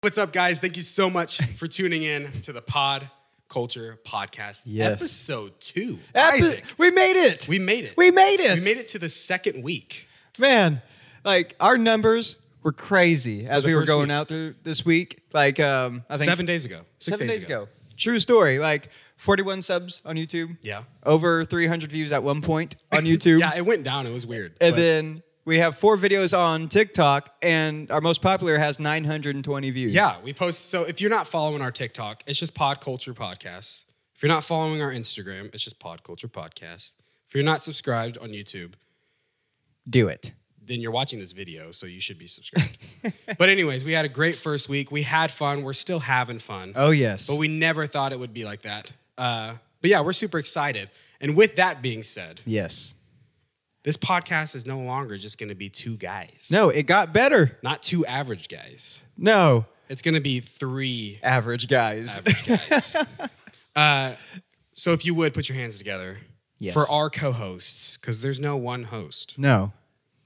What's up, guys? Thank you so much for tuning in to the Pod Culture Podcast, Yes. episode two. Epi- Isaac, we made it. we made it. We made it. We made it to the second week. Man, like our numbers were crazy as the we were first going week. out through this week. Like um, I think Seven days ago. Six seven days ago. True story. Like 41 subs on YouTube. Yeah. Over 300 views at one point on YouTube. Yeah, it went down. It was weird. And but then we have four videos on TikTok, and our most popular has 920 views. yeah, we post. So if you're not following our TikTok, it's just Pod Culture Podcast. If you're not following our Instagram, it's just Pod Culture Podcast. If you're not subscribed on YouTube, Do it. then you're watching this video, so you should be subscribed. but anyways, we had a great first week. We had fun. We're still having fun. Oh, yes. But we never thought it would be like that. Uh, but yeah, we're super excited. And with that being said, yes. this podcast is no longer just going to be two guys. No, it got better. Not two average guys. No. It's going to be three Average guys. average guys. uh, so if you would put your hands together Yes. for our co hosts, because there's no one host. no.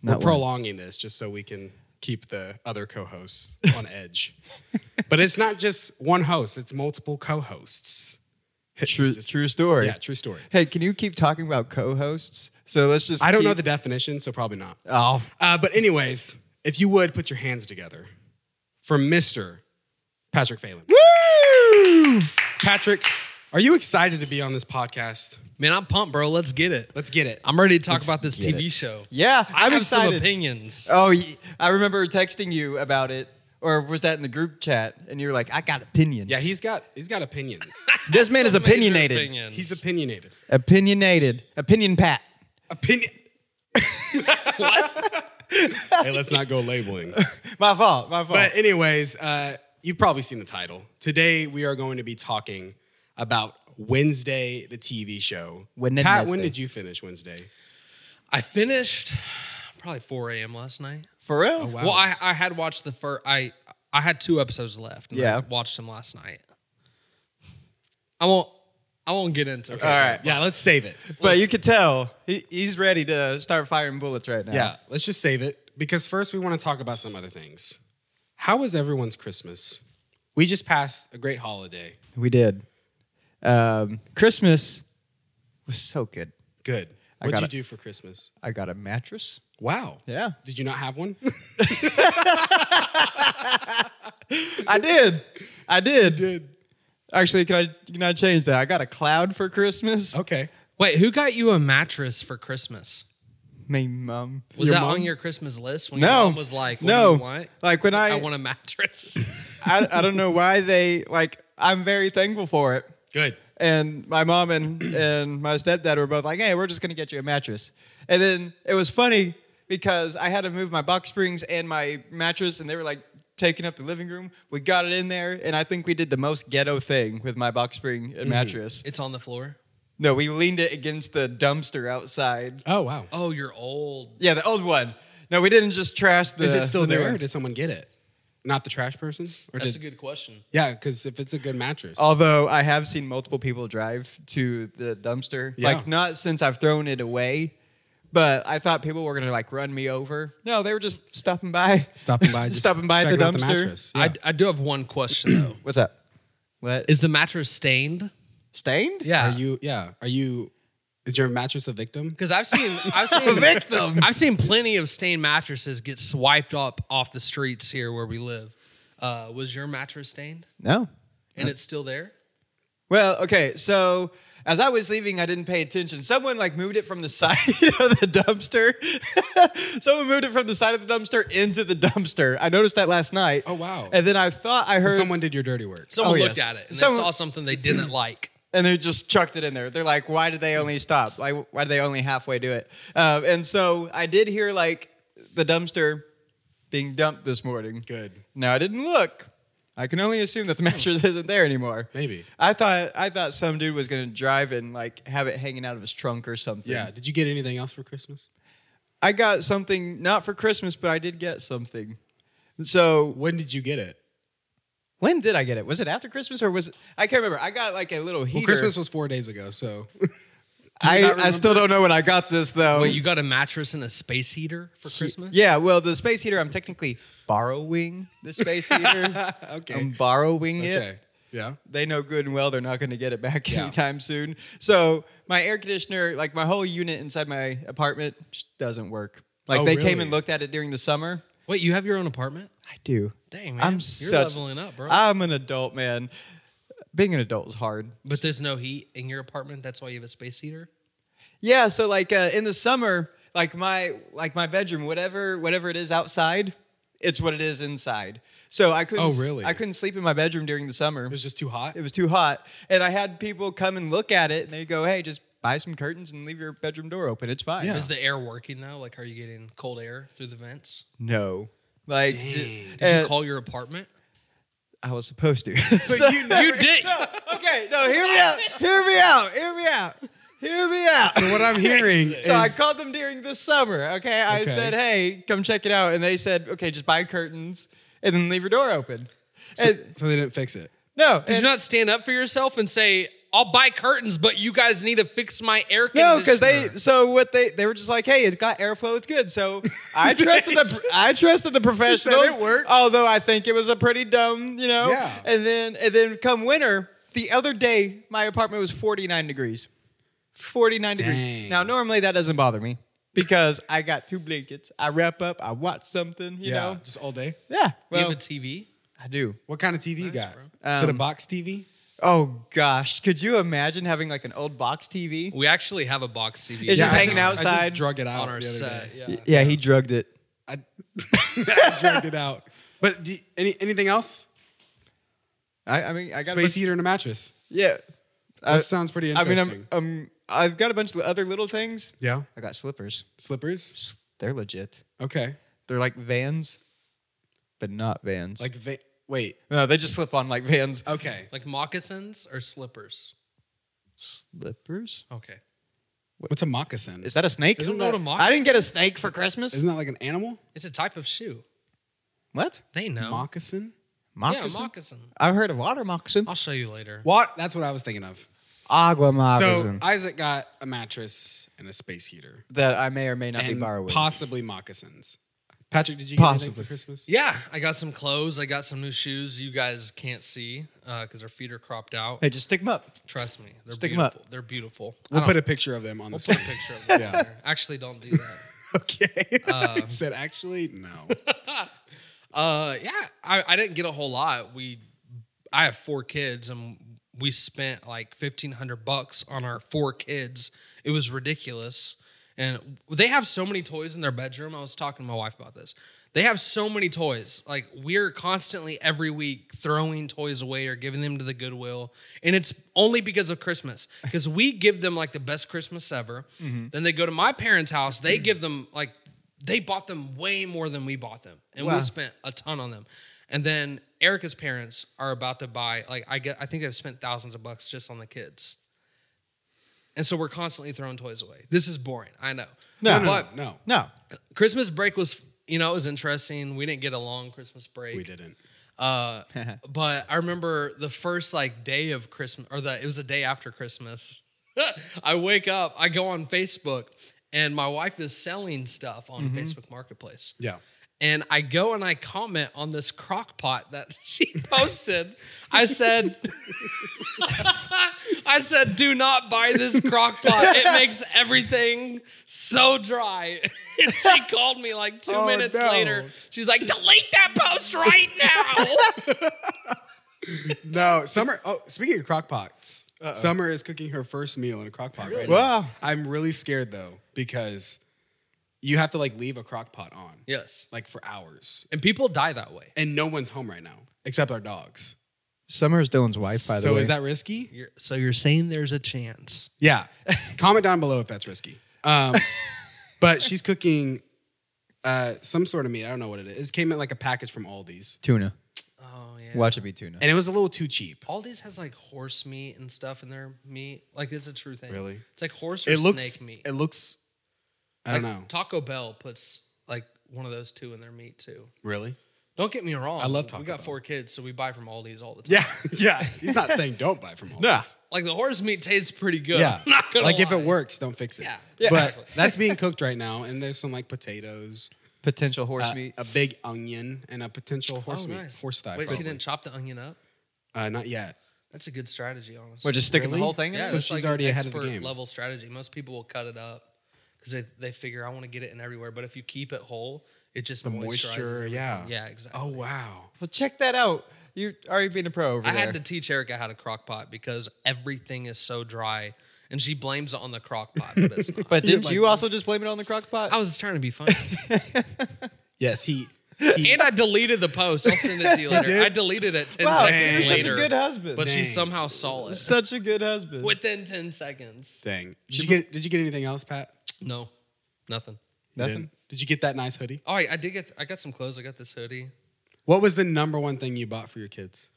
We're Not one. prolonging this just so we can keep the other co hosts on edge. but it's not just one host, it's multiple co hosts. True- true story. Yeah, true story. Hey, can you keep talking about co-hosts? So let's just. I don't keep- know the definition, so probably not. Oh, Uh, but anyways, if you would put your hands together for Mr. Patrick Phelan. woo! Patrick, are you excited to be on this podcast? Man, I'm pumped, bro. Let's get it. Let's get it. I'm ready to talk about this TV show. Yeah, I I'm have some excited. opinions. Oh, y- I remember texting you about it, or was that in the group chat? And you were like, "I got opinions." yeah, he's got he's got opinions. this man is Some major opinionated. opinions. he's opinionated. Opinionated. Opinion Pat. Opinion. what? hey, let's not go labeling. My fault. My fault. But anyways, uh, you've probably seen the title. Today we are going to be talking about Wednesday, the TV show. When did Pat, when Wednesday? did you finish Wednesday? I finished probably 4 a.m. last night. For real? wow. Well, I, I had watched the first. I I had two episodes left. And Yeah. I watched them last night. I won't. I won't get into it. All right. Yeah, let's save it. But you could tell he, he's ready to start firing bullets right now. Yeah, let's just save it because first we want to talk about some other things. How was everyone's Christmas? We just passed a great holiday. we did. Um, Christmas was so good. Good. I What'd got you it. do for Christmas? I got a mattress. Wow. Yeah, Did you not have one? I did. I did. Did. Actually, can I can I change that? I got a cloud for Christmas. Okay. Wait, who got you a mattress for Christmas? My mom. Was Your that mom? on your Christmas list when your No. mom was like, what no. do you want? Like when I I want a mattress. I, I don't know why they like I'm very thankful for it. Good. And my mom and and my stepdad were both like, "Hey, we're just going to get you a mattress." And then it was funny because I had to move my box springs and my mattress and they were like taking up the living room. We got it in there and I think we did the most ghetto thing with my box spring and mattress. Mm-hmm. it's on the floor. No, we leaned it against the dumpster outside. Oh wow. Oh, you're old. Yeah, the old one. No, we didn't just trash the. Is it still the new there? one. Or did someone get it? Not the trash person? Or That's did, a good question. yeah, because if it's a good mattress. Although I have seen multiple people drive to the dumpster. Yeah. Like not since I've thrown it away, but I thought people were gonna like run me over. No, they were just stopping by. stopping by just stopping by at the checking out dumpster. mattress. Yeah. I, I do have one question though. What's up? What is Is the mattress stained? stained? Yeah. Are you yeah. Are you is your mattress a victim? Because I've seen, I've seen, victim. I've seen plenty of stained mattresses get swiped up off the streets here where we live. Uh, was your mattress stained, No. and it's still there? Well, okay, so. As I was leaving, I didn't pay attention. Someone like moved it from the side of the dumpster. Someone moved it from the side of the dumpster into the dumpster. I noticed that last night. Oh, wow. And then I thought I heard Someone did your dirty work. Someone Oh, looked yes. at it and Someone- they saw something they didn't like. and they just chucked it in there. They're like, why did they only stop? Like, why did they only halfway do it? Um, and so I did hear like the dumpster being dumped this morning. Good. Hmm. Now I didn't look. I can only assume that the mattress isn't there anymore. Maybe. I thought I thought some dude was gonna drive and like have it hanging out of his trunk or something. Yeah. Did you get anything else for Christmas? I got something not for Christmas, but I did get something. So When did you get it? when did I get it? Was it after Christmas or was it? I can't remember. I got like a little heater. Well, Christmas was four days ago, so I, I still don't know when I got this though. Wait, you got a mattress and a space heater for Christmas? yeah, well, the space heater, I'm technically borrowing the space heater. Okay. I'm borrowing okay. it. Yeah. They know good and well they're not going to get it back Yeah. anytime soon. So my air conditioner, like my whole unit inside my apartment, just doesn't work. Like Oh, they came really? and looked at it during the summer. Wait, you have your own apartment? I do. Dang, man. I'm You're such- leveling up, bro. I'm an adult, man. Being an adult is hard. but there's no heat in your apartment. That's why you have a space heater. Yeah, so like uh, in the summer, like my like my bedroom, whatever whatever it is outside, it's what it is inside. So I couldn't Oh, s- really? I couldn't sleep in my bedroom during the summer. It was just too hot. It was too hot, and I had people come and look at it, and they go, "Hey, just buy some curtains and leave your bedroom door open. It's fine." Yeah. Is the air working though? Like, are you getting cold air through the vents? No, like Did, did Uh, you call your apartment? I was supposed to. So So- you know- You did. okay, no, hear me out. Hear me out. Hear me out. Hear me out. so what I'm hearing is So I called them during the summer. Okay, I Okay. said, "Hey, come check it out," and they said, "Okay, just buy curtains and then leave your door open." so, and, so they didn't fix it. no, Did you and- not stand up for yourself and say, "I'll buy curtains, but you guys need to fix my air conditioner"? no, because they. So what they they were just like, "Hey, it's got airflow. It's good." So I trusted the I trusted the professionals. works. Although I think it was a pretty dumb, you know. Yeah. And then and then come winter, the other day my apartment was forty nine degrees. Forty nine degrees. Dang. Now normally that doesn't bother me. Because I got two blankets, I wrap up, I watch something, you yeah. know. Just all day. Yeah. you Well, have a TV. I do. What kind of TV you got? bro. Is it a Um, box TV? Oh gosh, could you imagine having like an old box TV? We actually have a box TV. It's just I hanging Oh, I outside just drug it out on our the other set. day. Yeah. Yeah, he drugged it. I, I drugged it out. But do you- any anything else? I, I mean, I got a Space bunch, heater and a mattress. yeah. That I- sounds pretty I mean, interesting. I'm, um, I've got a bunch of other little things. yeah. I got slippers. Slippers. S- They're legit. Okay. They're like Vans, but not Vans. Like va- wait. no, they just slip on like Vans. Okay. Like moccasins or slippers. Slippers? Okay. What's a moccasin? Is that a snake? Isn't that a mock- I didn't get a snake for Christmas. Isn't that like an animal? It's a type of shoe. what? They know. Moccasin? Moccasin? Yeah, moccasin. I've heard of water moccasin. I'll show you later. What? That's what I was thinking of. Agua So moccasin. Isaac got a mattress and a space heater. that I may or may not be And borrowing. possibly moccasins. Patrick, did you get anything Possibly. for Christmas? Yeah, I got some clothes. I got some new shoes. You guys can't see because their feet are cropped out. hey, just stick them up. Trust me, they're Stick 'em beautiful. up. They're beautiful. I We'll don't- put a picture of them on the we'll screen. put a picture of them. yeah. Actually, don't do that. Okay. he said, actually, no. Uh, yeah, I, I didn't get a whole lot. We, I have four kids, and we spent like fifteen hundred bucks on our four kids. It was ridiculous, and they have so many toys in their bedroom. I was talking to my wife about this. They have so many toys. Like we're constantly every week throwing toys away or giving them to the Goodwill, and it's only because of Christmas. Because we give them like the best Christmas ever. Then they go to my parents' house. They give them like they bought them way more than we bought them, and Wow. we spent a ton on them. And then Erica's parents are about to buy like I get I think they've spent thousands of bucks just on the kids. And so we're constantly throwing toys away. This is boring. I know. No. No, but no, No. Christmas break was you know it was interesting. We didn't get a long Christmas break. we didn't. Uh, but I remember the first like day of Christmas, or the it was a day after Christmas. I wake up, I go on Facebook, and my wife is selling stuff on Mm-hmm. Facebook Marketplace. Yeah. And I go and I comment on this crock pot that she posted. I said, I said, do not buy this crock pot. It makes everything so dry. And she called me like two Oh, minutes no. later. She's like, delete that post right now. No, Summer. Oh, speaking of crock pots, Summer is cooking her first meal in a crock pot right now. Wow. I'm really scared though because you have to like leave a crock pot on yes. like for hours And people die that way. and no one's home right now except our dogs. Summer is Dylan's wife, by the So way. is that risky? You're, so you're saying there's a chance. Yeah. Comment down below if that's risky. Um, but she's cooking uh, some sort of meat. I don't know what it is. It came in like a package from Aldi's, tuna? Oh, yeah. Watch it be tuna. and it was a little too cheap. Aldi's has like horse meat and stuff in their meat. Like it's a true thing. Really? It's like horse or It looks. snake meat. It looks. I don't Like, know. Taco Bell puts like one of those two in their meat too. Really? Don't get me wrong. I love We Taco got Bell. four kids, so we buy from Aldi's all the time. Yeah, yeah. He's not saying don't buy from Aldi's. Yeah. Like the horse meat tastes pretty good. Yeah. I'm not gonna like if lie. it works, don't fix it. Yeah. But Yeah. Exactly. that's being cooked right now, and there's some like potatoes, Potential horse uh, meat. a big onion, and a potential horse Oh, meat, nice. horse thigh. Wait, she probably. didn't chop the onion up. Uh, not yet. That's a good strategy, honestly. We're just sticking Really? the whole thing in. yeah, so there? that's she's like an already ahead of the expert game. Level strategy. Most people will cut it up because they, they figure I want to get it in everywhere. But if you keep it whole, it just The moisturizes moisture, everything. yeah. yeah, exactly. Oh wow. Well, check that out. You're already being a pro over I there. had to teach Erica how to crock pot because everything is so dry, and she blames it on the crock pot, but it's not. but didn't like- you also just blame it on the crock pot? I was just trying to be funny, Yes, he. he and I deleted the post. I'll send it to you later. did? I deleted it ten Wow, seconds you're such a later. good husband. but she Dang. somehow saw it Such a good husband. within ten seconds. dang. Did you get? Did you get anything else, Pat? No, nothing. You Nothing. didn't? Did you get that nice hoodie? All right, I did get. I got some clothes. I got this hoodie. What was the number one thing you bought for your kids?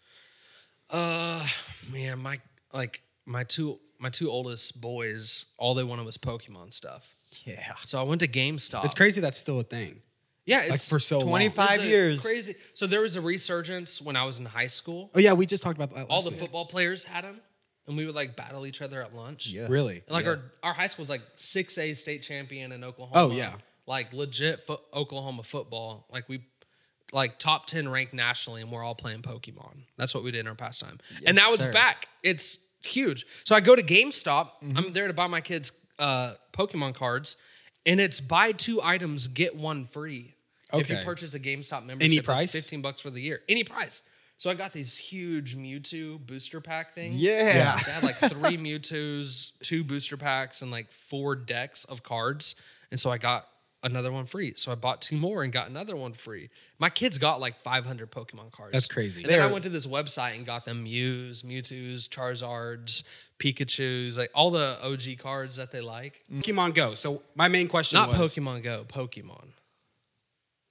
Uh, man, my like my two my two oldest boys, all they wanted was Pokemon stuff. Yeah. So I went to GameStop. It's crazy that's still a thing. Yeah, Like it's for so long. 25 there's five a years. Crazy. So there was a resurgence when I was in high school. Oh yeah, we just talked about that. Last All the week. football players had them, and we would like battle each other at lunch. Yeah. Really? And, like Yeah. our our high school was like six A state champion in Oklahoma. Oh, yeah. Like legit fo- Oklahoma football. Like we like top ten ranked nationally, and we're all playing Pokemon. That's what we did in our pastime. and now sir. it's back. It's huge. So I go to GameStop. Mm-hmm. I'm there to buy my kids uh, Pokemon cards, and it's buy two items get one free. If you Okay. purchase a GameStop membership, it's price? fifteen bucks for the year. Any price. So I got these huge Mewtwo booster pack things. Yeah. They had like three Mewtwo's, two booster packs, and like four decks of cards. And so I got another one free. So I bought two more and got another one free. My kids got like 500 Pokemon cards. That's crazy. And then I They're- went to this website and got them Mews, Mewtwo's, Charizards, Pikachu's, like all the OG cards that they like. Pokemon Go. So my main question Not was, Pokemon Go, Pokemon.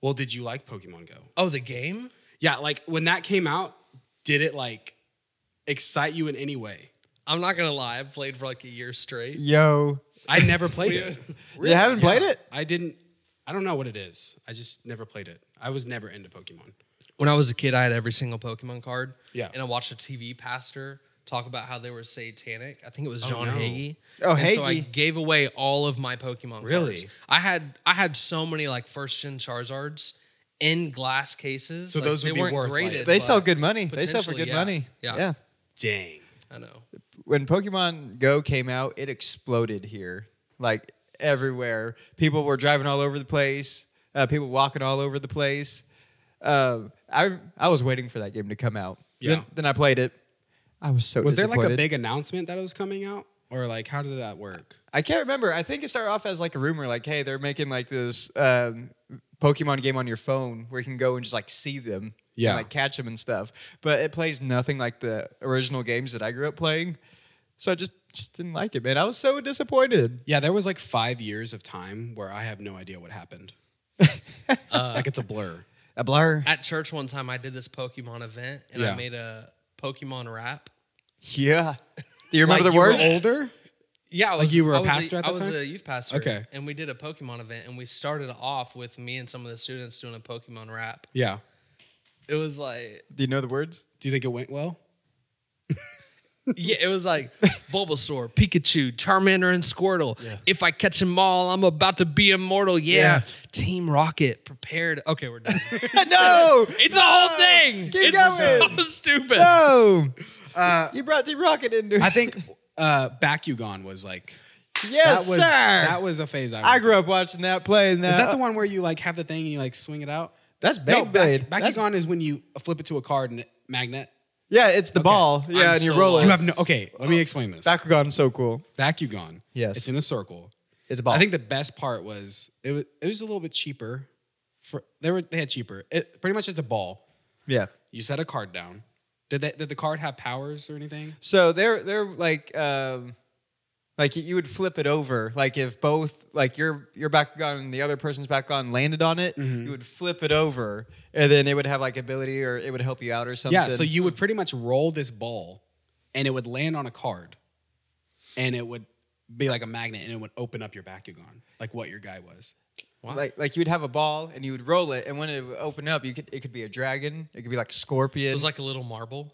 well, did you like Pokemon Go? Oh, the game? Yeah, like when that came out, did it like excite you in any way? I'm not going to lie. I played for like a year straight. Yo. I never played it. You haven't played it? I didn't. I don't know what it is. I just never played it. I was never into Pokemon. when I was a kid, I had every single Pokemon card. Yeah. And I watched a TV pastor talk about how they were satanic. I think it was Oh, John no. Hagee. Oh, And So I Hagee. gave away all of my Pokemon Really? cards. I had I had so many like first gen Charizards in glass cases. So Like, those would they be weren't worth, like- graded. They but sell good money. They sell for potentially, good yeah. money. Yeah. yeah. Dang. I know. when Pokemon Go came out, it exploded here, like everywhere. People were driving all over the place. Uh, people walking all over the place. Um I I was waiting for that game to come out. Yeah. Then, then I played it. I was so Was there like a disappointed. big announcement that it was coming out, or like how did that work? I can't remember. I think it started off as like a rumor, like, hey, they're making like this um, Pokemon game on your phone where you can go and just like see them, and, Yeah. like catch them and stuff. But it plays nothing like the original games that I grew up playing, so I just just didn't like it, man. I was so disappointed. Yeah, there was like five years of time where I have no idea what happened. Uh, like it's a blur. A blur. At church one time I did this Pokemon event and Yeah. I made a Pokemon rap. Yeah. Do you remember Like, the you were words? older? Yeah, I was, you were a I was pastor at I that was time? a youth pastor. Okay. and we did a Pokemon event, and we started off with me and some of the students doing a Pokemon rap. Yeah. It was like, Do you know the words? Do you think it went well? yeah, it was like Bulbasaur, Pikachu, Charmander, and Squirtle. If I catch them all, I'm about to be immortal. Yeah, Yeah. Team Rocket prepared. Okay, we're done. no. it's a whole thing. Keep it's going. so stupid. No. you brought Team Rocket into. Uh, I think uh Bakugan was like yes, that was sir. that was a phase I, I went grew up watching that play. And Is that the one where you like have the thing and you like swing it out? That's No, Beyblade. back, That's- Bakugan is when you flip it to a card and it- magnet. Yeah, it's the ball. Yeah, I'm and you so roll it. lost. You have no. Okay, let me explain this. Bakugan's so cool. Bakugan. Yes. it's in a circle. It's a ball. I think the best part was it was it was a little bit cheaper. For they were they had cheaper. It pretty much it's a ball. yeah. You set a card down. Did that did the card have powers or anything? So they're they're like um like you would flip it over. Like if both like your your Bakugan and the other person's Bakugan landed on it, Mm-hmm. you would flip it over and then it would have like ability or it would help you out or something. Yeah. So you would pretty much roll this ball, and it would land on a card, and it would be like a magnet, and it would open up your Bakugan, like what your guy was. Wow. Like like you'd have a ball and you would roll it, and when it would open up, you could it could be a dragon, it could be like a scorpion. So it was like a little marble.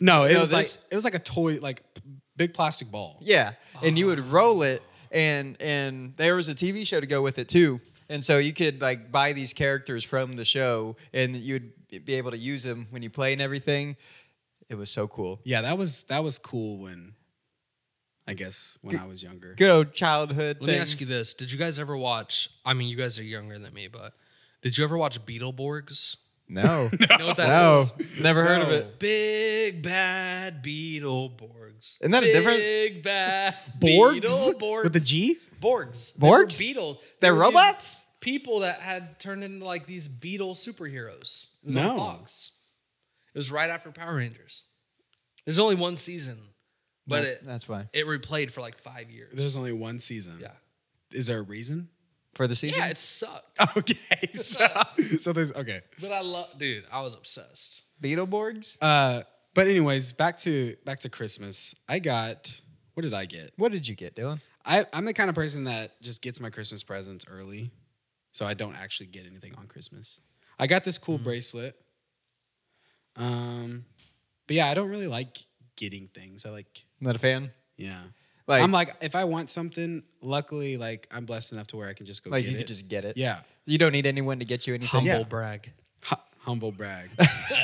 No, it No, was this- like it was like a toy, like p- big plastic ball. Yeah, and Oh. you would roll it, and and there was a TV show to go with it too, and so you could like buy these characters from the show, and you'd be able to use them when you play and everything. It was so cool. Yeah, that was that was cool when, I guess when I was younger. Good old childhood. Let me things. ask you this: Did you guys ever watch? I mean, you guys are younger than me, but did you ever watch Beetleborgs? No, You know what that no, is? never heard of Bro, it. Big bad Beetleborgs. Isn't that a different- Big bad Borgs Beetleborgs with the G. Borgs. They were Borgs? Beetle. They're They were these robots? People that had turned into like these Beetle superheroes. It was No. on Fox. It was right after Power Rangers. There's only one season, but That- it that's why it replayed for like five years. There's only one season. yeah. Is there a reason? for the season. Yeah, it sucked. Okay. So, so there's okay. But I love, dude. I was obsessed. Beetleborgs. Uh, but anyways, back to back to Christmas. I got what did I get? What did you get, Dylan? I, I'm the kind of person that just gets my Christmas presents early, so I don't actually get anything on Christmas. I got this cool Mm-hmm. bracelet. Um, but yeah, I don't really like getting things. I like, Not a fan. yeah. Like I'm like, if I want something, luckily, like I'm blessed enough to where I can just go. like get you it. could just get it. yeah, You don't need anyone to get you anything. Humble Yeah. brag. Hu- humble brag.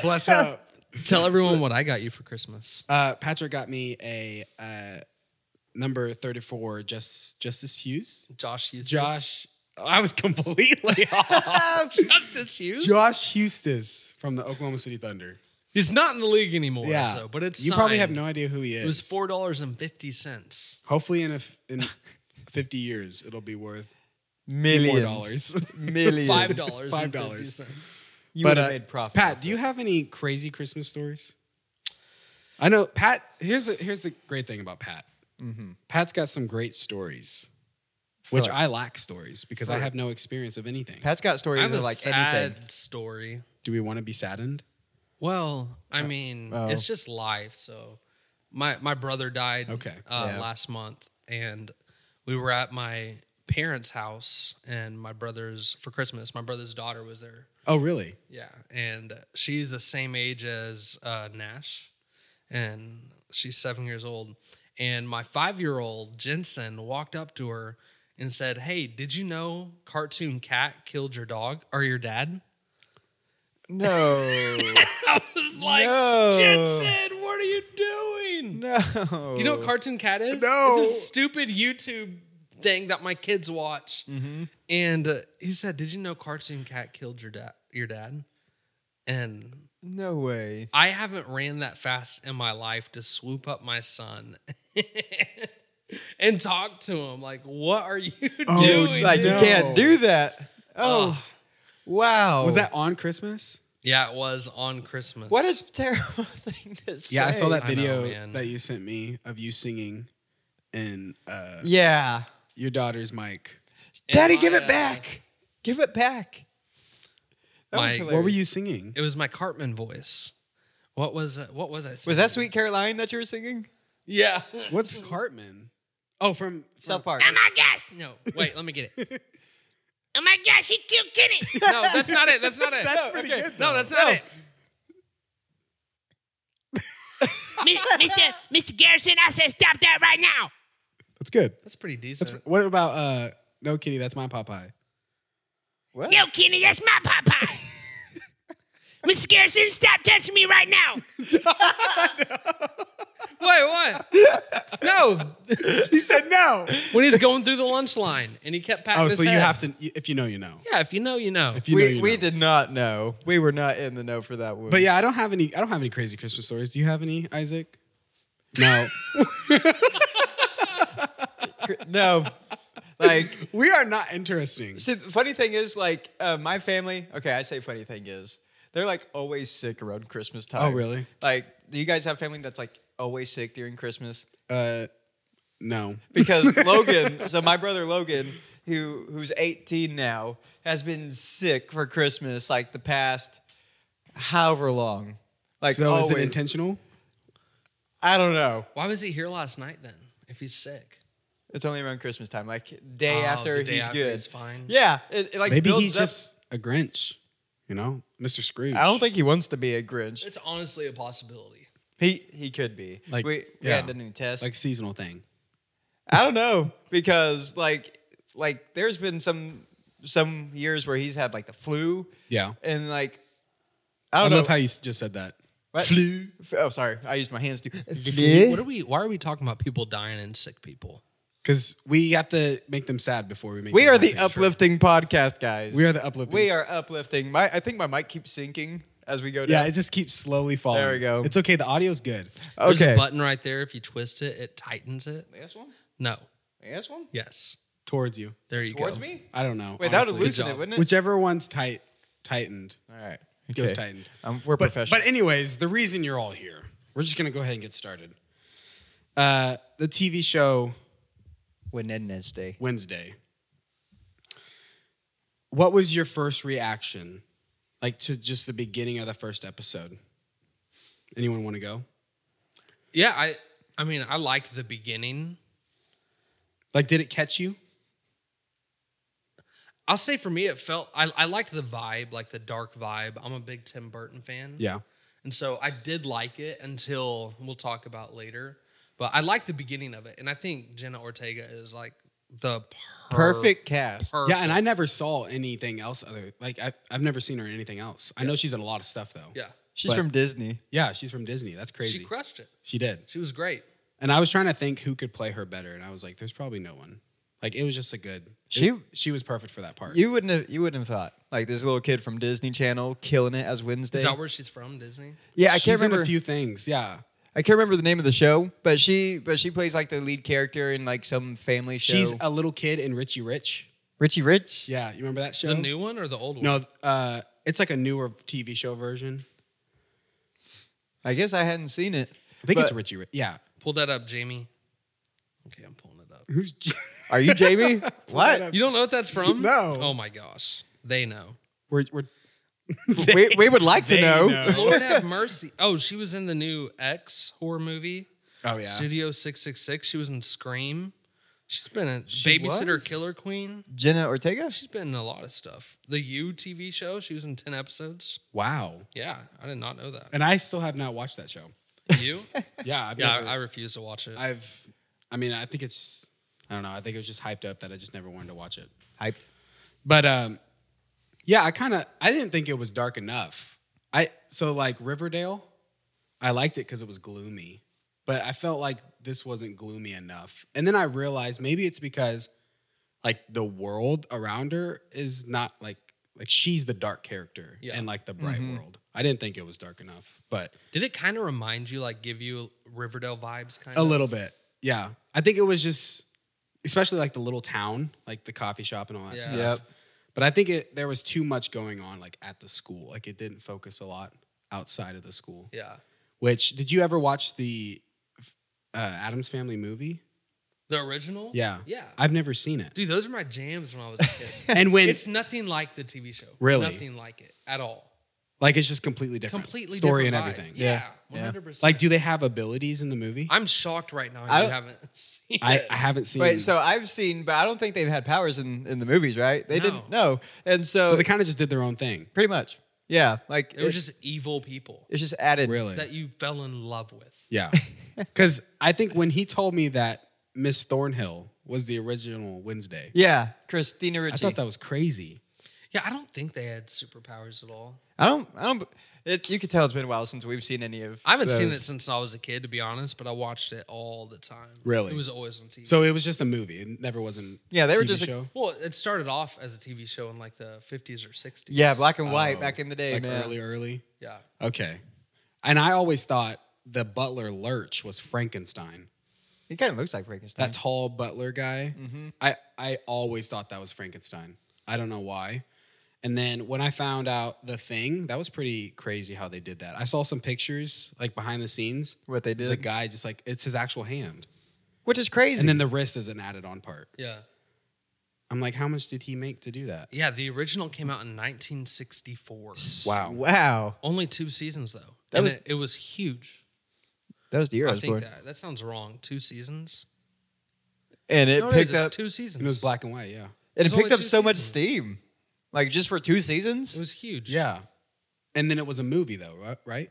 Bless up. Tell everyone what I got you for Christmas. Uh, Patrick got me a uh, number 34, just Justice Hughes. Josh Hughes. Josh, I was completely off. Justice Hughes. Josh Hustis from the Oklahoma City Thunder. He's not in the league anymore. Yeah, so- but it's you probably signed. have no idea who he is. It was four dollars and fifty cents. Hopefully, in a f- in fifty years, it'll be worth Millions. more dollars. Millions. Five dollars. Five and fifty dollars. cents. You But, would have uh, made profit. Pat, off do you it. have any crazy Christmas stories? I know Pat. Here's the here's the great thing about Pat. Pat's got some great stories, which Sure. I lack stories because I Sure. have no experience of anything. Pat's got I stories have a of like sad anything. story. do we want to be saddened? Well, Uh, I mean, oh. it's just life. So, my my brother died. Okay. Uh, Yeah. Last month, and we were at my parents' house, and my brother's for Christmas. My brother's daughter was there. Oh, really? Yeah, and she's the same age as uh, Nash, and she's seven years old. And my five-year-old Jensen walked up to her and said, "Hey, did you know Cartoon Cat killed your dog or your dad?" No. I was like, No. "Jensen, what are you doing?" no. You know what Cartoon Cat is? No. It's a stupid YouTube thing that my kids watch. Mm-hmm. And uh, he said, "Did you know Cartoon Cat killed your dad? Your dad?" And No way. I haven't ran that fast in my life to swoop up my son and talk to him. Like, what are you Oh, doing? like no. you can't do that. Oh, Ugh. wow. Was that on Christmas? yeah, it was on Christmas. What a terrible thing to say. Yeah, I saw that I know, video man. that you sent me of you singing in uh, Yeah. your daughter's mic. Daddy, my, give it uh, back. Give it back. That was my- hilarious. What were you singing? It was my Cartman voice. What was uh, what was I? Singing? Was that Sweet Caroline that you were singing? Yeah. What's Hartman? Oh, from South from- Park. Oh my gosh. No, wait. Let me get it. Oh my gosh, he killed Kenny. No, that's not it. That's not it. That's pretty okay. good. no, that's not No. it. Mi- Mr. Mr. Garrison, I said stop that right now. That's good. That's pretty decent. That's, what about uh, No Kitty? That's my Popeye. What? No, Kenny, that's my Popeye. Mr. Garrison, stop touching me right now. Wait, what? no, He said no. when he's going through the lunch line and he kept patting. Oh, his so you head. have to. If you know, you know. Yeah, if you know, you know. If you know, We, you we know. did not know. We were not in the know for that one. But yeah, I don't have any. I don't have any crazy Christmas stories. Do you have any, Isaac? No. no. Like we are not interesting. See, the funny thing is, like, uh, my family, okay, I say funny thing is, they're like always sick around Christmas time. Oh, really? Like, do you guys have family that's like always sick during Christmas? Uh, no. Because Logan, so my brother Logan, who who's 18 now, has been sick for Christmas like the past however long. Like, so is always. it intentional? I don't know. Why was he here last night then? If he's sick, It's only around Christmas time, like day Oh, after the day he's after good. he's fine. Yeah, it, it, like Maybe builds he's up- just a Grinch, you know, Mr. Scrooge. I don't think he wants to be a Grinch. It's honestly a possibility. He he could be. Like, Like we, we yeah. hadn't done any tests. like seasonal thing. I don't know because like like there's been some some years where he's had like the flu Yeah, and like I, I don't love know. how you s- just said that. What? Flu. F- oh, sorry, I used my hands to. What are we? Why are we talking about people dying and sick people? Because we have to make them sad before we make. We them are the happy. uplifting podcast guys. We are the uplifting. We are uplifting. My I think my mic keeps sinking as we go Yeah, down. it just keeps slowly falling. There we go. It's okay. The audio's good. There's okay. a button right there. If you twist it, it tightens it. Last one. No. Last one. Yes. Towards you. There you Towards go. me. I don't know. Wait, that honestly. would loosen it, job. wouldn't it? Whichever one's tight, tightened All right. goes Okay. tightened. Um, we're But, professional. but anyways, the reason you're all here, we're just gonna go ahead and get started. Uh, the TV show when Ned Ned stay. Wednesday. What was your first reaction, like to just the beginning of the first episode? Anyone want to go? Yeah. I. I mean, I liked the beginning. Like, did it catch you? I'll say for me, it felt I, I liked the vibe, like the dark vibe. I'm a big Tim Burton fan. Yeah. And so I did like it until we'll talk about later. But I like the beginning of it. And I think Jenna Ortega is like the per- Perfect cast. per- Yeah, and I never saw anything else other. Like, I, I've never seen her in anything else. I know she's in a lot of stuff though. yeah. She's But- from Disney. Yeah, she's from Disney. That's crazy. She crushed it. she did. She was great. And I was trying to think who could play her better, and I was like, "There's probably no one." Like it was just a good. She- it- she was perfect for that part. You wouldn't have you wouldn't have thought like this little kid from Disney Channel killing it as Wednesday. Is that where she's from, Disney? yeah, I She's can't in remember. a few things. Yeah, I can't remember the name of the show, but she but she plays like the lead character in like some family show. she's uh, a little kid in Richie Rich. Richie Rich. Yeah, you remember that show? The new one or the old one? No, uh, it's like a newer TV show version. I guess I hadn't seen it. I think it's But- Richie Rich. Yeah. Pull that up, Jamie. Okay, I'm pulling it up. Who's? Are you Jamie? up. what? You don't know what that's from? No. Oh my gosh. They know. we're, we're we, we would like to know. Lord have mercy. Oh, she was in the new X horror movie. oh yeah. Studio 666. She was in Scream. She's been a babysitter was? killer queen. Jenna Ortega. She's been in a lot of stuff. The You TV show, she was in 10 episodes. Wow. Yeah, I did not know that. And I still have not watched that show. You? Yeah. I've yeah, never- I, I refuse to watch it. I've. I mean, I think it's. I don't know. I think it was just hyped up that I just never wanted to watch it. Hype. But um, yeah, I kind of I didn't think it was dark enough. I so like Riverdale, I liked it because it was gloomy, but I felt like this wasn't gloomy enough. And then I realized maybe it's because like the world around her is not like like she's the dark character Yeah. and like the bright world. I didn't think it was dark enough, but did it kind of remind you, like, give you Riverdale vibes? Kind a of little bit. Yeah, I think it was just especially like the little town, like the coffee shop and all that Yeah. stuff. Yep. But I think it there was too much going on like at the school. Like it didn't focus a lot outside of the school. Yeah. Which did you ever watch the uh, Adams Family movie? The original? Yeah. Yeah. I've never seen it. Dude, those are my jams when I was a kid. And when it's nothing like the TV show. Really? Nothing like it at all. like it's just completely different. Completely story different and vibe. everything. Yeah, Yeah. 100%. Like do they have abilities in the movie? I'm shocked right now. I You don't- haven't seen I, it. I haven't seen Wait, so I've seen, but I don't think they've had powers in, in the movies, right? They No. didn't know, and so, so they kind of just did their own thing. pretty much, yeah. Like They were it- just evil people it's just added. Really? that you fell in love with. Yeah. Because I think when he told me that Miss Thornhill was the original Wednesday, Yeah, Christina I Ricci. thought that was crazy. Yeah, I don't think they had superpowers at all. I don't. I don't. It, you could tell it's been a while since we've seen any of. I haven't seen those. it since I was a kid, to be honest, but I watched it all the time. Really? It was always on TV. So it was just a movie. It never was an Yeah, they were TV just a- show. well, it started off as a TV show in like the 50s or 60s. Yeah, black and white Oh, back in the day, like man. early, early. Yeah. Okay, and I always thought the butler Lurch was Frankenstein. He kind of looks like Frankenstein. That tall butler guy. Mm-hmm. I I always thought that was Frankenstein. I don't know why. And then when I found out the thing, that was pretty crazy how they did that. I saw some pictures like behind the scenes. What they There's a did. guy just like it's his actual hand, which is crazy. and then the wrist is an added on part. Yeah. I'm like, how much did he make to do that? Yeah, the original came out in 1964. Wow. wow, Only two seasons, though. That and was- it, it was huge. that was the year I, I was think born. that, that sounds wrong. Two seasons? and it No, it is. picked It's up two seasons. And it was black and white, yeah. and it's it picked only up two so much seasons. steam, like just for two seasons. It was huge. Yeah. And then it was a movie though, ri- right?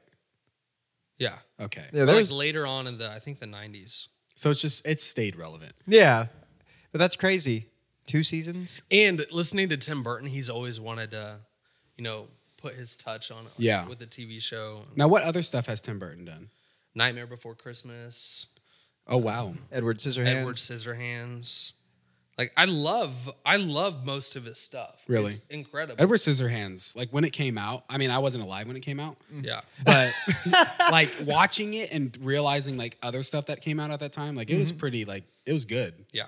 yeah. Okay. yeah, there But, like was- later on in the, I think the '90s. So it's just it stayed relevant. yeah, but that's crazy. Two seasons. And listening to Tim Burton, he's always wanted to, you know, put his touch on it. like, Yeah. With the TV show Now what other stuff has Tim Burton done? Nightmare Before Christmas, Oh wow. Edward Scissorhands. Edward Scissorhands. Like I love, I love most of his stuff. Really? It's incredible. Edward Scissorhands, like when it came out, I mean I wasn't alive when it came out, yeah. but like watching it and realizing like other stuff that came out at that time, like it Mm-hmm. was pretty like it was good. Yeah.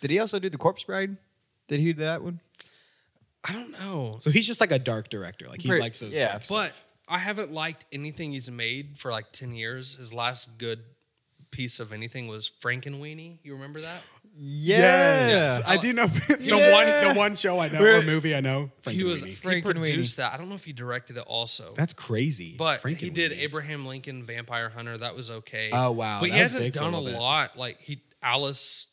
Did he also do the Corpse Bride? Did he do that one? I don't know. So he's just like a dark director. Like he Pretty- likes those yeah. dark stuff. But I haven't liked anything he's made for like 10 years. His last good piece of anything was Frankenweenie. You remember that? Yes, I do know the Yeah. one the one show I know We're- or movie I know. He was Frankenweenie. he Frankenweenie. produced that. I don't know if he directed it also. That's crazy. but he did Frankenweenie. Abraham Lincoln Vampire Hunter. That was okay. Oh, wow. But That he was hasn't big for a done a little bit. lot. Like he Alice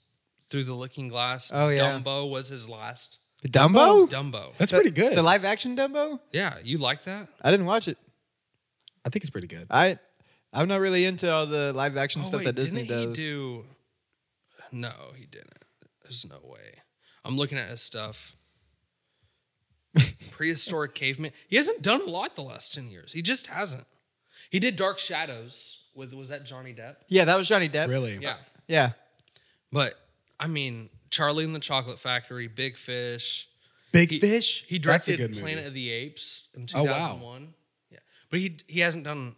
through the Looking Glass. Oh, yeah. Dumbo was his last. Dumbo. Oh, Dumbo. That's The- pretty good. The live action Dumbo. Yeah, you like that? I didn't watch it. I think it's pretty good. uh, I I'm not really into all the live action stuff that Disney Oh, didn't does. He do... No, he didn't. There's no way. I'm looking at his stuff. Prehistoric caveman. He hasn't done a lot the last ten years. He just hasn't. He did Dark Shadows with was that Johnny Depp? Yeah, that was Johnny Depp. Really? Yeah, Yeah. but I mean Charlie and the Chocolate Factory, Big Fish. Big He- Fish. He That's a directed good Planet movie. of the Apes in Oh, wow. 2001. Yeah, but he he hasn't done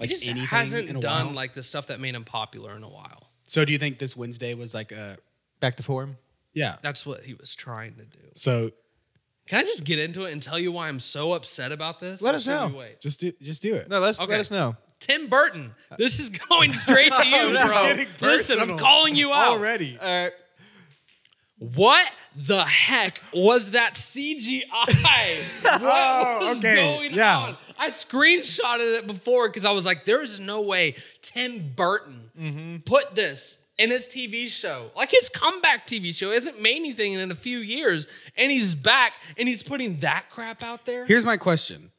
Like he just anything hasn't in a done while? like the stuff that made him popular in a while. So do you think this Wednesday was like a Back to form. yeah? That's what he was trying to do. So Can I just get into it and tell you why I'm so upset about this? Let Or us should we know. Wait? just do just do it. No, let's Okay. let us know. Tim Burton, this is going straight to you, that's bro. getting Listen, I'm personal. calling you out. Already. All right. What the heck was that CGI? what was Oh, okay, going yeah. on? I screenshotted it before because I was like, there is no way Tim Burton Mm-hmm. put this in his TV show. Like his comeback TV show He hasn't made anything in a few years, and he's back and he's putting that crap out there. Here's my question.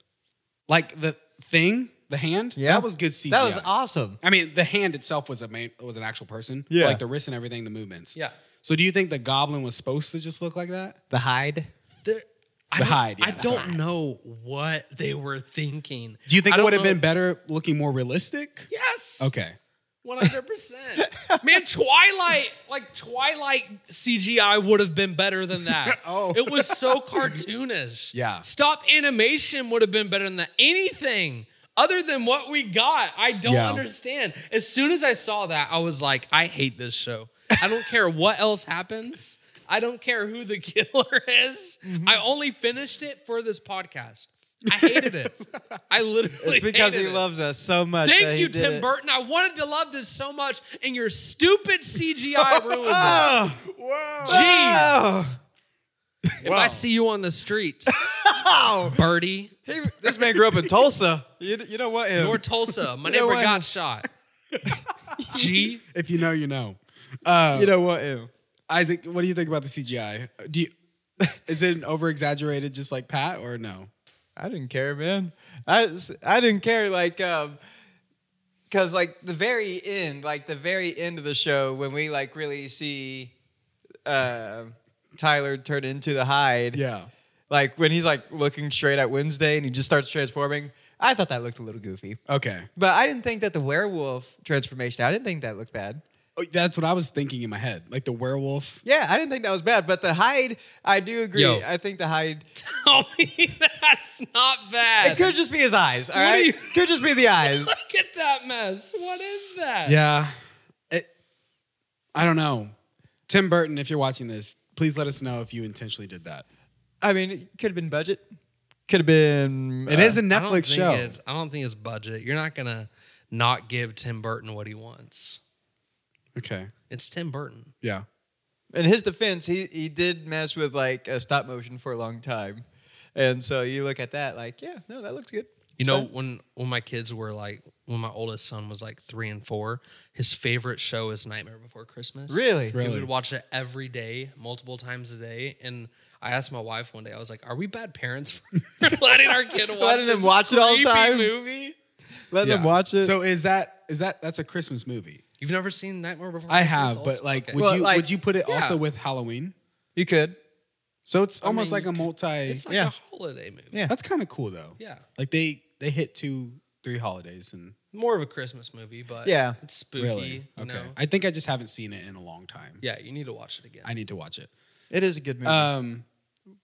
Like the thing, the hand, Yeah. that was good CGI. That was awesome. I mean, the hand itself was a man, was an actual person. Yeah. Like the wrist and everything, the movements. Yeah. So do you think the goblin was supposed to just look like that? The hide. There- I The don't- hide, yeah, I that's don't right. know what they were thinking. Do you think it I don't would have know- been better looking more realistic? Yes. Okay. One hundred percent. Man, Twilight, like Twilight CGI would have been better than that. Oh. it was so cartoonish. Yeah. Stop animation would have been better than that. Anything other than what we got, I don't Yeah. understand. As soon as I saw that, I was like, I hate this show. I don't care what else happens. I don't care who the killer is. I only finished it for this podcast. I hated it. I literally It's because he hated it. loves us so much. that Thank he you, did Tim it. Burton. I wanted to love this so much, and your stupid CGI ruins it. Whoa. Oh, Jeez. If I see you on the streets, Oh. Birdie he, this man grew up in Tulsa. You, you know what? Him. or Tulsa, my You know neighbor what? got shot. Gee, If you know, you know. Uh, You know what? Him. Isaac, what do you think about the CGI? Do you, is it an over exaggerated just like Pat or no? I didn't care, man. I s- I didn't care like um cuz like the very end, like the very end of the show when we like really see uh, Tyler turn into the hide. Yeah. Like when he's like looking straight at Wednesday and he just starts transforming. I thought that looked a little goofy. Okay. But I didn't think that the werewolf transformation, I didn't think that looked bad. Oh, That's what I was thinking in my head. Like the werewolf. Yeah, I didn't think that was bad, but the hide, I do agree. Yo. I think the hide tell me Oh, that's not bad. it could just be his eyes, all What are right? you- Could just be the eyes. Look at that mess. What is that? Yeah. It, I don't know. Tim Burton, if you're watching this, please let us know if you intentionally did that. I mean, it could have been budget. Could have been. uh, It is a I don't Netflix think show. It's, I don't think it's budget. You're not gonna not give Tim Burton what he wants. Okay. It's Tim Burton. Yeah. In his defense, he he did mess with like a stop motion for a long time, and so you look at that like, yeah, no, that looks good. You know, when when my kids were like, when my oldest son was like three and four, his favorite show is Nightmare Before Christmas. Really? Really? He would watch it every day, multiple times a day. And I asked my wife one day, I was like, Are we bad parents for letting our kid watch Letting him this watch it all the creepy time?" movie? Let them Yeah. watch it. So is that is that that's a Christmas movie? You've never seen Nightmare Before I Christmas have, also? but like, Okay. would Well, you like- would you put it also Yeah. with Halloween? you could. So it's almost mean, like a multi. it's like yeah. a holiday movie. Yeah. that's kind of cool though. Yeah. Like they they hit two three holidays and More of a Christmas movie, but Yeah. it's spooky. really You okay. know? I think I just haven't seen it in a long time. yeah, you need to watch it again. I need to watch it. It is a good movie. Um,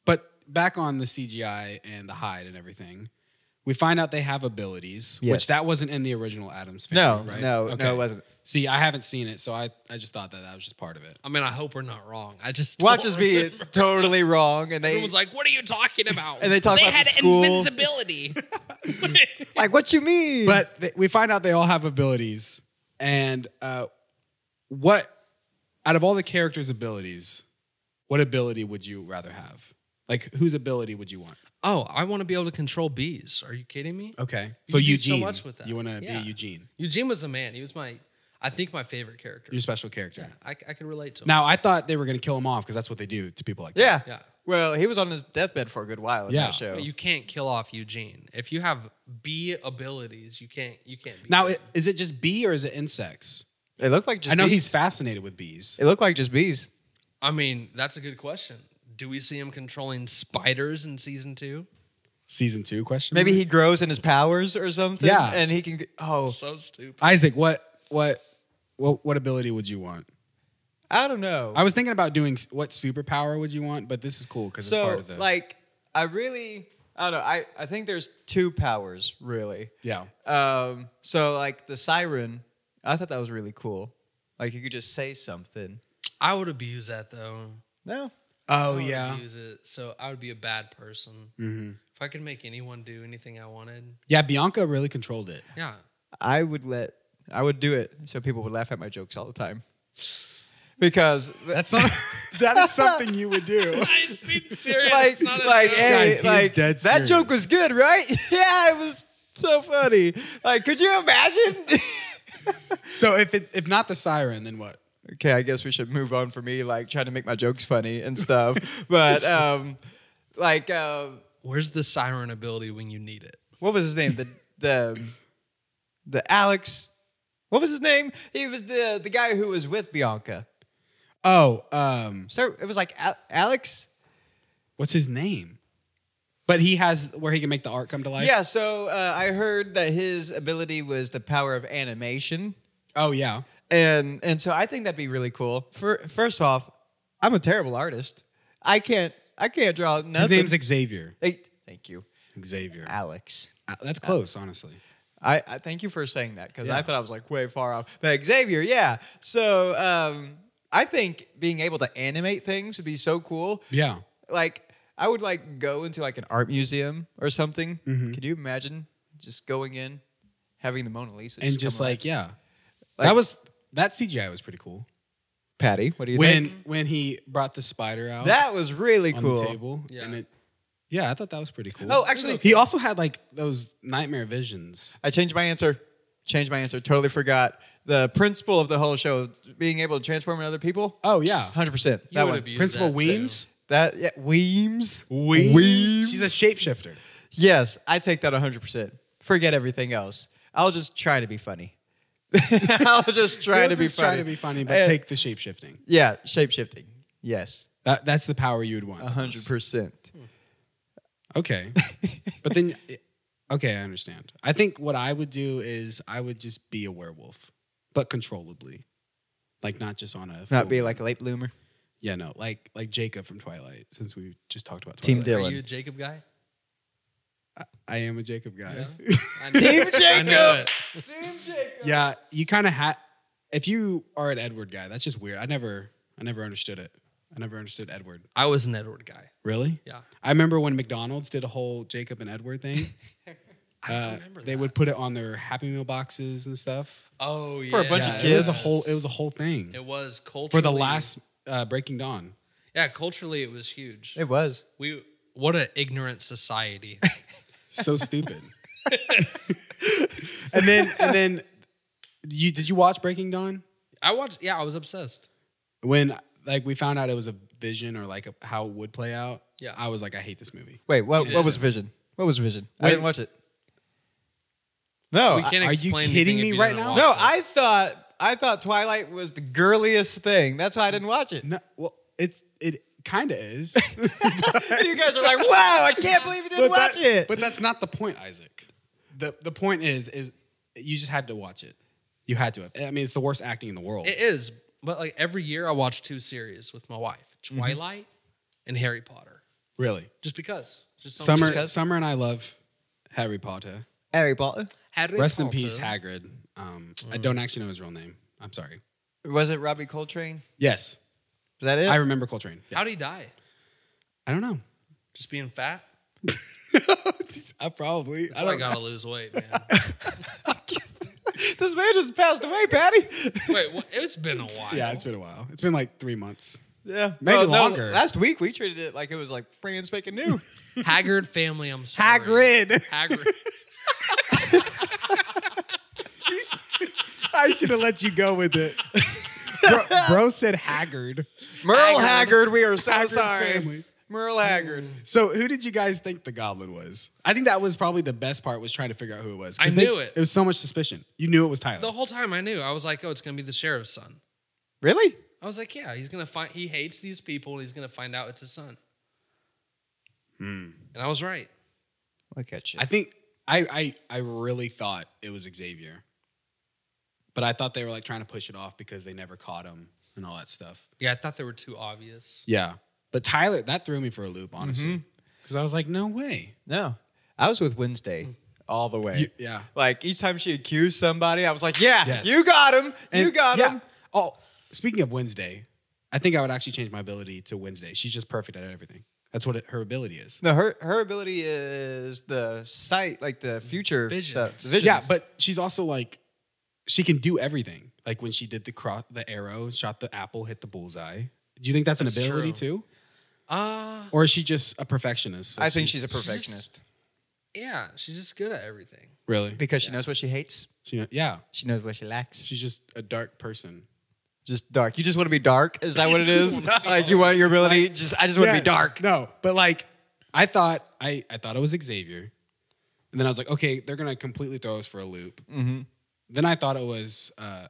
but back on the CGI and the hide and everything, we find out they have abilities, Yes. which that wasn't in the original Adams No, family. right? no, no, it wasn't. See, I haven't seen it, so I I just thought that that was just part of it. I mean, I hope we're not wrong. I just watch don't us be remember. totally wrong, and they Everyone's like, "What are you talking about?" and they talk They about had the school. invincibility. Like, what you mean? But th- we find out they all have abilities, and uh, what out of all the characters' abilities, what ability would you rather have? Like, whose ability would you want? oh, I want to be able to control bees. Are you kidding me? Okay, Oh, so You can do so Eugene, much with that. you want to Yeah. be Eugene, Eugene was the man. He was my, I think, my favorite character. your special character. I, I can relate to him. Now, I thought they were going to kill him off because that's what they do to people like that. yeah. Yeah. Well, he was on his deathbed for a good while in Yeah. that show. But you can't kill off Eugene. If you have B abilities, you can't. You can't. Be Now, i- is it just bee or is it insects? it looked like just I know bees. he's fascinated with bees. It looked like just bees. I mean, that's a good question. Do we see him controlling spiders in season two? Season two question. Maybe mark? he grows in his powers or something. Yeah. and he can. Oh, So stupid. Isaac. What what what what ability would you want? I don't know. I was thinking about doing s- what superpower would you want, but this is cool because so it's part of the like, I really, I don't know. I I think there's two powers really. yeah. Um, so like the siren, I thought that was really cool. Like you could just say something. I would abuse that though. No, Oh I would yeah, Mm-hmm. abuse it. So I would be a bad person. If I could make anyone do anything I wanted, yeah. Bianca really controlled it. yeah. I would let I would do it so people would laugh at my jokes all the time. Because That's not, that is something you would do. I just being serious. like It's not a like joke. hey, Guys, he is like dead that serious. joke was good, right? yeah, it was so funny. Like, could you imagine? So if it, if not the siren, then what? okay, I guess we should move on for me, like trying to make my jokes funny and stuff. but um like uh, Where's the siren ability when you need it? what was his name? The the the Alex. What was his name? He was the the guy who was with Bianca. Oh, um, So it was like Al- Alex. what's his name? But he has where he can make the art come to life. Yeah. So uh, I heard that his ability was the power of animation, Oh yeah. and and so I think that'd be really cool. For, first off, I'm a terrible artist. I can't I can't draw His nothing. name's Xavier. Hey, thank you, Xavier. Ah, Alex. Uh, That's close, honestly. I, I thank you for saying that because I Yeah. thought I was like way far off. But Xavier, yeah. So um, I think being able to animate things would be so cool. Yeah. Like I would like go into like an art museum or something. Mm-hmm. Could you imagine just going in, having the Mona Lisa And just come alive? like, yeah. Like- that was that CGI was pretty cool. Patty, what do you When think? when he brought the spider out That was really on cool. the table. Yeah. And it Yeah, I thought that was pretty cool. Oh, actually- he also had like those nightmare visions. I changed my answer. Changed my answer. Totally forgot the principle of the whole show: being able to transform into other people. Oh yeah. Hundred percent. You That would one. abuse Principal that, too. Weems? That yeah. Weems. Weems. She's a shapeshifter. Yes, I take that 100%. Forget everything else. I'll just try to be funny. I'll just try He'll to be just funny. Try to be funny, but And- take the shapeshifting. Yeah, shapeshifting. Yes, That, that's the power you would want. 100%. Okay. but then okay, I understand. I think what I would do is I would just be a werewolf, but controllably. Like not just on a Not be like a late bloomer. Yeah, no, like like Jacob from Twilight, since we just talked about Team Twilight. Dylan. Are you a Jacob guy? I am a Jacob guy. Yeah. I knew Team it. I knew it. Yeah, you kinda ha if you are an Edward guy, that's just weird. I never I never understood it. I never understood Edward. I was an Edward guy. Really? Yeah. I remember when McDonald's did a whole Jacob and Edward thing. I uh, remember they that. would put it on their Happy Meal boxes and stuff. Oh yeah. For a bunch of Yeah, kids. it was a whole it was a whole thing. It was for culturally the last uh, Breaking Dawn. Yeah, culturally it was huge. It was. we what an ignorant society. So stupid. And then and then you did you watch Breaking Dawn? I watched. Yeah, I was obsessed. When like we found out it was a vision or like a, how it would play out. Yeah. I was like, I hate this movie. Wait, what, You what did. was Vision? What was Vision? I Wait. didn't watch it. No, We I- can't Oh, are you explain kidding anything if me you right didn't now? watch no, it. I thought I thought Twilight was the girliest thing. That's why I didn't watch it. No, well, it's it kind of is. And you guys are like, "Wow, I can't believe you didn't watch that- it." but that's not the point, Isaac. The the point is is you just had to watch it. You had to have. I mean, it's the worst acting in the world. It is, but like every year I watch two series with my wife: Mm-hmm. Twilight and Harry Potter. really. Just because. Oh, Just something- Summer just 'cause. Summer and I love Harry Potter. Harry Potter Harry Rest in Potter. peace, Hagrid. Um, I don't actually know his real name. I'm sorry. was it Robbie Coltrane? Yes, Was that it? I remember Coltrane. Yeah. How would he die? I don't know. Just being fat. I probably. That's why I gotta lose weight, man. this man just passed away, Patty. Wait, what? it's been a while. Yeah, it's been a while. It's been like three months. yeah, Maybe Well, no, longer. last week we treated it like it was like brand spanking new. Haggard family. I'm sorry. Hagrid. I should have let you go with it. bro, bro said Haggard. Merle Haggard, we are so Haggard sorry. family. Merle Haggard. So, who did you guys think the goblin was? I think that was probably the best part was trying to figure out who it was. 'Cause I they- knew it. It was so much suspicion. You knew it was Tyler. The whole time I knew, I was like, oh, it's gonna be the sheriff's son. Really? I was like, yeah, he's gonna find. He hates these people, and he's gonna find out it's his son. Hmm. And I was right. Look at you. I think I, I I really thought it was Xavier, but I thought they were like trying to push it off because they never caught him and all that stuff. Yeah, I thought they were too obvious. Yeah, but Tyler that threw me for a loop, honestly, because I was like, no way. No, I was with Wednesday all the way. You- yeah. Like each time she accused somebody, I was like, "Yeah, Yes. you got him. you And- got yeah. him." Oh, speaking of Wednesday, I think I would actually change my ability to Wednesday. She's just perfect at everything. That's what it, her ability is. No, her her ability is the sight, like the future Visions. stuff. the visions. Yeah, but she's also like, she can do everything. Like when she did the cross, the arrow, shot the apple, hit the bullseye. Do you think that's, That's an ability too? Uh Or is she just a perfectionist? So I think she's a just- perfectionist yeah, she's just good at everything. really. because she knows what she hates. She, yeah, She knows what she lacks. she's just a dark person. Just dark. You just want to be dark. Is that what it is? like you want your ability? just I just want to be dark. No, but like, I thought I I thought it was Xavier, and then I was like, okay, they're gonna completely throw us for a loop. Mm-hmm. Then I thought it was uh,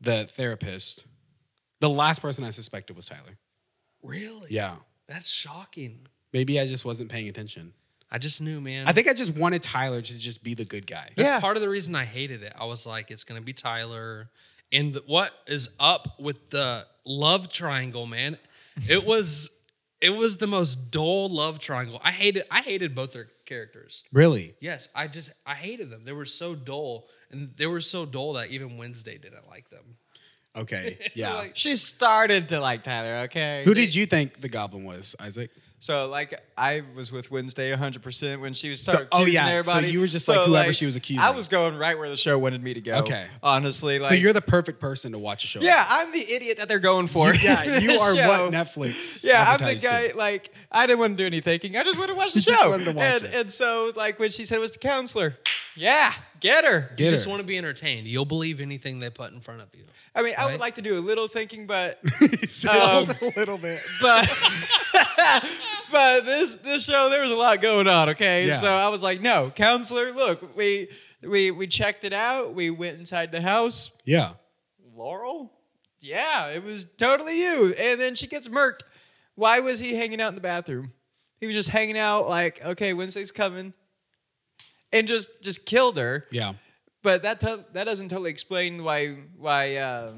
the therapist. The last person I suspected was Tyler. Really? Yeah, That's shocking. maybe I just wasn't paying attention. I just knew, man. I think I just wanted Tyler to just be the good guy. that's Yeah. part of the reason I hated it. I was like, it's gonna be Tyler. And the, what is up with the love triangle, man? It was it was the most dull love triangle. I hated I hated both their characters. Really? Yes, I just I hated them. They were so dull, and they were so dull that even Wednesday didn't like them. Okay. Yeah. Like- She started to like Tyler. Okay. Who did you think the goblin was, Isaac? So like I was with Wednesday 100% when she was started oh, accusing yeah. So everybody. you were just, like, whoever she was accusing. I was going right where the show wanted me to go. Okay. Honestly, like so you're the perfect person to watch a show. Yeah, I'm the idiot that they're going for. Yeah, you This are show. what Netflix. Yeah, I'm the advertised to. guy. Like, I didn't want to do any thinking. I just wanted to watch the You just show. wanted to watch and, it. and so, like, when she said it was the counselor, yeah, get her. Get You just her. want to be entertained. You'll believe anything they put in front of you. I mean, I Right. would like to do a little thinking, but Sounds Um, a little bit. but but this this show there was a lot going on. Okay, Yeah. so I was like, no, counselor, look, we we we checked it out. We went inside the house. Yeah. Laurel? Yeah, it was totally you. And then she gets murked. Why was he hanging out in the bathroom? He was just hanging out like, okay, Wednesday's coming. And just just killed her. Yeah. But that to- that doesn't totally explain why why uh,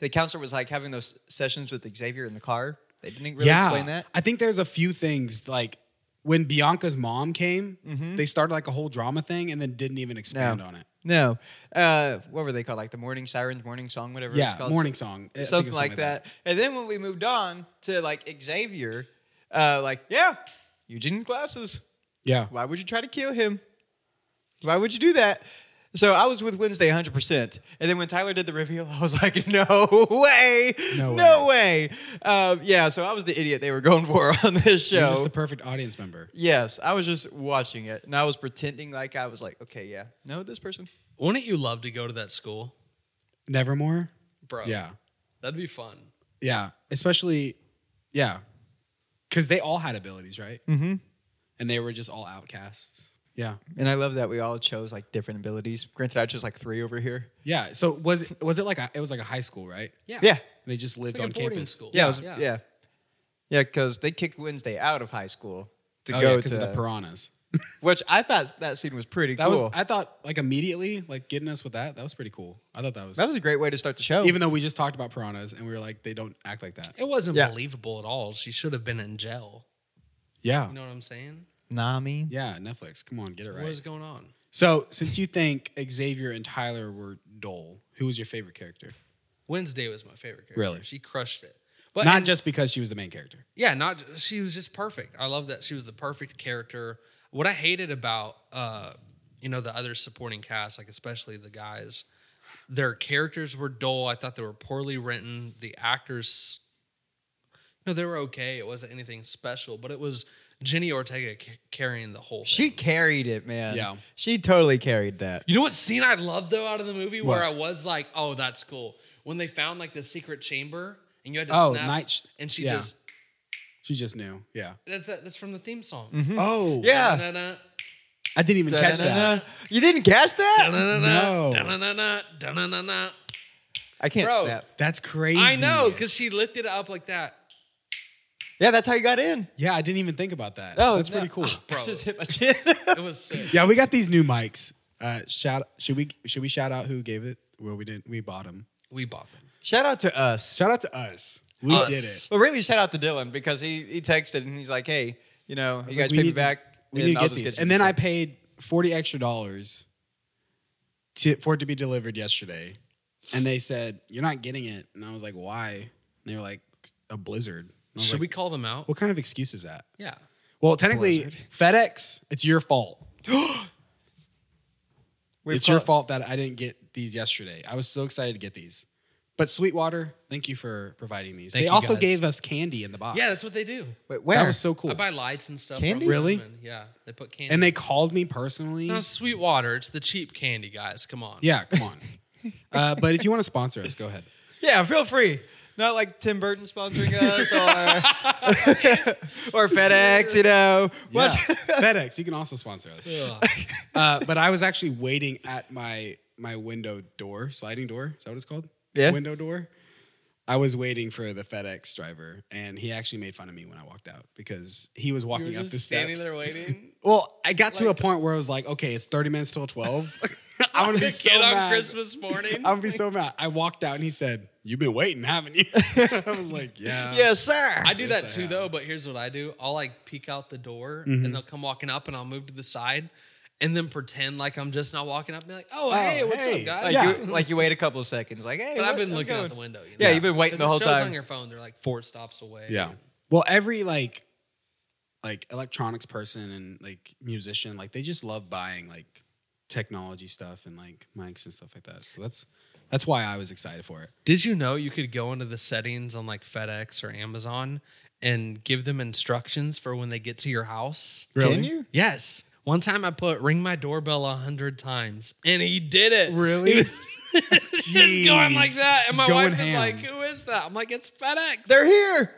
the counselor was like having those sessions with Xavier in the car. They didn't really explain that. I think there's a few things like when Bianca's mom came, Mm-hmm. they started like a whole drama thing and then didn't even expand on it. No. Uh, what were they called? Like the morning sirens, morning song, whatever it's Yeah, called. morning song, I think it was something like that. And then when we moved on to like Xavier, uh, like yeah, Eugene's glasses. Yeah, Why would you try to kill him? Why would you do that? So I was with Wednesday 100%. And then when Tyler did the reveal, I was like, no way. No No, way. Uh, yeah, so I was the idiot they were going for on this You're show. just the perfect audience member. yes, I was just watching it. And I was pretending like I was like, okay, yeah, no, this person. Wouldn't you love to go to that school, Nevermore? bro? Yeah. that'd be fun. Yeah. Especially, yeah. Because they all had abilities, right? Mm-hmm. And they were just all outcasts. Yeah. And I love that we all chose like different abilities. Granted, I chose like three over here. Yeah. So was it, was it like a, it was like a high school, right? Yeah, Yeah. And they just lived Like a on boarding campus. school. Yeah. Yeah. yeah. Yeah, because they kicked Wednesday out of high school to Oh, go yeah, because to of the piranhas. which I thought that scene was pretty That cool. was I thought like immediately like getting us with that. That was pretty cool. I thought that was, that was a great way to start the show. even though we just talked about piranhas and we were like they don't act like that. It wasn't Yeah. believable at all. She should have been in jail. Yeah. You know what I'm saying? Nami. Yeah, Netflix. Come on, get it right. What is going on? so, since you think Xavier and Tyler were dull, who was your favorite character? Wednesday was my favorite character. Really? She crushed it. But Not just because she was the main character. yeah, not she was just perfect. I love that she was the perfect character. What I hated about uh, you know, the other supporting cast, like especially the guys, their characters were dull. I thought they were poorly written. The actors no, they were okay. It wasn't anything special, but it was Jenny Ortega c- carrying the whole She thing. carried it, man. Yeah. She totally carried that. You know what scene I loved though out of the movie where What? I was like, "Oh, that's cool." When they found like the secret chamber and you had to Oh, snap, night sh- and she yeah. just She just knew. Yeah. that's that, that's from the theme song. Hmm. Oh, Yeah. Da-na-na, I didn't even catch that. You didn't catch that? da-na-na, No. da-na-na, da-na-na-na. I can't Bro. snap. That's crazy. I know because she lifted it up like that. Yeah, that's how you got in. Yeah, I didn't even think about that. Oh, that's no. pretty cool. Bro. I just hit my chin. It was sick. yeah, we got these new mics. Uh, shout should we should we shout out who gave it? Well, we didn't. We bought them. We bought them. shout out to us. Shout out to us. We Us. did it. Well, really, shout out to Dylan because he, he texted and he's like, hey, you know, you was guys like, we pay me need to- back. We and need to I'll get just these. you and then stuff." I paid forty extra dollars to, for it to be delivered yesterday, and they said you're not getting it. And I was like, why? And they were like, a blizzard. And I was Should like, we call them out? What kind of excuse is that? Yeah. Well, technically, FedEx, it's your fault. We've it's your called- fault that I didn't get these yesterday. I was so excited to get these. But Sweetwater, thank you for providing these. Thank they you, also guys. gave us candy in the box. Yeah, that's what they do. Wait, where? That was so cool. I buy lights and stuff. Candy? From Really? German. Yeah, they put candy. and they called me personally. no, Sweetwater. It's the cheap candy, guys. Come on. Yeah, come on. uh, but if you want to sponsor us, go ahead. Yeah, feel free. Not like Tim Burton sponsoring us or, or FedEx, you know. Yeah. Watch- FedEx, you can also sponsor us. Ugh. Uh, but I was actually waiting at my my window door, sliding door. Is that what it's called? Yeah. Window door. I was waiting for the FedEx driver, and he actually made fun of me when I walked out because he was You were walking up just the standing steps. there waiting. Well, I got to a Like- point where I was like, okay, it's 30 minutes till 12. I'm gonna be The so kid on mad. Christmas morning. I'm gonna be so mad. I walked out and he said, You've been waiting, haven't you? I was like, Yeah. yes, sir. I do Yes, I that too, have. though. But here's what I do: I'll like peek out the door, and they'll come walking up, and I'll move to the side, and then pretend like I'm just not walking up, and be like, "Oh, hey, what's hey." up, guys?" Like, Yeah. you, like you wait a couple of seconds, like hey. But I've what- been how's it looking out going? the window. You Yeah, you've been waiting 'Cause the it whole shows time. on your phone. They're like four stops away. Yeah. Well, every like like electronics person and like musician, like they just love buying like technology stuff and like mics and stuff like that. So that's that's why I was excited for it. Did you know you could go into the settings on like FedEx or Amazon and give them instructions for when they get to your house? Really? Can you? Yes. One time I put ring my doorbell a hundred times, and he did it. Really? just going like Jeez. that, and Just my going wife is ham. like, "Who is that?" I'm like, "It's FedEx." They're here.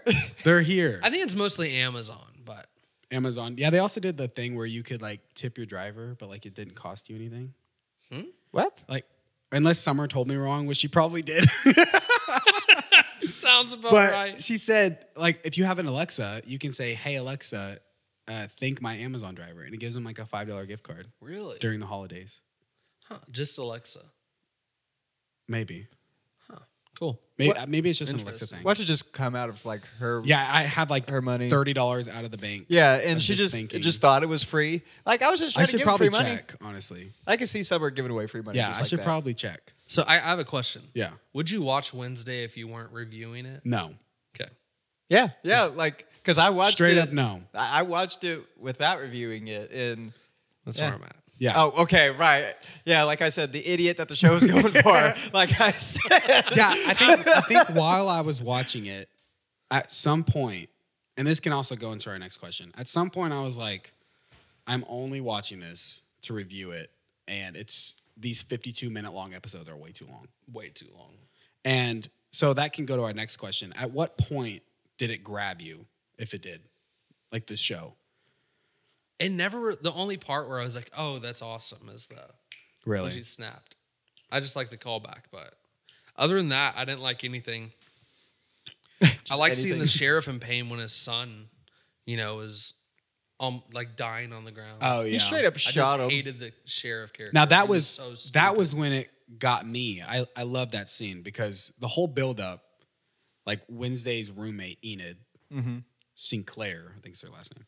They're here. I think it's mostly Amazon, but Amazon. Yeah, they also did the thing where you could like tip your driver, but like it didn't cost you anything. what? Like unless Summer told me wrong, which she probably did. Oh, sounds about but right. she said like if you have an Alexa, you can say, "Hey Alexa, uh, thank my Amazon driver," and it gives them like a five dollar gift card Really? during the holidays. Huh, just Alexa. Maybe. Cool. Maybe, What- maybe it's just an Alexa Interesting. thing. Why don't you just come out of like her? Yeah, I have like Her money. thirty dollars out of the bank. Yeah, and I'm she just thinking. just thought it was free. Like I was just I trying to should give her free probably money. check. Honestly, I can see somewhere giving away free money. yeah, just I like should that. probably check. So I, I have a question. Yeah, Would you watch Wednesday if you weren't reviewing it? no, Okay. Yeah, yeah, like because I watched straight it, up no. I I watched it without reviewing it, and That's Yeah. where I'm at. Yeah. Oh, okay, right. Yeah, like I said, the idiot that the show was going for. Like I said. yeah, I think I think while I was watching it, at some point, and this can also go into our next question. At some point, I was like, I'm only watching this to review it, and it's these 52 minute long episodes are way too long. Way too long. And so that can go to our next question. At what point did it grab you, if it did, like this show? It never. The only part where I was like, "Oh, that's awesome," is the when she Really? snapped. I just like the callback, but other than that, I didn't like anything. I like seeing the anything. sheriff in pain when his son, you know, is um like dying on the ground. Oh yeah. He straight up I shot just him. hated the sheriff character. Now that He was so that stupid. was when it got me. I I love that scene because the whole build up, like Wednesday's roommate Enid Sinclair, I think is her last name.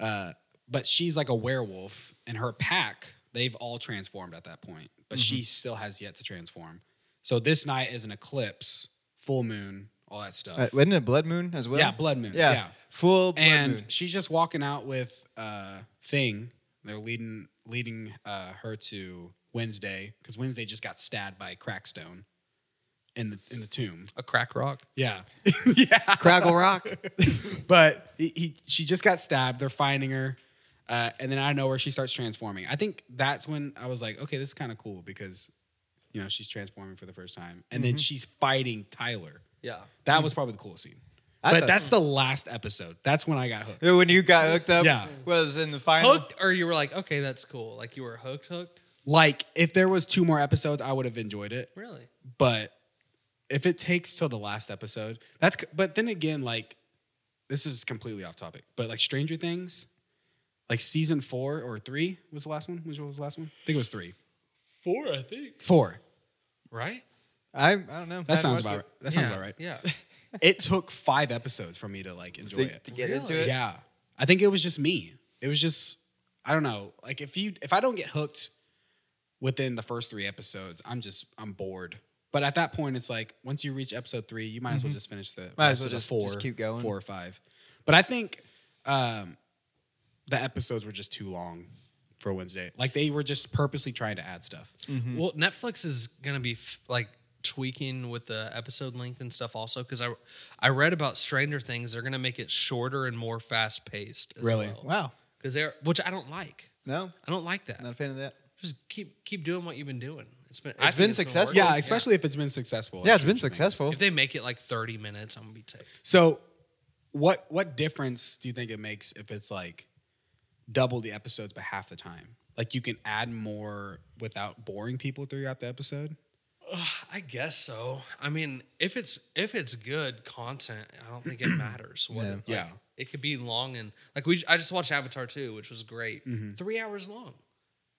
Uh, but she's like a werewolf, and her pack they've all transformed at that point, but she still has yet to transform. So this night is an eclipse, full moon, all that stuff. Uh, wasn't it Blood Moon as well? yeah, blood moon. Yeah. yeah Full Blood and Moon. she's just walking out with uh thing they're leading leading uh her to wednesday because wednesday just got stabbed by a crackstone in the in the tomb a crack rock. yeah yeah Craggle Rock. but he, he she just got stabbed they're finding her uh, and then i know where she starts transforming i think that's when i was like okay this is kind of cool because you know she's transforming for the first time and then she's fighting tyler Yeah, that was probably the coolest scene I but thought- that's the last episode that's when i got hooked when you got hooked up Yeah. was in the final. hooked, or you were like, "Okay, that's cool." Like you were hooked, hooked. Like, if there was two more episodes, I would have enjoyed it. Really? But if it takes till the last episode, that's. But then again, like, this is completely off topic. But like Stranger Things, like season four or three was the last one. Which one was the last one? I think it was three. Four, I think. Four. Right? I, I don't know. That Hadn't sounds watched about. it Right. That sounds yeah. about right. Yeah. It took five episodes for me to like enjoy To, it. to get Really? into it. Yeah. I think it was just me. It was just I don't know. Like if you if I don't get hooked within the first 3 episodes, I'm just I'm bored. But at that point it's like once you reach episode 3, you might as well just finish the Mm-hmm. Might rest as well of the just- four, just keep going. 4 or 5. But I think um the episodes were just too long for Wednesday. Like they were just purposely trying to add stuff. Mm-hmm. Well, Netflix is gonna be f- like tweaking with the episode length and stuff also because I I read about Stranger Things. They're gonna make it shorter and more fast paced. Really? Wow. Because they're which I don't like. No, I don't like that. not a fan of that. Just keep keep doing what you've been doing. It's been I It's think been gonna work. successful. Yeah, especially if it's been successful. Yeah, I it's see been what you mean. successful. If they make it like thirty minutes, I'm gonna be ticked. So, what what difference do you think it makes if it's like double the episodes but half the time? Like you can add more without boring people throughout the episode. I guess so. I mean, if it's if it's good content, I don't think it matters. What like, Yeah. it could be long and like we. I just watched Avatar two, which was great. Three hours long.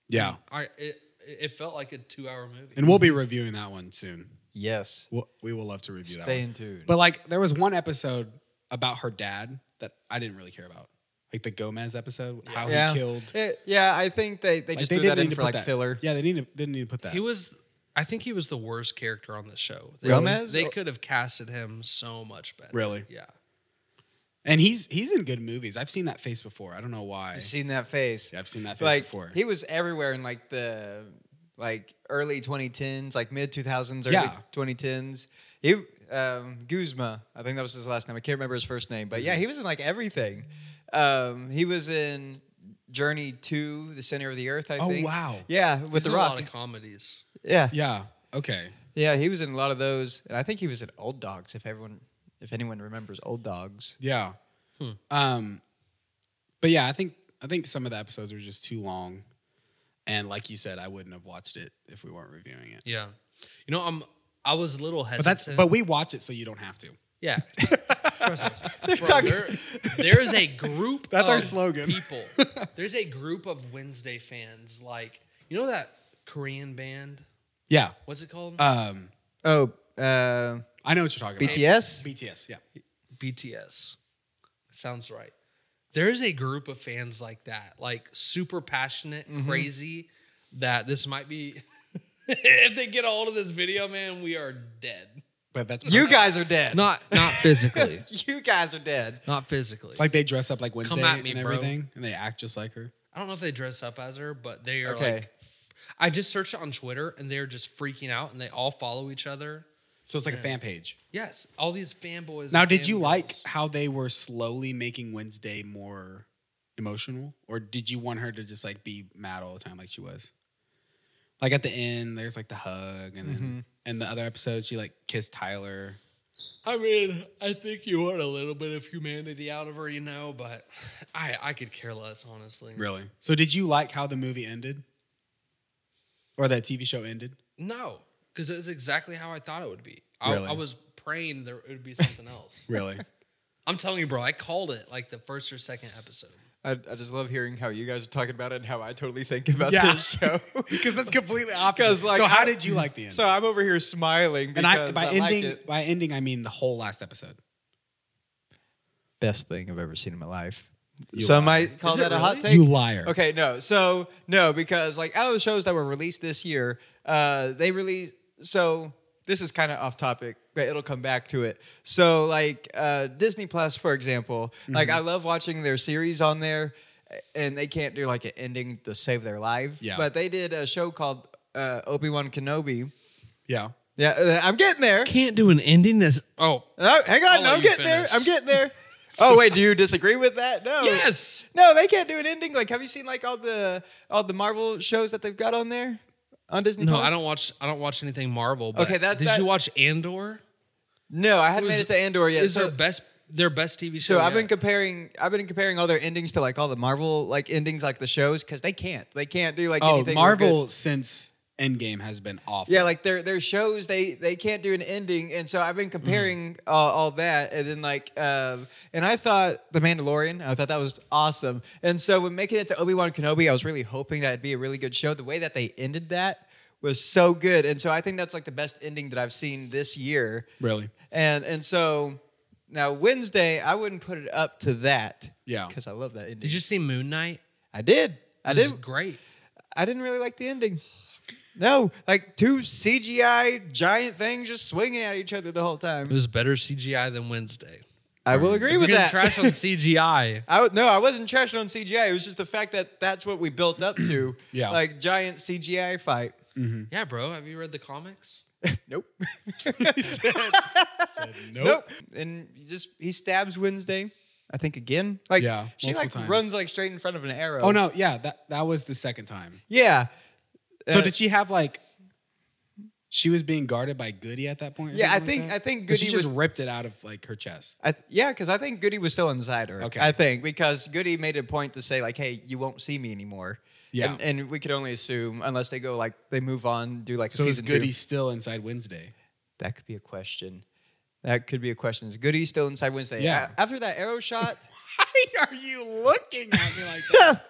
Yeah, I it it felt like a two hour movie. and we'll be reviewing that one soon. Yes. We'll, we will love to review that. Stay One. in tune. But like, there was one episode about her dad that I didn't really care about, like the Gomez episode, how yeah. he killed. Eh, yeah, I think they, they Like, just they threw that didn't need in to for put like that. filler. Yeah, they didn't didn't need to put that. He was. I think he was the worst character on the show. They, Gomez? They could have casted him so much better. Oh. Really? Yeah. and he's he's in good movies. I've seen that face before. I don't know why. I've seen that face. Yeah, I've seen that face like before. he was everywhere in like the like early 2010s, like mid 2000s, early Yeah. 2010s. He um, Guzma, I think that was his last name. I can't remember his first name, but yeah, he was in like everything. Um, he was in Journey to the Center of the Earth. I Oh, think. wow. Yeah, with He's in the a Rock. lot of comedies. yeah, yeah. Okay. yeah, he was in a lot of those, and I think he was in Old Dogs. If everyone, if anyone remembers Old Dogs, Yeah. Hmm. Um, but yeah, I think I think some of the episodes were just too long, and like you said, I wouldn't have watched it if we weren't reviewing it. Yeah. You know, I'm. I was a little But hesitant. that's but we watch it so you don't have to. yeah. Trust us. Bro, talking- there- there is a group. That's our of slogan. People. There's a group of Wednesday fans. Like you know that Korean band. Yeah. What's it called? Um, oh, uh, I know what you're talking BTS. about. BTS. Yeah. BTS. Sounds right. There's a group of fans like that, like super passionate, crazy, that this might be. if they get a hold of this video, man, we are dead. But that's You guys are dead. Not not physically. you guys are dead. not physically. like they dress up like Wednesday at me, and bro. everything, and they act just like her. I don't know if they dress up as her, but they are Okay. like. I just searched it on Twitter, and they're just freaking out, and they all follow each other. So it's like a fan page. Yes, all these fanboys. and Now, did you fangirls. like how they were slowly making Wednesday more emotional, or did you want her to just like be mad all the time like she was? Like at the end, there's like the hug, and then and the other episode, she like kissed Tyler. I mean, I think you want a little bit of humanity out of her, you know, but I I could care less, honestly. Really? So, did you like how the movie ended, or that TV show ended? No, because it was exactly how I thought it would be. I, Really? I was praying there would be something else. Really? I'm telling you, bro, I called it like the first or second episode. I, I just love hearing how you guys are talking about it and how I totally think about Yeah. this show. Because that's completely opposite. 'Cause, like, so, how I- did you like the end? so I'm over here smiling because and I by I liked ending it. by ending, I mean the whole last episode. Best thing I've ever seen in my life. You Some liar. might call Is it that a hot really? take. You liar. Okay, no. So no, because like out of the shows that were released this year, uh, they released. So this is kind of off topic, but it'll come back to it. So like uh, Disney Plus, for example, like I love watching their series on there, and they can't do like an ending to save their life. Yeah. But they did a show called uh, Obi Wan Kenobi. Yeah. Yeah, uh, I'm getting there. Can't do an ending this. Oh, Oh, hang on, I'll let I'm you getting there. finish. I'm getting there. oh wait, do you disagree with that? No. yes. No, they can't do an ending. Like, have you seen like all the all the Marvel shows that they've got on there on Disney? No, Plus? I don't watch. I don't watch anything Marvel. But Okay, that- did that- you watch Andor? No, I hadn't Was- made it to Andor yet. Is so their best their best TV show? so I've been yet. comparing. I've been comparing all their endings to like all the Marvel like endings, like the shows, because they can't. They can't do like Oh, anything. with good- Marvel since Endgame has been awful. Yeah, like their their shows, they they can't do an ending, and so I've been comparing Mm-hmm. uh, all that, and then like, um and I thought the Mandalorian, I thought that was awesome, and so when making it to Obi Wan Kenobi, I was really hoping that'd be a really good show. The way that they ended that was so good, and so I think that's like the best ending that I've seen this year, really. and and so now Wednesday, I wouldn't put it up to that, Yeah. because I love that ending. Did you see Moon Knight? I did, I It was did, great. I didn't really like the ending. No, like two CGI giant things just swinging at each other the whole It time. was better CGI than Wednesday. I will agree We're with gonna that. trash on CGI. I would- no, I wasn't trashing on CGI. It was just the fact that that's what we built up to. Yeah. like giant CGI fight. Yeah, bro. Have you read the comics? Nope. Nope. nope. And he just he stabs Wednesday. I think again. Like Yeah, she like multiple times. runs like straight in front of an arrow. Oh no, yeah, that that was the second time. Yeah. So Uh, did she have like? She was being guarded by Goody at that point. or Yeah, I something like think that? I think 'Cause Goody she was just ripped it out of like her chest. I th- yeah, because I think Goody was still inside her. Okay. I think because Goody made a point to say like, "Hey, you won't see me anymore." Yeah. and, and we could only assume unless they go like they move on, do like a So is season Goody two. still inside Wednesday? That could be a question. That could be a question. Is Goody still inside Wednesday? Yeah. A- after that arrow shot, Why are you looking at me like that?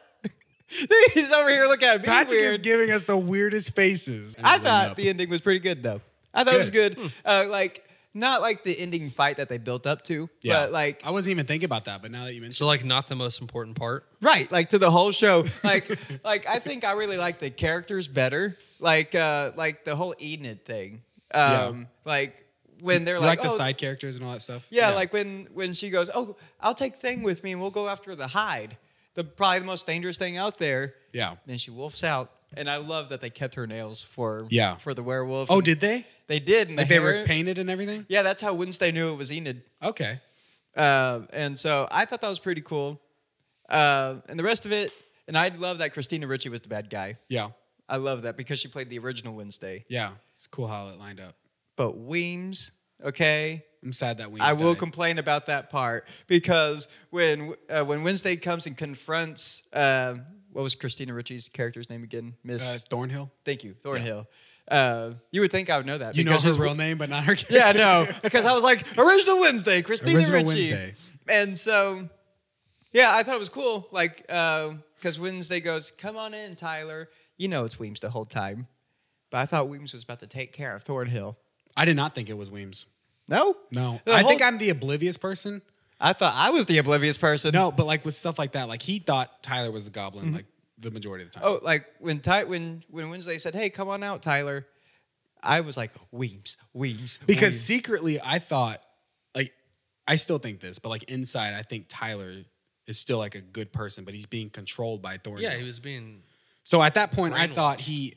he's over here looking at me Patrick is weird. giving us the weirdest faces. I thought the ending was pretty good though. I thought it was Good. Hmm. good. Uh, like not like the ending fight that they built up to, but like I wasn't even thinking about that, but now that you mentioned, So like not the most important part. Right, like to the whole show. Like like I think I really like the characters better. Like uh like the whole Enid thing. Um like when they're you like, like, the oh, side characters and all that stuff. Yeah, like when when she goes, "Oh, I'll take thing with me and we'll go after the hide." The probably the most dangerous thing out there. yeah. Then she wolfs out. And I love that they kept her nails for Yeah. for the werewolf. Oh, And did they? they did? And Like the they hair- were painted and everything. Yeah, that's how Wednesday knew it was Enid. Okay. Uh, and so I thought that was pretty cool. Uh, and the rest of it, and I love that Christina Ritchie was the bad guy. Yeah. I love that because she played the original Wednesday. Yeah. It's cool how it lined up. But Weems, okay, I'm sad that we. I will complain about that part because when uh, when Wednesday comes and confronts uh, what was Christina Ritchie's character's name again? Uh, Miss, Thornhill. thank you, Thornhill. Uh, you would think I would know that. You know because his his- real name, but not her. Character. Yeah, no, because I was like original Wednesday, Christina Original Ritchie, Wednesday. and so yeah, I thought it was cool. Like because Wednesday goes, "Come on in, Tyler." You know it's Weems the whole time, but I thought Weems was about to take care of Thornhill. I did not think it was Weems. No, No, The I whole- think I'm the oblivious person. I thought I was the oblivious person. No, but like with stuff like that, like he thought Tyler was the goblin, like the majority of the time. Mm-hmm. Oh, like when Ty when when Wednesday said, "Hey, come on out, Tyler," I was like, "Weems, Weems," because Weems." secretly I thought, like, I still think this, but like inside, I think Tyler is is still like a good person, but he's being controlled by Thornhill. Yeah, he was being. So at that point, I Brainwashed. thought he,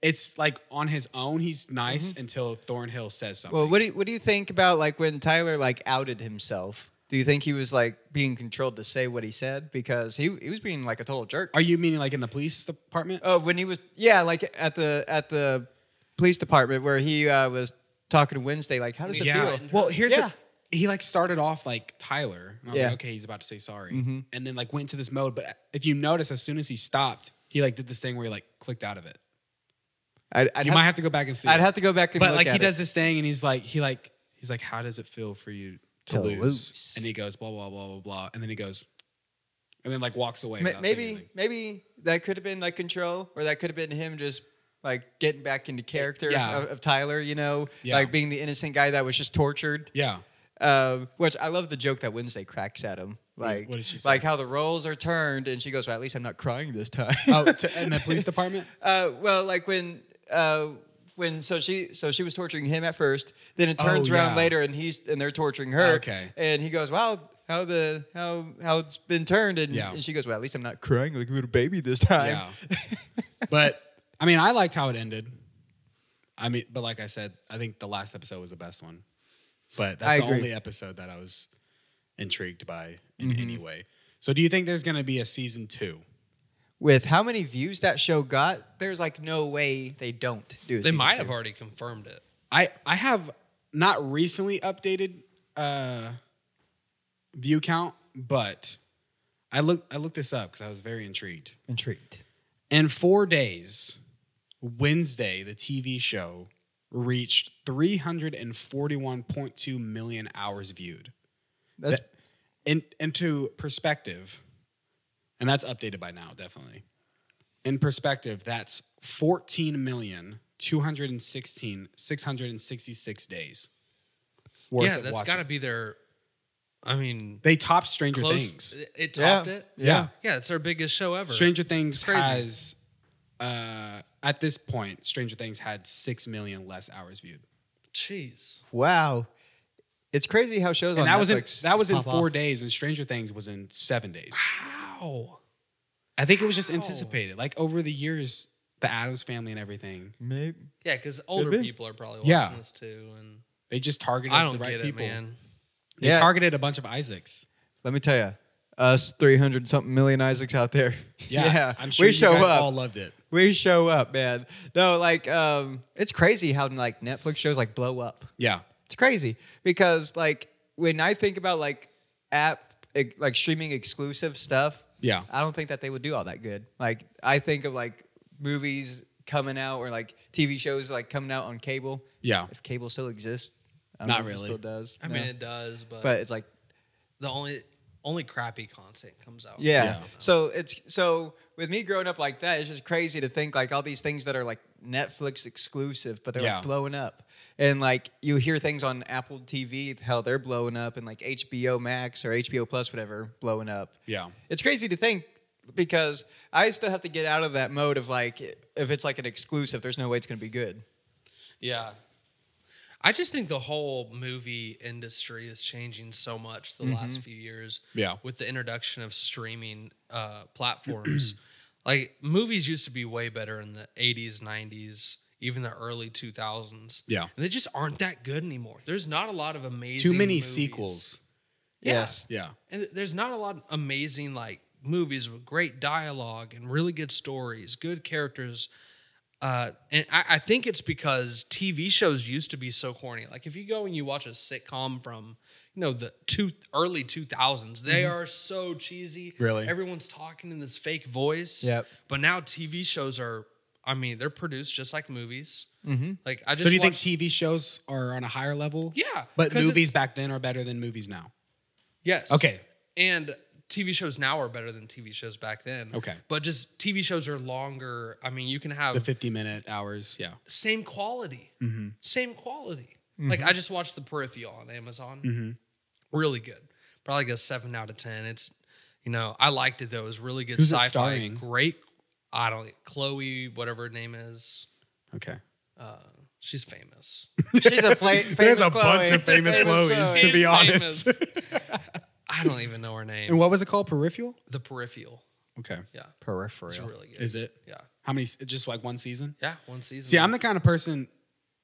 it's like on his own, he's nice until Thornhill says something. Mm-hmm. Well, what do you, what do you think about like when Tyler like outed himself? Do you think he was like being controlled to say what he said because he he was being like a total jerk? Are you meaning like in the police department? Oh, when he was yeah, like at the at the police department where he uh, was talking to Wednesday, like how does it yeah. feel? Well, here's Yeah. the, he like started off like Tyler. And I was Yeah. Mm-hmm. like, okay, he's about to say sorry, and then like went to this mode. But uh, if you notice, as soon as he stopped, he like did this thing where he like clicked out of it. I'd, I'd You have, might have to go back and see. I'd it. have to go back and but look like at he it. does this thing and he's like he like he's like how does it feel for you to, To lose? lose. and he goes blah blah blah blah blah and then he goes and then like walks away Ma- without saying anything. maybe maybe that could have been like control or that could have been him just like getting back into character Yeah. of, of Tyler, you know, Yeah. like being the innocent guy that was just tortured. yeah Um, which I love the joke that Wednesday cracks at him. is- Like, what does she say? like how the roles are turned, and she goes, "Well, at least I'm not crying this time." oh to, in the police department uh, well, like when, uh, when so she so she was torturing him at first. Then it turns Oh, around yeah. later, and he's and they're torturing her. Okay. And he goes, "Wow, how the how how it's been turned?" And, Yeah. and she goes, "Well, at least I'm not crying like a little baby this time." yeah but I mean I liked how it ended I mean but like I said I think the last episode was the best one but that's I the agree. only episode that I was intrigued by in Mm-hmm. any way so do you think there's gonna be a season two With how many views that show got, there's like no way they don't do. A They might have already. already confirmed it. I I have not recently updated uh view count, but I look I looked this up because I was very intrigued. intrigued. In four days, Wednesday, the TV show reached 341.2 million hours viewed. That's That- in, into perspective, and that's updated by now, definitely. In perspective, that's 14,216,666 days. Worth yeah, of that's watching. got to be their. I mean, They topped Stranger close. Things. It topped it. Yeah. Yeah, it's their biggest show ever. Stranger Things crazy. has, uh, at this point, Stranger Things had 6 million less hours viewed. Jeez. Wow. It's crazy how shows And on that Netflix was in, that was in pop four off. days, and Stranger Things was in seven days. Wow. I think it was just anticipated. Like over the years, the Adams family and everything, Maybe. Yeah, because older be. people are probably watching Yeah. this too, and they just targeted I don't the right get it, people. man. They Yeah. targeted a bunch of Isaacs. Let me tell you, us three hundred something million Isaacs out there. Yeah, I'm sure we you show guys up. all loved it. we show up, man. No, like um, it's crazy how like Netflix shows like blow up. Yeah, It's crazy because like when I think about like app ex- like streaming exclusive stuff, Yeah. I don't think that they would do all that good. Like I think of like movies coming out or like TV shows like coming out on cable. Yeah. if cable still exists, I don't Not know if it really. still does. I No. mean, it does, but, but it's like the only only crappy content comes out. yeah. Yeah. So it's so with me growing up like that, it's just crazy to think like all these things that are like Netflix exclusive, but they're Yeah. like blowing up. And like you hear things on Apple TV, how they're blowing up, and like HBO Max or HBO Plus, whatever, blowing up. Yeah. It's crazy to think because I still have to get out of that mode of like if it's like an exclusive, there's no way it's gonna be good. Yeah. I just think the whole movie industry is changing so much the last few years. Mm-hmm. Yeah. With the introduction of streaming uh, platforms. like movies used to be way better in the 80s, 90s, even the early 2000s. Yeah. And they just aren't that good anymore. There's not a lot of amazing too many movies. sequels. Yeah. Yes. Yeah, And there's not a lot of amazing like movies with great dialogue and really good stories, good characters. Uh, and I, I think it's because TV shows used to be so corny. Like if you go and you watch a sitcom from you know the two early two thousands, they are so cheesy. Mm-hmm. Really? everyone's talking in this fake voice. Yep. But now TV shows are, I mean, they're produced just like movies. Mm-hmm. Like I just so do you watched- think TV shows are on a higher level? Yeah, but 'cause movies it's- back then are better than movies now. Yes. Okay. And TV shows now are better than TV shows back then. Okay. But just TV shows are longer. I mean, you can have The Mm-hmm. fifty-minute hours. Yeah, same quality. Same quality. Mm-hmm. Like I just watched The Peripheral on Amazon. Really good. Probably like a seven out of ten. It's you know I liked it though. It was really good Who's it sci-fi. starring? Great. I don't Chloe whatever her name is. okay. Uh, she's famous. She's a play, famous Chloe. famous She's famous. I I don't even know her name. And what was it called? Peripheral? the Peripheral. Okay. Yeah. Peripheral. It's really good. Is it? Yeah. How many? s- Just like one season? Yeah. One season. See, I'm the kind of person.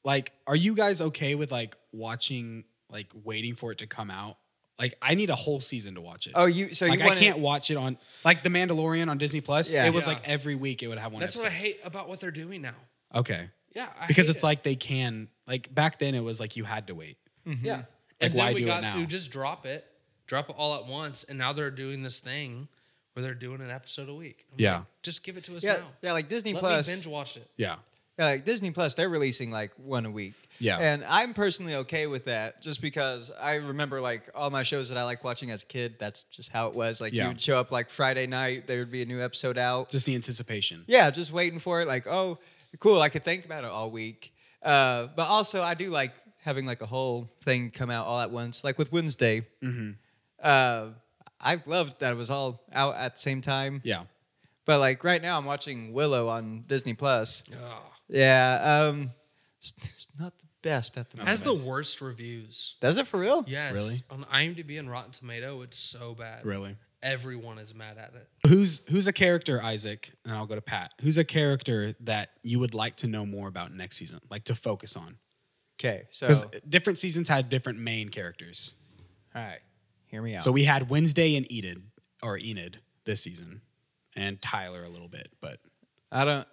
Like, are you guys okay with like watching, like waiting for it to come out? Like, I need a whole season to watch it. Oh, you. So like you I want can't watch it on like The Mandalorian on Disney Plus. Yeah. It was Yeah. like every week it would have one. That's what I episode. hate about what they're doing now. okay, Yeah. I because hate it's it. like they can like back then it was like you had to wait. Mm-hmm. Yeah. and mm-hmm. why then we do it got now? to just drop it, drop it all at once, and now they're doing this thing where they're doing an episode a week. I'm Yeah. like, just give it to us Yeah, now. yeah, like Disney Let Plus. me binge watch it. Yeah, Yeah, like Disney Plus, they're releasing like one a week. Yeah. And I'm personally okay with that just because I remember like all my shows that I like watching as a kid, that's just how it was. Like Yeah. you would show up like Friday night, there would be a new episode out. just the anticipation. yeah, just waiting for it. Like, oh, cool, I could think about it all week. Uh, but also, I do like having like a whole thing come out all at once, like with Wednesday. Mm-hmm. Uh, I loved that it was all out at the same time. Yeah, But like right now, I'm watching Willow on Disney Plus. Ugh. Oh, Yeah, um, it's, it's not the best at the moment. Has the worst reviews. Does it for real? Yes. Really? On IMDb and Rotten Tomato, it's so bad. really. Everyone is mad at it. Who's who's a character, Isaac? And I'll go to Pat. Who's a character that you would like to know more about next season, like to focus on? Okay, so Because all different seasons had different main characters. right, hear me out. So we had Wednesday and Enid or Enid this season, and Tyler a little bit, but I don't.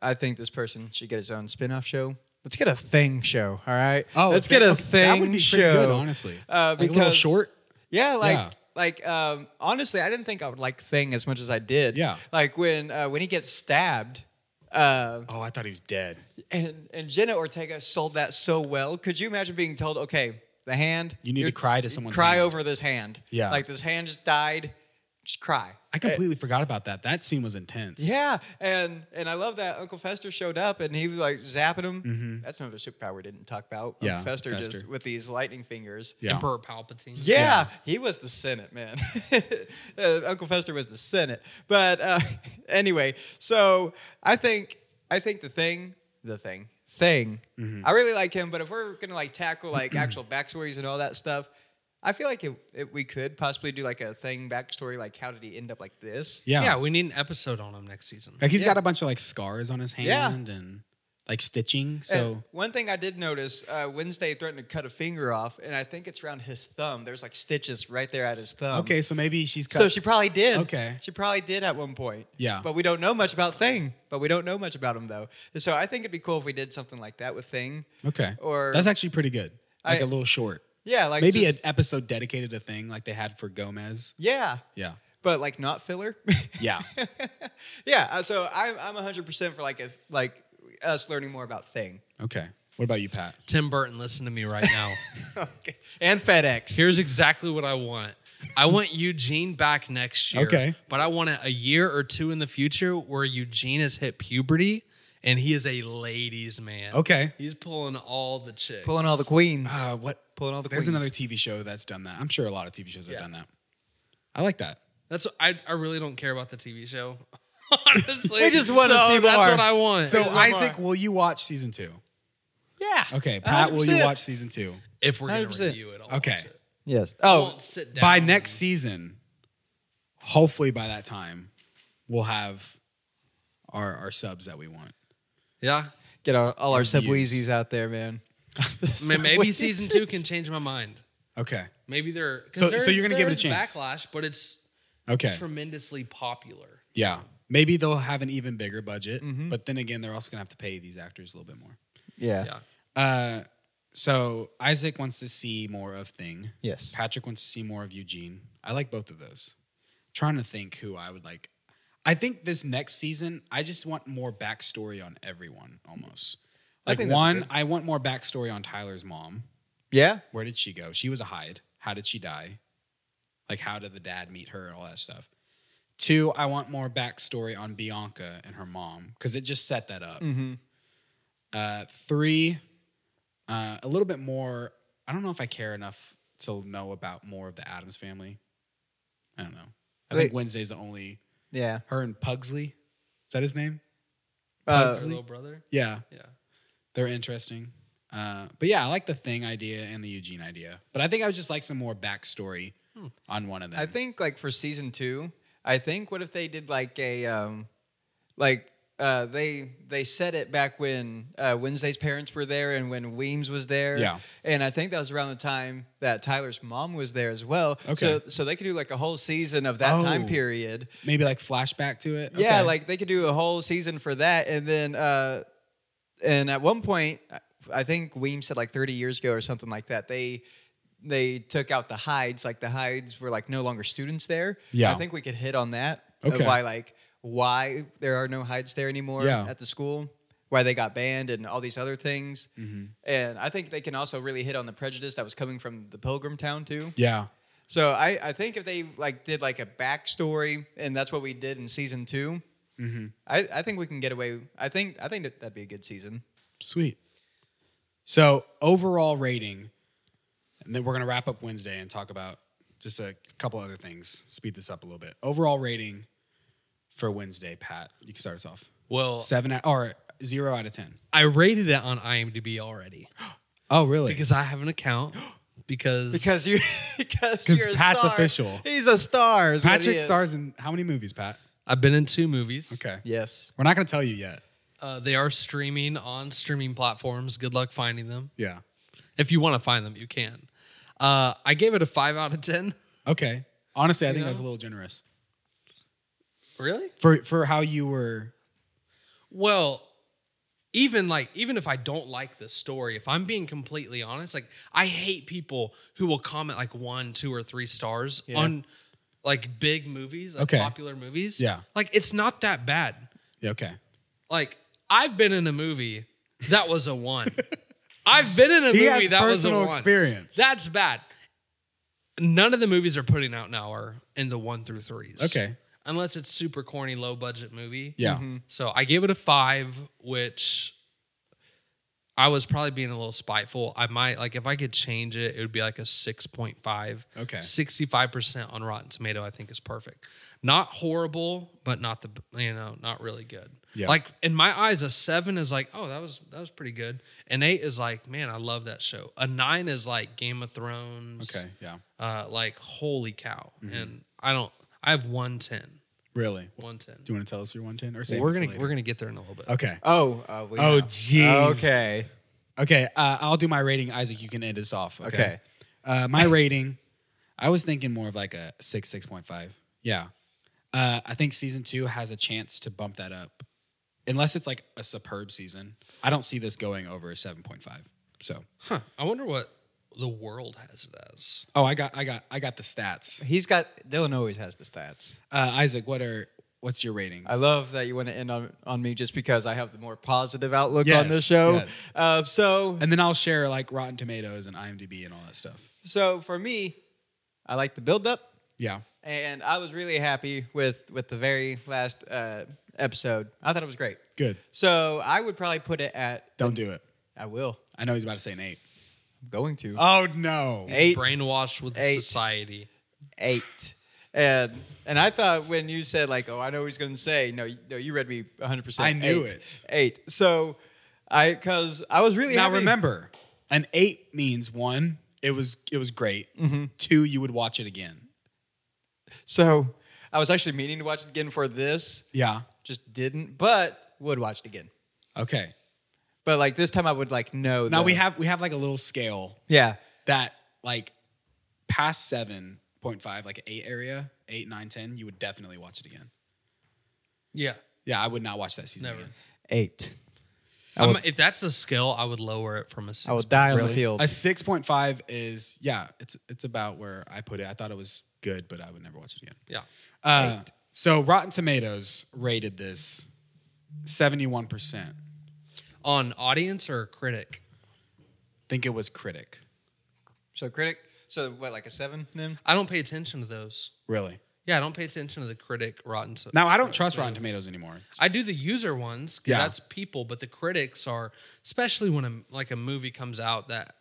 I think this person should get his own spin-off show. Let's get a thing show. All right. let's get a thing That Oh, would be show. pretty good, honestly. Uh, like a little because- short. Yeah, like Yeah. like um, honestly, I didn't think I would like Thing as much as I did. Yeah. Like when uh, when he gets stabbed, uh, Oh, I thought he was dead. and and Jenna Ortega sold that so well. Could you imagine being told, okay, the hand? You need you're- to cry to someone's Cry hand." over this hand. Yeah. Like this hand just died. Just cry. Eh, I completely forgot about that. That scene was intense. Yeah, and and I love that Uncle Fester showed up and he was like zapping him. That's another superpower we didn't talk about. Mm-hmm. Yeah, Uncle Fester, Fester. just with these lightning fingers. Yeah. Emperor Palpatine. Yeah, he was the Senate man. uh, Uncle Fester was the Senate. But uh, anyway, so I think I think the thing, the thing, thing. Mm-hmm. I really like him. But if we're gonna like tackle like actual backstories and all that stuff. I feel like it, it, we could possibly do like a thing backstory, like how did he end up like this? Yeah. Yeah, we need an episode on him next season. Like he's Yeah. got a bunch of like scars on his hand and like stitching. So And one thing I did notice, uh, Wednesday threatened to cut a finger off, and I think it's around his thumb. There's like stitches right there at his thumb. okay, so maybe she's cut. So she probably did. Okay. She probably did at one point. Yeah. But we don't know much about Thing. But we don't know much about him though. And so I think it'd be cool if we did something like that with Thing. okay, Or that's actually pretty good. Like I- a little short. yeah, like maybe just- an episode dedicated to thing like they had for Gomez. yeah, Yeah, but like not filler. yeah, yeah. uh, So I'm I'm 100 percent for like a like us learning more about Thing. okay. What about you, Pat? Tim Burton, listen to me right now. okay. And FedEx. Here's exactly what I want. I want Eugene back next year. Okay. But I want it a year or two in the future where Eugene has hit puberty and he is a ladies' man. Okay. He's pulling all the chicks. Pulling all the queens. Uh, what? Pulling all the There's queens. another TV show that's done that. I'm sure a lot of TV shows have Yeah. done that. I like that. That's I. I really don't care about the TV show. Honestly, We just wanna So see That's more. what I want. So There's one Isaac, will you watch season two? Yeah. Okay, Pat, will you 100%. watch season two? if we're gonna 100%. review it, I'll Okay. watch it. Yes. I Oh, won't sit down By next season, hopefully by that time, we'll have our our subs that we want. Yeah, get our, all our sub Reviews. Wheezies out there, man. I mean, maybe season two can change my mind. Okay, Maybe they're So- 'cause so there's- you're gonna give it a there's chance. Backlash, but it's okay, tremendously popular. yeah. Maybe they'll have an even bigger budget, Mm-hmm. but then again, they're also gonna have to pay these actors a little bit more. Yeah. Yeah, Uh, so Isaac wants to see more of Thing. Yes. Patrick wants to see more of Eugene. I like both of those. trying to think who I would like. I think this next season, I just want more backstory on everyone almost. I Like think that'd be one, good. I want more backstory on Tyler's mom. Yeah. Where did she go? She was a hide. How did she die? Like how did the dad meet her and all that stuff? Two, I want more backstory on Bianca and her mom because it just set that up. Mm-hmm. Uh, three, uh, a little bit more. I don't know if I care enough to know about more of the Adams family. I don't know. I think Wait. Wednesday's the only Yeah. her and Pugsley. Is that his name? Uh, Her little brother. Yeah, Yeah, they're interesting. Uh, but yeah, I like the thing idea and the Eugene idea. But I think I would just like some more backstory on one of them. Hmm. I think like for season two, I think what if they did like a um, like uh, they they said it back when uh, Wednesday's parents were there and when Weems was there. Yeah. and I think that was around the time that Tyler's mom was there as well. so Okay. so they could do like a whole season of that time Oh. period. maybe like flashback to it. Yeah, Okay. like they could do a whole season for that, and then uh, and at one point, I- I think Weem said like 30 years ago or something like that. They they took out the hides, like the hides were like no longer students there. Yeah. I think we could hit on that. of Okay. why like why there are no hides there anymore Yeah. at the school. Why they got banned and all these other things, Mm-hmm. and I think they can also really hit on the prejudice that was coming from the Pilgrim Town too. yeah, So I, I think if they like did like a backstory, and that's what we did in season 2 Mm-hmm. I, I think we can get away. I think I think that, that'd be a good season. sweet. So overall rating, and then we're gonna wrap up Wednesday and talk about just a couple other things. Speed this up a little bit. Overall rating for Wednesday, Pat. You can start us off. Well, Seven out, or zero out of ten. I rated it on IMDb already Oh, really? because I have an account. Because Because you because 'Cause you're a Pat's star. official. He's a star. is what he Patrick is. stars in how many movies, Pat? I've been in two movies. Okay. Yes. We're not gonna tell you yet. Uh, they are streaming on streaming platforms. Good luck finding them. Yeah. If you want to find them, you can. Uh, I gave it a five out of ten. Okay. Honestly, I think I was a know? little generous Really? for for how you were. Well, even like even if I don't like the story, if I'm being completely honest, like I hate people who will comment like one, two, or three stars on like big movies, like Okay. popular movies. Yeah. Like it's not that bad. Yeah, okay. Like I've been in a movie that was a one. I've been in a He movie has that was a personal one. experience. That's bad. None of the movies are putting out now are in the one through threes. Okay. Unless it's super corny, low budget movie. Yeah. So I gave it a five, which I was probably being a little spiteful. I might like if I could change it, it would be like a six point five. Okay. sixty five percent on Rotten Tomato, I think is perfect. Not horrible, but not the you know not really good. Yeah. Like in my eyes, a seven is like, oh, that was that was pretty good. An eight is like, man, I love that show. A nine is like Game of Thrones. Okay. Mm-hmm. Yeah. Uh, like holy cow, and I don't. I have one ten. Really. One ten. Do you want to tell us your 110 or save it We're for gonna later? we're gonna get there in a little bit. Okay. Oh. Uh, we Oh, know. jeez. Okay. Okay. Uh, I'll do my rating. Isaac, you can end us off. Okay. Okay. Uh, my rating, I was thinking more of like a six, six point five. Yeah. Uh, I think season two has a chance to bump that up, unless it's like a superb season. I don't see this going over a seven point five. So, Huh. I wonder what the world has it as. oh, I got, I got, I got the stats. He's got Dylan always has the stats. Uh, Isaac, what are, what's your ratings? I love that you want to end on, on me just because I have the more positive outlook on Yes, this show. yes. Uh, so and then I'll share like Rotten Tomatoes and IMDb and all that stuff. so for me, I like the build up. Yeah. and I was really happy with with the very last uh, episode. I thought it was great. Good. So I would probably put it at. Don't do it. I will. I know he's about to say an eight. I'm going to Oh no. eight, Brainwashed with Eight. society. eight. And and I thought when you said like, oh, I know what he's going to say. No, you- no, you read me 100. percent I knew it. Eight. So I because I was really Now happy. remember, an eight means one, it was it was great. Two, you would watch it again. So I was actually meaning to watch it again for this, Yeah. just didn't, but would watch it again. Okay. But like this time, I would like know. Now the- we have we have like a little scale yeah. that like past seven point five, like eight area, eight, nine, ten, you would definitely watch it again. Yeah. Yeah, I would not watch that season Never. again. Eight. I I'm- will- if that's the skill, I would lower it from a six. I will die on the Really? field. A six point five is yeah, it's it's about where I put it. I thought it was good, but I would never watch it again. yeah. Uh, so Rotten Tomatoes rated this seventy one percent. On audience or critic? Think it was critic. So critic. So what, like a seven? Then I don't pay attention to those. Really? Yeah, I don't pay attention to the critic rotten. So- Now I don't trust Rotten Tomatoes anymore. I do the user ones 'cause Yeah. that's people, but the critics are especially when a, like a movie comes out that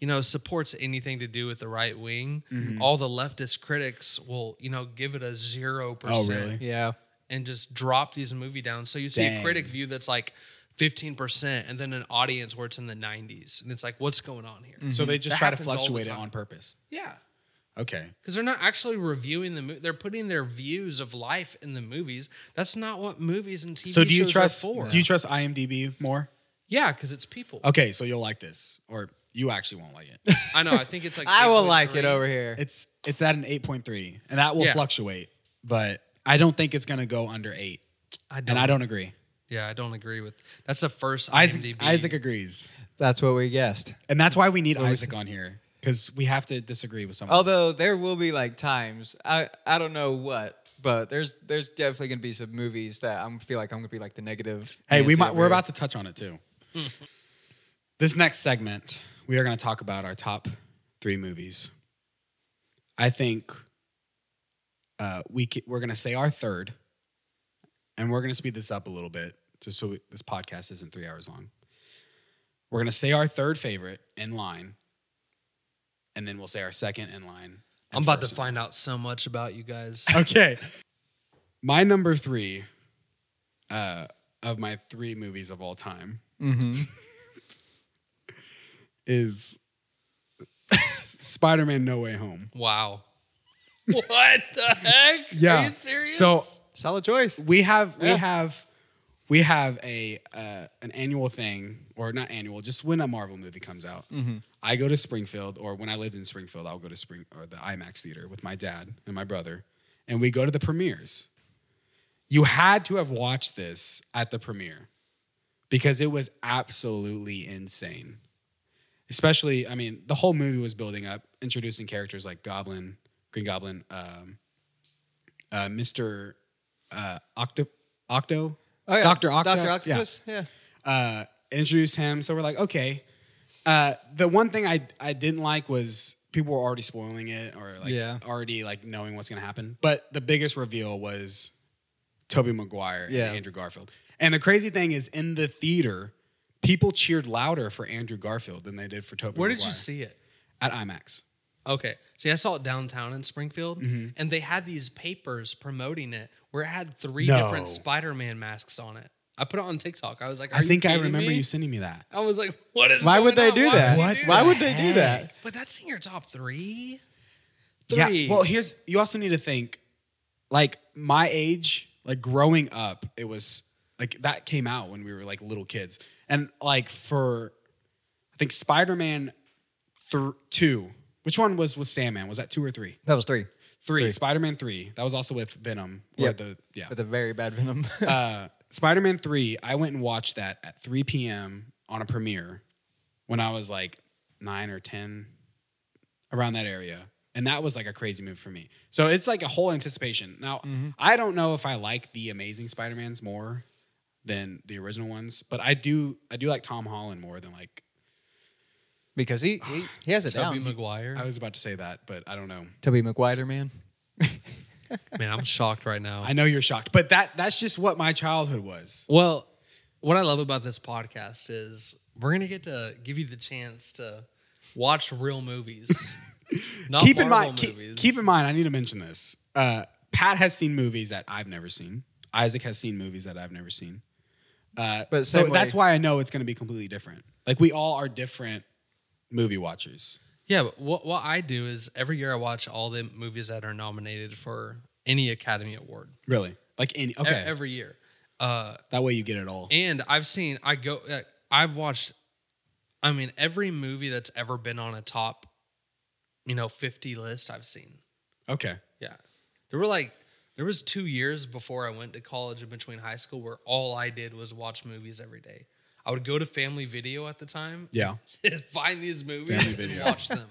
you know supports anything to do with the right wing. Mm-hmm. All the leftist critics will you know give it a zero percent. Oh, really? yeah. and just drop these movie down. So you see Dang. a critic view that's like 15% and then an audience where it's in the 90s. And it's like, what's going on here? So they just That try to happens all the fluctuate it time. on purpose. Yeah. Okay. because they're not actually reviewing the movie. They're putting their views of life in the movies. That's not what movies and TV So do you shows trust are for. do you trust IMDb more? yeah, because it's people. Okay, so you'll like this, or you actually won't like it. I know. I think it's like I will like it 8.3. over here. it's it's at an eight point three, and that will Yeah. fluctuate, but I don't think it's gonna go under eight, I don't, and I don't agree. Yeah, I don't agree with. That's the first Isaac IMDb. Isaac agrees, That's what we guessed. and that's why we need Isaac on here because we have to disagree with someone. Although there will be like times I I don't know what, but there's there's definitely gonna be some movies that I'm feel like I'm gonna be like the negative. Hey, we Nancy might, over we're here. about to touch on it too. this next segment, we are going to talk about our top three movies. I think uh, we ca- we're going to say our third, and we're going to speed this up a little bit, just so we, this podcast isn't three hours long. We're going to say our third favorite in line, and then we'll say our second in line. I'm about to find out so much about you guys. Okay, my number three uh, of my three movies of all time. Mm-hmm. Mhm. is Spider-Man No Way Home. Wow. what the heck? Are you serious? So Solid choice. we have we Yeah. have we have a uh, an annual thing or not annual, just when a Marvel movie comes out. I go to Springfield or when I lived in Springfield, I'll go to Spring or the IMAX theater with my dad and my brother and we go to the premieres. You had to have watched this at the premiere because it was absolutely insane. especially i mean the whole movie was building up introducing characters like goblin green goblin um, uh, mr uh, octo octo Oh, yeah. dr octo Doctor yeah Octopus. Yeah. uh, introduced him. So we're like, okay. Uh, the one thing I I didn't like was people were already spoiling it or like Yeah. already like knowing what's gonna happen. But the biggest reveal was Toby Maguire Yeah. and Andrew Garfield. And the crazy thing is in the theater, people cheered louder for Andrew Garfield than they did for Toby where did you Maguire. see it? At IMAX. Okay. See, I saw it downtown in Springfield, Mm-hmm. and they had these papers promoting it where it had three No. different Spider-Man masks on it. I put it on TikTok. I was like, Are I think you I kidding remember me? you sending me that. I was like, What is? Why would going they on? do that? Why would What they do Why that? would they do that? But that's in your top three. Yeah. Well, here's you also need to think, like my age, like growing up, it was like that came out when we were like little kids, and like for, I think Spider Man, th- two. Which one was with Sandman? Was that two or three? That was three. Three. Spider Man three. That was also with Venom. or Yep. The yeah. With a very bad venom. Uh, Spider Man three. I went and watched that at three p.m. on a premiere when I was like nine or ten, around that area. And that was like a crazy move for me. So it's like a whole anticipation. Now, I don't know if I like the Amazing Spider-Mans more than the original ones, but I do I do like Tom Holland more than like because he he, he has a Toby down. I Maguire. was about to say that, but I don't know. Toby McGuire, man. Man, I'm shocked right now. I know you're shocked, but that that's just what my childhood was. Well, what I love about this podcast is we're gonna get to give you the chance to watch real movies. Not keep in Marvel mind keep, movies. keep in mind I need to mention this. Uh, Pat has seen movies that I've never seen. Isaac has seen movies that I've never seen. Uh, But so same that's way- why I know it's going to be completely different. Like we all are different movie watchers. Yeah, but what what I do is every year I watch all the movies that are nominated for any Academy Award. Really? Like any E- okay. every year. Uh, that way you get it all. and I've seen I go uh, I've watched I mean every movie that's ever been on a top you know 50 list I've seen. Okay. Yeah. There were like there was 2 years before I went to college and between high school where all I did was watch movies every day. I would go to Family Video at the time, Yeah. find these movies Family and Video. watch them.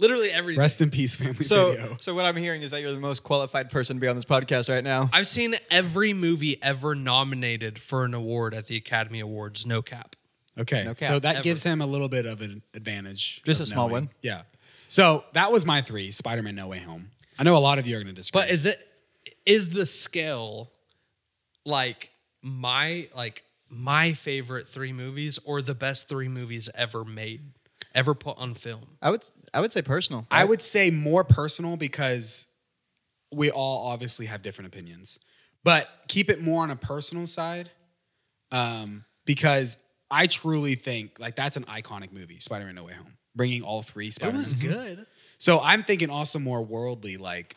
Literally everything. Rest in peace, family So video. so what I'm hearing is that you're the most qualified person to be on this podcast right now. I've seen every movie ever nominated for an award at the Academy Awards, no cap. Okay. No cap, so that ever. gives him a little bit of an advantage. Just of a small knowing. one. Yeah. So that was my three Spider Man No Way Home. I know a lot of you are going to disagree. But is it is the scale like my like my favorite three movies or the best three movies ever made, ever put on film? I would I would say personal. I would say more personal because we all obviously have different opinions, but keep it more on a personal side um, because I truly think like that's an iconic movie, Spider Man No Way Home, bringing all three It Spider Man. was good. So I'm thinking also more worldly, like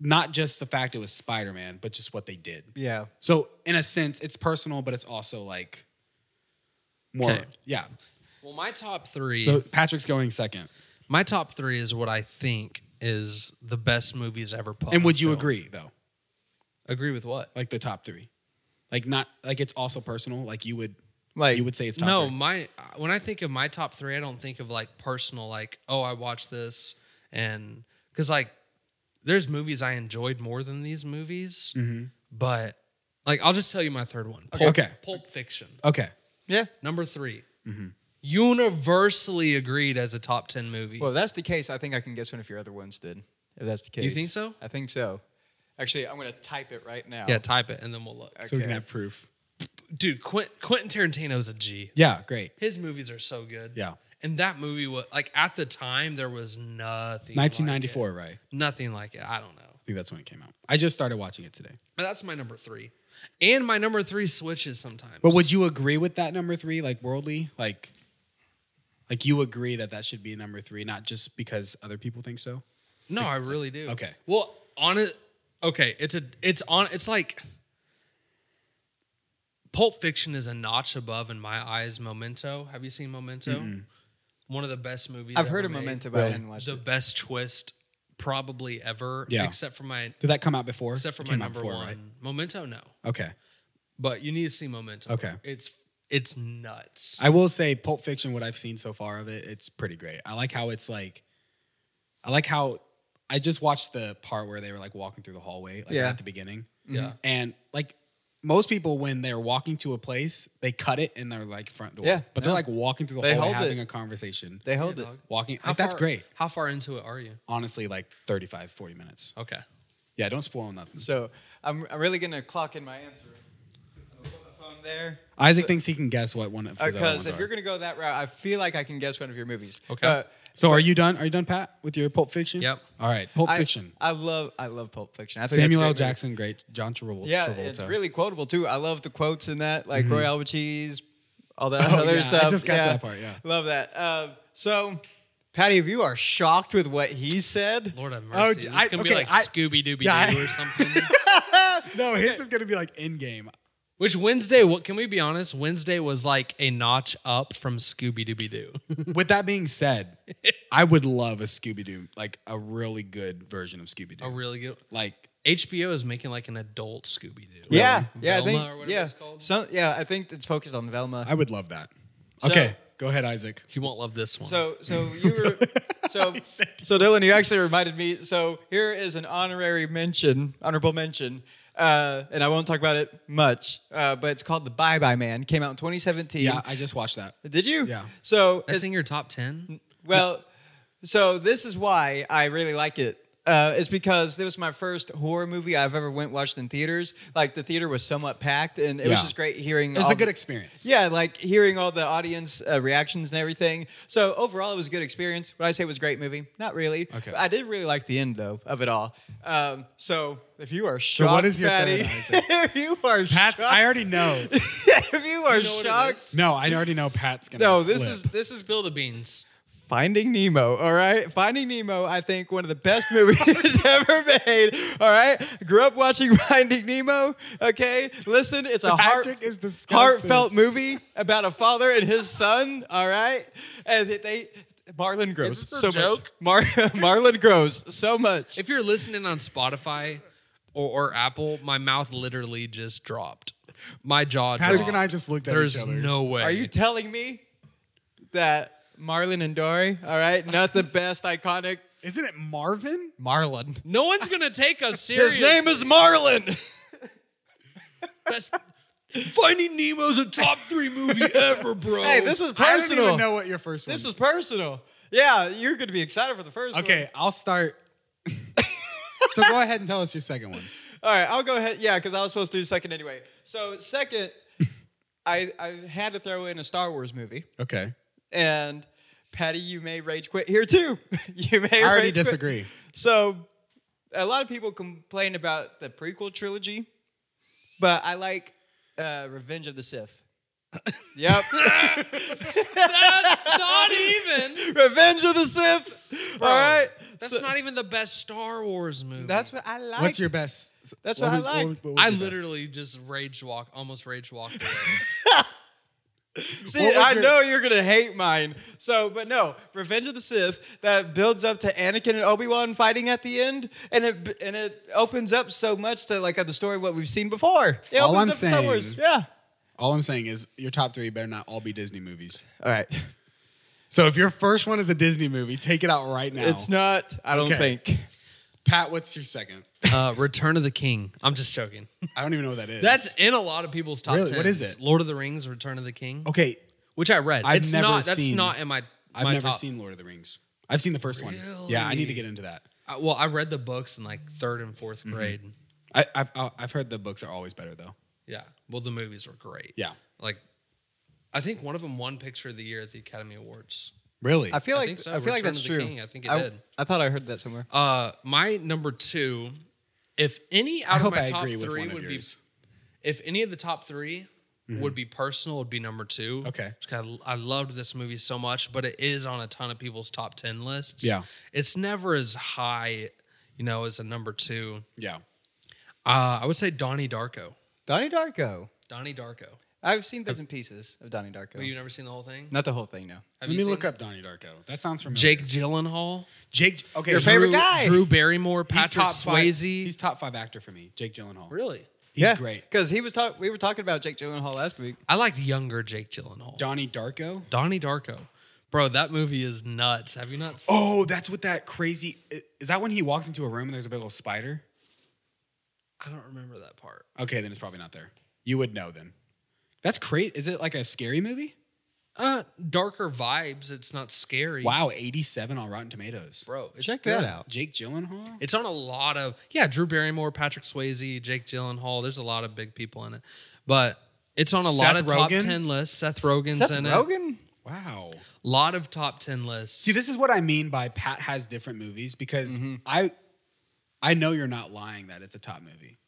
not just the fact it was Spider Man, but just what they did. Yeah. So in a sense, it's personal, but it's also like more. Okay. Yeah. Well, my top three. So Patrick's going second. my top three is what I think is the best movies ever put. and on would you film. agree though? Agree with what? Like the top three, like not like it's also personal. Like you would, Like you would say it's top no, three. my when I think of my top three, I don't think of like personal, like oh, I watched this, and because like there's movies I enjoyed more than these movies, but like I'll just tell you my third one. Pulp, Mm-hmm. Okay. Mm-hmm. Pulp Fiction, Okay. Yeah. number 3 universally agreed as a top ten movie. Well, if that's the case. I think I can guess one of your other ones did. If that's the case. You think so? I think so. Actually, I'm gonna type it right now. yeah, type it and then we'll look. um, So we can Okay. have proof. Dude, Quint, Quentin Tarantino's a G. Yeah. Great. His movies are so good. Yeah. And that movie was like at the time there was nothing. like it. 1994, right? I nothing like it. I don't know. think that's when it came out. I just started watching it today. But that's my number three. And my number three switches sometimes. But would you agree with that number three, like worldly, like, like you agree that that should be number three, not just because other people think so? No, I really do. Okay. Well, on it. Okay, it's a. It's on. It's like. Pulp Fiction is a notch above in my eyes. Memento. Have you seen Memento? One of the best movies. I've ever heard of made. Memento, but I Really? hadn't watched The it. best twist, probably ever. Yeah. Except for my. Did that come out before? Except for It my came out number before, one. right? Memento, no. Okay. But you need to see Memento. Okay. It's it's nuts. I will say Pulp Fiction, what I've seen so far of it, it's pretty great. I like how it's like I like how I just watched the part where they were like walking through the hallway, like Yeah. at the beginning. Yeah. And like most people when they're walking to a place, they cut it in their like front door. Yeah, But they're yeah. like walking through the They hallway hold it. having a conversation. They held Yeah, it. dog. Walking How like, that's far- great. How far into it are you? Honestly, like 35, 40 minutes. Oh. Okay. Yeah, don't spoil nothing. So I'm, I'm really gonna clock in my answer. I'll put my phone there. Isaac thinks he can guess what one of his other Because ones Uh, if are. you're gonna go that route, I feel like I can guess one of your movies. Okay. Uh, So are you done? Are you done, Pat, with your Pulp Fiction? Yep. All right. Pulp I- Fiction. I, love I love Pulp Fiction. I think that's a Samuel great L. movie. Jackson, great. John Travolta. Yeah, it's really quotable too. I love the quotes in that, like Roy Albert Cheese, all that Mm-hmm. Oh, other yeah, I stuff. just got to that part, yeah. love that. Uh, so, Patty, if you are shocked with what he said, Lord have mercy. Oh, it's d- I- gonna be okay, like I- Scooby Dooby Yeah, I- Doo or something. No, his is gonna be like in game. Which Wednesday? What can we be honest? Wednesday was like a notch up from Scooby Dooby Doo. With that being said, I would love a Scooby Doo, like a really good version of Scooby Doo. a really good. like HBO is making like an adult Scooby Doo. yeah, yeah, I Velma or think, whatever yeah, it's called. some, yeah, I think it's focused on Velma. I would love that. So- okay, go ahead, Isaac. He won't love this one. So so you were so so Dylan, you actually reminded me. So here is an honorary mention, honorable mention, uh, and I won't talk about it much, uh, but it's called The Bye Bye Man. Came out in 2017. Yeah, I just watched that. Did you? Yeah. So that's it's, in your top ten. well, so this is why I really like it. Uh, it's because it was my first horror movie I've ever went watched in theaters. Like the theater was somewhat packed, and it was Yeah. just great hearing. It was all a good the- experience. yeah, like hearing all the audience uh, reactions and everything. So overall, it was a good experience. Would I say it was a great movie? Not really. Okay. I did really like the end though of it all. Um, so if you are shocked, what is your Patty, third, Isaac? if you are Pat's. shocked, I already know. if you are know what it shocked, No, I already know Pat's gonna. no, this flip. is this is Spill the beans. Finding Nemo, all right? Finding Nemo, I think one of the best movies ever made, all right? Grew up watching Finding Nemo, okay? Listen, it's a heart, Patrick is disgusting. heartfelt movie about a father and his son, all right? And they, they- Marlon grows Is this so a joke? much. Mar- Marlon grows so much. If you're listening on Spotify or, or Apple, my mouth literally just dropped. My jaw. Patrick dropped. and I just looked at There's each other. no way. Are you telling me that Marlon and Dory, all right? Not the best iconic Isn't it Marvin? Marlon. no one's gonna take us His seriously. name is Marlon. That's- Finding Nemo's a top three movie ever, bro. Hey, this was I don't personal. even know what your first one. This is personal. Yeah, you're going to be excited for the first one. okay. I'll start. so go ahead and tell us your second one. All right, I'll go ahead. Yeah, because I was supposed to do second anyway. So, second, I, I had to throw in a Star Wars movie. Okay. And, Patty, you may rage quit here too. you may I already rage quit. disagree. So, a lot of people complain about the prequel trilogy, but I like uh, Revenge of the Sith. Yep. That's not even. Revenge of the Sith. Oh, All right. That's So- not even the best Star Wars movie. that's what I like. What's your best? That's what I like. would I your best- literally just rage walk, almost rage walked. away. See, What was I your- know you're gonna hate mine. So, but no, Revenge of the Sith that builds up to Anakin and Obi Wan fighting at the end, and it and it opens up so much to like uh, the story of what we've seen before. It All opens I'm up Star Wars. saying- Yeah. All I'm saying is your top three better not all be Disney movies. All right. So if your first one is a Disney movie, take it out right now. It's not. I don't Okay. think. Pat. What's your second? uh, Return of the King. I'm just joking. I don't even know what that is. That's in a lot of people's top Really? ten. What is it? Lord of the Rings, Return of the King, okay. which I read. I've it's never not. That's seen- not in my. I've my never top. seen Lord of the Rings. I've seen the first one. Yeah, I need to get into that. I- well, I read the books in like third and fourth Mm-hmm. grade. I, I've I've heard the books are always better though. Yeah. Well, the movies were great. Yeah, Like, I think one of them won Picture of the Year at the Academy Awards. really. I feel I like I, think so. feel like Return of that's the true. King, I think it did. I thought I heard that somewhere. Uh, my number two, if any out I of hope my I top agree with three one of would be, yours. Mm-hmm. if any of the top 3 would be personal, would be number two. Okay. Just 'cause I, I loved this movie so much, but it is on a ton of people's top ten lists. Yeah. it's never as high, you know, as a number two. yeah, Uh, I would say Donnie Darko. Donnie Darko. Donnie Darko. I've seen bits and pieces of Donnie Darko. Have you never seen the whole thing? Not the whole thing, no. Have let you me seen look it? up Donnie Darko. That sounds familiar. Jake Gyllenhaal, Jake. Okay, Your Drew- favorite Drew, guy. Drew Barrymore, he's Patrick top five- Swayze. He's top five actor for me. Jake Gyllenhaal. really, He's great. Because he was talk- we were talking about Jake Gyllenhaal last week. I liked younger Jake Gyllenhaal. Donnie Darko. Donnie Darko. Bro, that movie is nuts. Have you not seen Oh, that's what that crazy i- is. That when he walks into a room and there's a big old spider. I don't remember that part. Okay, then it's probably not there. You would know then. That's crazy. Is it like a scary movie? Uh darker vibes. It's not scary. Wow, 87 on Rotten Tomatoes. Bro, it's Check good. that out. Jake Gyllenhaal. It's on a lot of yeah, Drew Barrymore, Patrick Swayze, Jake Gyllenhaal. There's a lot of big people in it. But it's on a lot Seth of top Rogen? ten lists. Seth Rogen's Seth in it. Rogen. Wow. Lot of top ten lists. See, this is what I mean by Pat has different movies because I, I know you're not lying that it's a top movie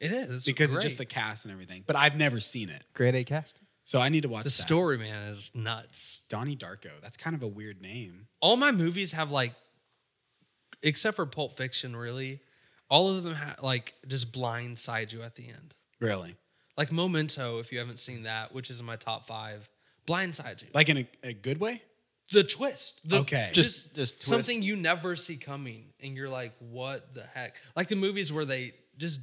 it is because great. it's just the cast and everything. But I've never seen it, Great A cast. so I need to watch the that. story, man, is nuts. Donnie Darko. That's kind of a weird name. all my movies have like except for pulp fiction really all of them ha- like just blindside you at the end Really, like memento if you haven't seen that which is in my top five blindside you like in a, a good way. the twist the, Okay. Just- just, just twist. something you never see coming and you're like what the heck like the movies where they just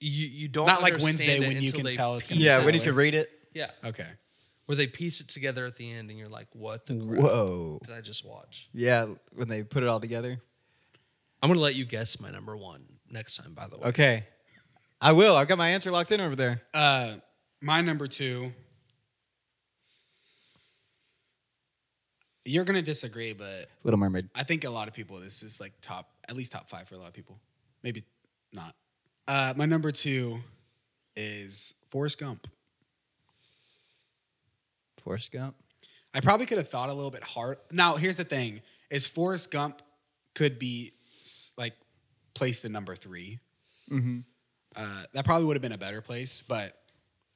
you you don't Not like understand Wednesday it when you until can they tell it's gonna piece be Yeah, it. when Exactly. you can read it. yeah Okay, where they piece it together at the end and you're like what the crap Whoa. did i just watch Yeah, when they put it all together. i'm gonna let you guess my number one next time by the way Okay. I will. I've got my answer locked in over there. uh, my number two. You're gonna disagree, but Little Mermaid. I think a lot of people. This is like top, at least top five for a lot of people. Maybe not. Uh, my number two is Forrest Gump. Forrest Gump. I probably could have thought a little bit hard. Now, here's the thing: is Forrest Gump could be s- like placed in number 3 Uh, that probably would have been a better place, but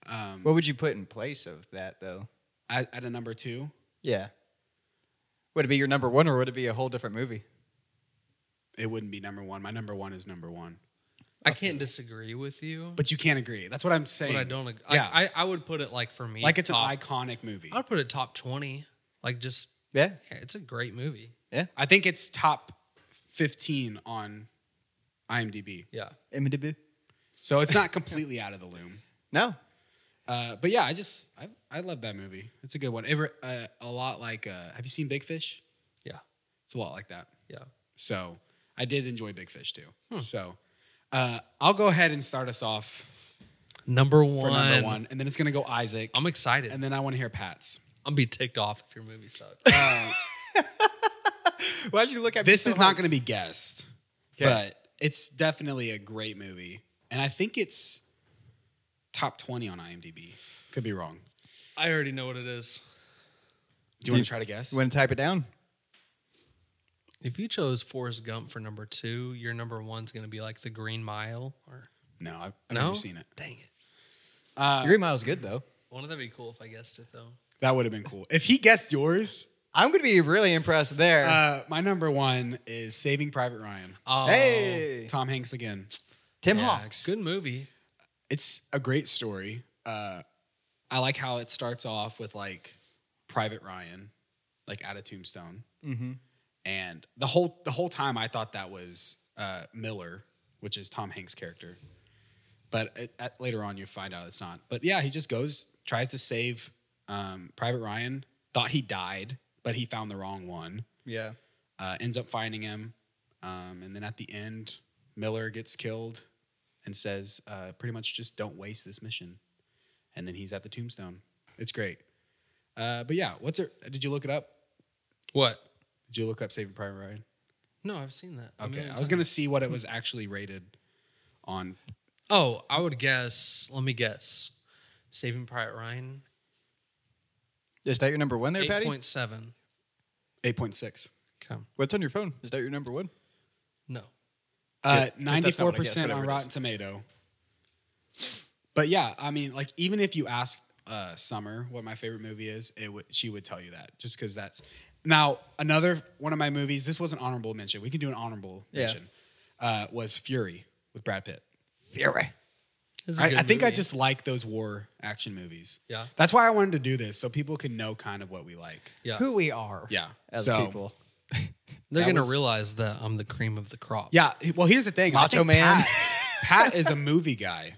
um, What would you put in place of that though? at, at a number two, Yeah. Would it be your number one or would it be a whole different movie? it wouldn't be number one. My number one is number one, I can't disagree with you, but, but you can't agree. That's what I'm saying. I don't. Ag- Yeah. I, I I would put it like for me, like it's top, an iconic movie. I would put it top twenty. Like just Yeah. yeah, it's a great movie. I think it's top 15 on IMDb. Yeah, MDB. So it's not completely out of the loom. No. Uh, but yeah, I just I, I love that movie. It's a good one. It, re- uh, a lot like uh, have you seen Big Fish? yeah, It's a lot like that. yeah. So I did enjoy Big Fish too. So uh, I'll go ahead and start us off Number one. for number one, and then it's gonna go Isaac, I'm excited. and then I want to hear Pat's. I'm be ticked off if your movie sucks. Why'd you look at me This so is not hard? gonna be guessed, Okay. but it's definitely a great movie, and I think it's top twenty on IMDb. Could be wrong. I already know what it is. Do you want to try to guess? You want to type it down? If you chose Forrest Gump for number two, your number one's gonna be like The Green Mile or no, I've, I've no? never seen it. Uh, Dang it! Green Mile's good though. Wouldn't that be cool if I guessed it though? That would have been cool. If he guessed yours, I'm gonna be really impressed there. uh, my number one is Saving Private Ryan. Oh, hey, Tom Hanks again. Tim yeah, Hawks. Good movie. It's a great story. Uh, I like how it starts off with like Private Ryan, like out of Tombstone, Mm-hmm. and the whole the whole time I thought that was uh, Miller, which is Tom Hanks' character. But it, at, later on, you find out it's not. But yeah, he just goes tries to save um, Private Ryan. Thought he died, but he found the wrong one. Yeah. uh, ends up finding him. Um, and then at the end, Miller gets killed and says, uh, pretty much just don't waste this mission. And then he's at the tombstone. It's great. Uh, but yeah, what's it? Did you look it up? What? Did you look up Saving Private Ryan? No, I've seen that. a Okay, million I was times. gonna see what it was actually rated on. Oh, I would guess. Let me guess. Saving Private Ryan. Is that your number one there, Eight Patty? point seven. Eight point six. Come. What's on your phone? Is that your number one? No. Uh, Yeah, 'cause that's not ninety-four what I guessed, percent whatever on it Rotten Tomato. But yeah, I mean, like even if you ask uh, Summer what my favorite movie is, it would she would tell you that just because that's now another one of my movies. This was an honorable mention. We can do an honorable Yeah. mention. Uh, was Fury with Brad Pitt. Fury. It's a I, I good think I movie. just like those war action movies. Yeah. that's why I wanted to do this so people can know kind of what we like. Yeah. Who we are. Yeah, As so people. They're that gonna was- realize that I'm the cream of the crop. Yeah. he- Well, here's the thing. I Macho think Man. Pat, Pat is a movie guy.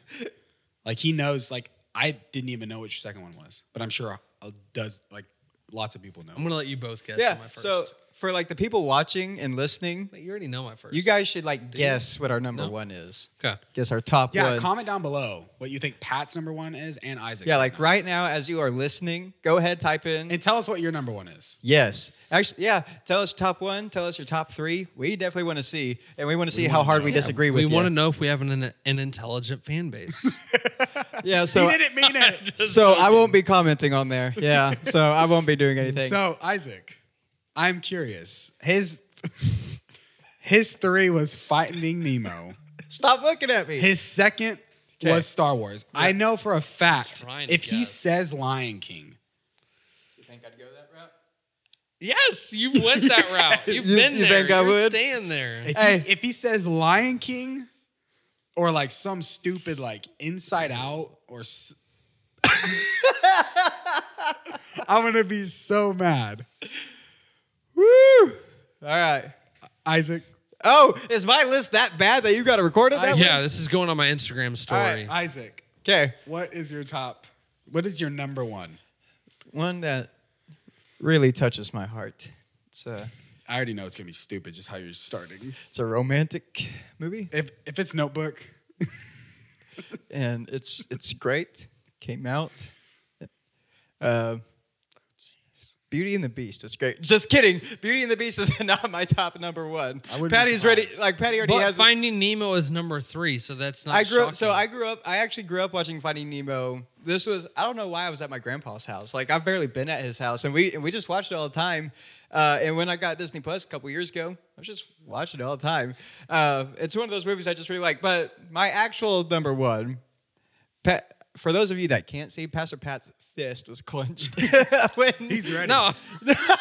Like he knows. Like I didn't even know what your second one was, but I'm sure uh, does like lots of people know. I'm gonna let you both guess. Yeah. on my first. So for like the people watching and listening, Wait, you already know my first. you guys should like guess what our number No. one is. Okay. Guess our top yeah. one. Comment down below what you think Pat's number one is and Isaac's. yeah, number like one. right now as you are listening, go ahead, type in. And tell us what your number one is. yes. Actually, yeah. Tell us top one. Tell us your top three. We definitely want to see, and we want to see how hard we disagree with. We want to you. know if we have an an intelligent fan base. Yeah. So mean it. so I won't be commenting on there. Yeah. so I won't be doing anything. so Isaac, I'm curious. His his three was Finding Nemo. Stop looking at me. His second was Star Wars. I know for a fact Trying to if he guess. says Lion King, you think I'd go that route? yes, you went that route. You've You- been you there. think I You're would? staying there. If, Hey. he, if he says Lion King or like some stupid like Inside Out or s- I'm gonna be so mad. Woo! All right. Isaac, Oh, is my list that bad that you got to record it that Yeah, this is going on my Instagram story. right, Isaac, Okay. what is your top? What is your number one? One that really touches my heart. It's a I already know it's gonna be stupid just how you're starting. it's a romantic movie, If if it's Notebook, and it's it's great. Came out. Uh, Beauty and the Beast was great. Just kidding. Beauty and the Beast is not my top number one. wouldn't be Patty's ready. surprised. Like Patty already But has. Finding Nemo is number three, so that's not. I grew up, so shocking. I grew up. I actually grew up watching Finding Nemo. This was I don't know why I was at my grandpa's house. Like I've barely been at his house, and we and we just watched it all the time. Uh, and when I got Disney Plus a couple years ago, I was just watching it all the time. Uh, it's one of those movies I just really like. But my actual number one, Pat, for those of you that can't see, Pastor Pat's fist was clenched when he's ready. No,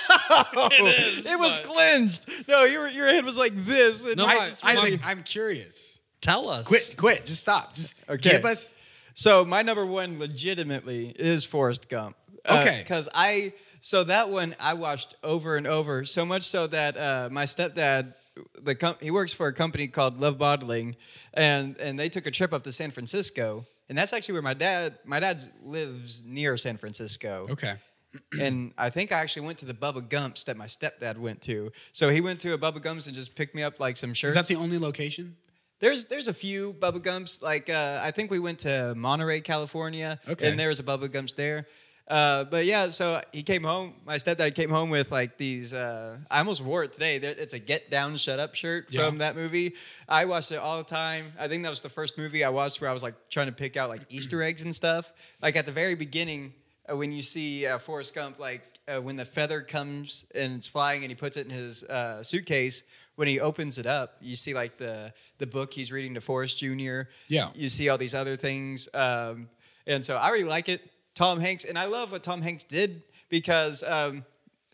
it, is, was but- clenched. No, your your hand was like this. And No, I I- just- Isaac, I'm curious. tell us. Quit, quit. Just stop. Just Okay. give us So my number one legitimately is Forrest Gump. Okay. Because I so that one I watched over and over so much so that uh, my stepdad. The com- he works for a company called Love Bottling, and and they took a trip up to San Francisco, and that's actually where my dad my dad lives near San Francisco. Okay. and I think I actually went to the Bubba Gumps that my stepdad went to. So he went to a Bubba Gumps and just picked me up like some Is shirts. that the only location? There's there's a few Bubba Gumps. Like uh, I think we went to Monterey, California, Okay. and there was a Bubba Gumps there. Uh, but yeah, so he came home. My stepdad came home with like these. Uh, I almost wore it today. There- It's a Get Down, Shut Up shirt Yeah. from that movie. I watched it all the time. I think that was the first movie I watched where I was like trying to pick out like Easter eggs and stuff. Like at the very beginning, uh, when you see uh, Forrest Gump, like uh, when the feather comes and it's flying and he puts it in his uh, suitcase, when he opens it up, you see like the the book he's reading to Forrest Jr. Yeah. You see all these other things. Um, and so I really like it. Tom Hanks, and I love what Tom Hanks did because um,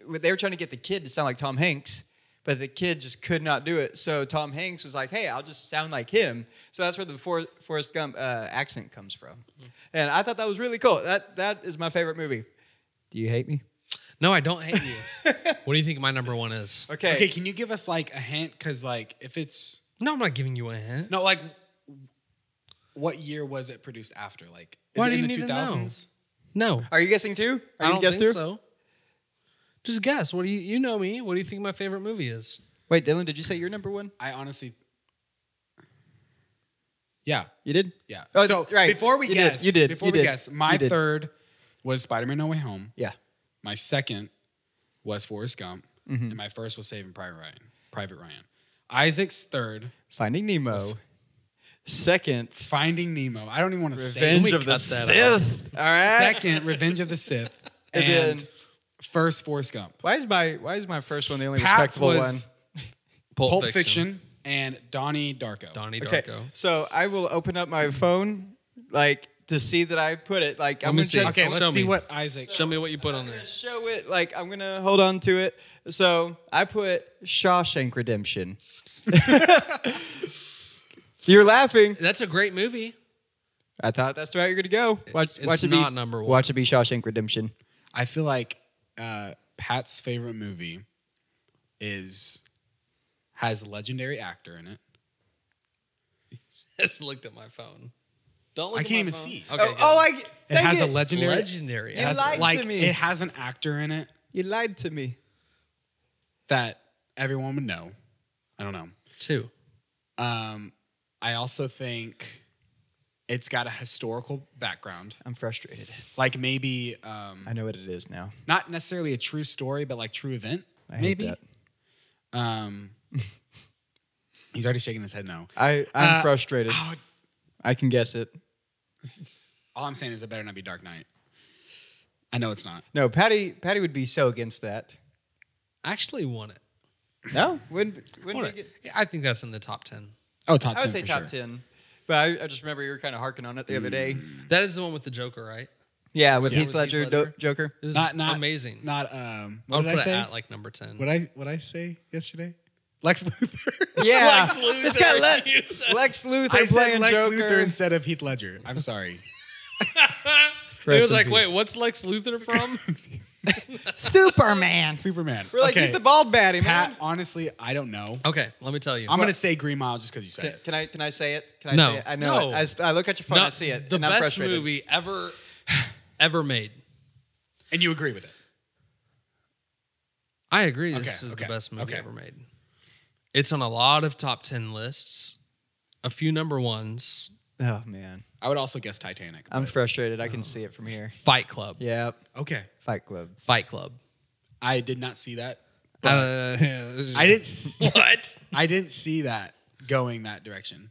when they were trying to get the kid to sound like Tom Hanks, but the kid just could not do it. So Tom Hanks was like, "Hey, I'll just sound like him." So that's where the For- Forrest Gump uh, accent comes from, Mm-hmm. and I thought that was really cool. That that is my favorite movie. Do you hate me? No, I don't hate you. what do you think my number one is? Okay. Okay, can you give us like a hint? Because like if it's No, I'm not giving you a hint. no, like what year was it produced after? Like is Why it do in you the need to two know? thousands? No, Are you guessing too? Are I you don't guess think through? so. Just guess. What do you you know me? What do you think my favorite movie is? Wait, Dylan, did you say your number one? I honestly, yeah, You did. yeah. Oh, so right. before we You did, guess, you did, Before you we did, guess, my you did. third was Spider Man No Way Home. Yeah. My second was Forrest Gump, Mm-hmm. and my first was Saving Private Ryan. Private Ryan. Isaac's third, Finding Nemo. Second, Finding Nemo. I don't even want to say. Revenge it. of the cut that out. Sith. All right. Second, Revenge of the Sith, And and then- first Forrest Gump. Why is my Why is my first one the only Pat's respectable was Pulp, Pulp Fiction and Donnie Darko. Donnie one? Okay. Darko. So I will open up my phone, like to see that I put it. Like I'm me gonna see. check- Okay, Show let's see me. what Isaac. Show me what you put on I'm there. gonna show it. Like I'm gonna hold on to it. So I put Shawshank Redemption. You're laughing. That's a great movie. I thought that's where you're gonna go. Watch, It's watch it not be, number one. Watch it be Shawshank Redemption. I feel like uh, Pat's favorite movie is has a legendary actor in it. just looked at my phone. Don't look I at can't my even phone. see. Okay, oh, good. oh, I. It dang has a legendary. legendary. it has, lied to like me. it has an actor in it You lied to me. that everyone would know. I don't know. two. Um, I also think it's got a historical background, I'm frustrated. like maybe um, I know what it is now. not necessarily a true story, but like true event. I hate maybe. that. Um, he's already shaking his head no. I, I'm Uh, frustrated. Oh, I can guess it. all I'm saying is it better not be Dark Knight. I know it's not. No, Patty. Patty would be so against that. I actually won it. No, wouldn't Won wouldn't we it. get, I think that's in the top ten. Oh, top I ten. would say for top sure. ten. But I, I just remember you were kind of harking on it the other day. That is the one with the Joker, right? Yeah, with Heath Mm. With Heath Ledger, Do- Ledger. Joker. It was Not not amazing. Not um. I What did would put I it say? at like number ten. What I what I say yesterday? Lex Luthor. Yeah, Lex Luthor. it's got Le- You said- Lex Luthor I said playing Lex Joker. Luthor instead of Heath Ledger. I'm sorry. it was in like, peace. wait, what's Lex Luthor from? Superman. Superman. We're like, okay. he's the bald baddie, Pat. man. Honestly, I don't know. okay, let me tell you. I'm gonna say Green Mile just because you said Can, it. can I can I say it? Can I No. say it? I know No. it. I, s- I look at your phone, Not I see it. The and I'm best frustrated. movie ever, ever made. and you agree with it. I agree. This Okay, is okay, the best movie okay. ever made. It's on a lot of top ten lists, a few number ones. Oh man, I would also guess Titanic. I'm but- frustrated. I can see it from here. Fight Club. Yep. okay. Fight Club. Fight Club. I did not see that. Uh, I didn't. s- what? I didn't see that going that direction.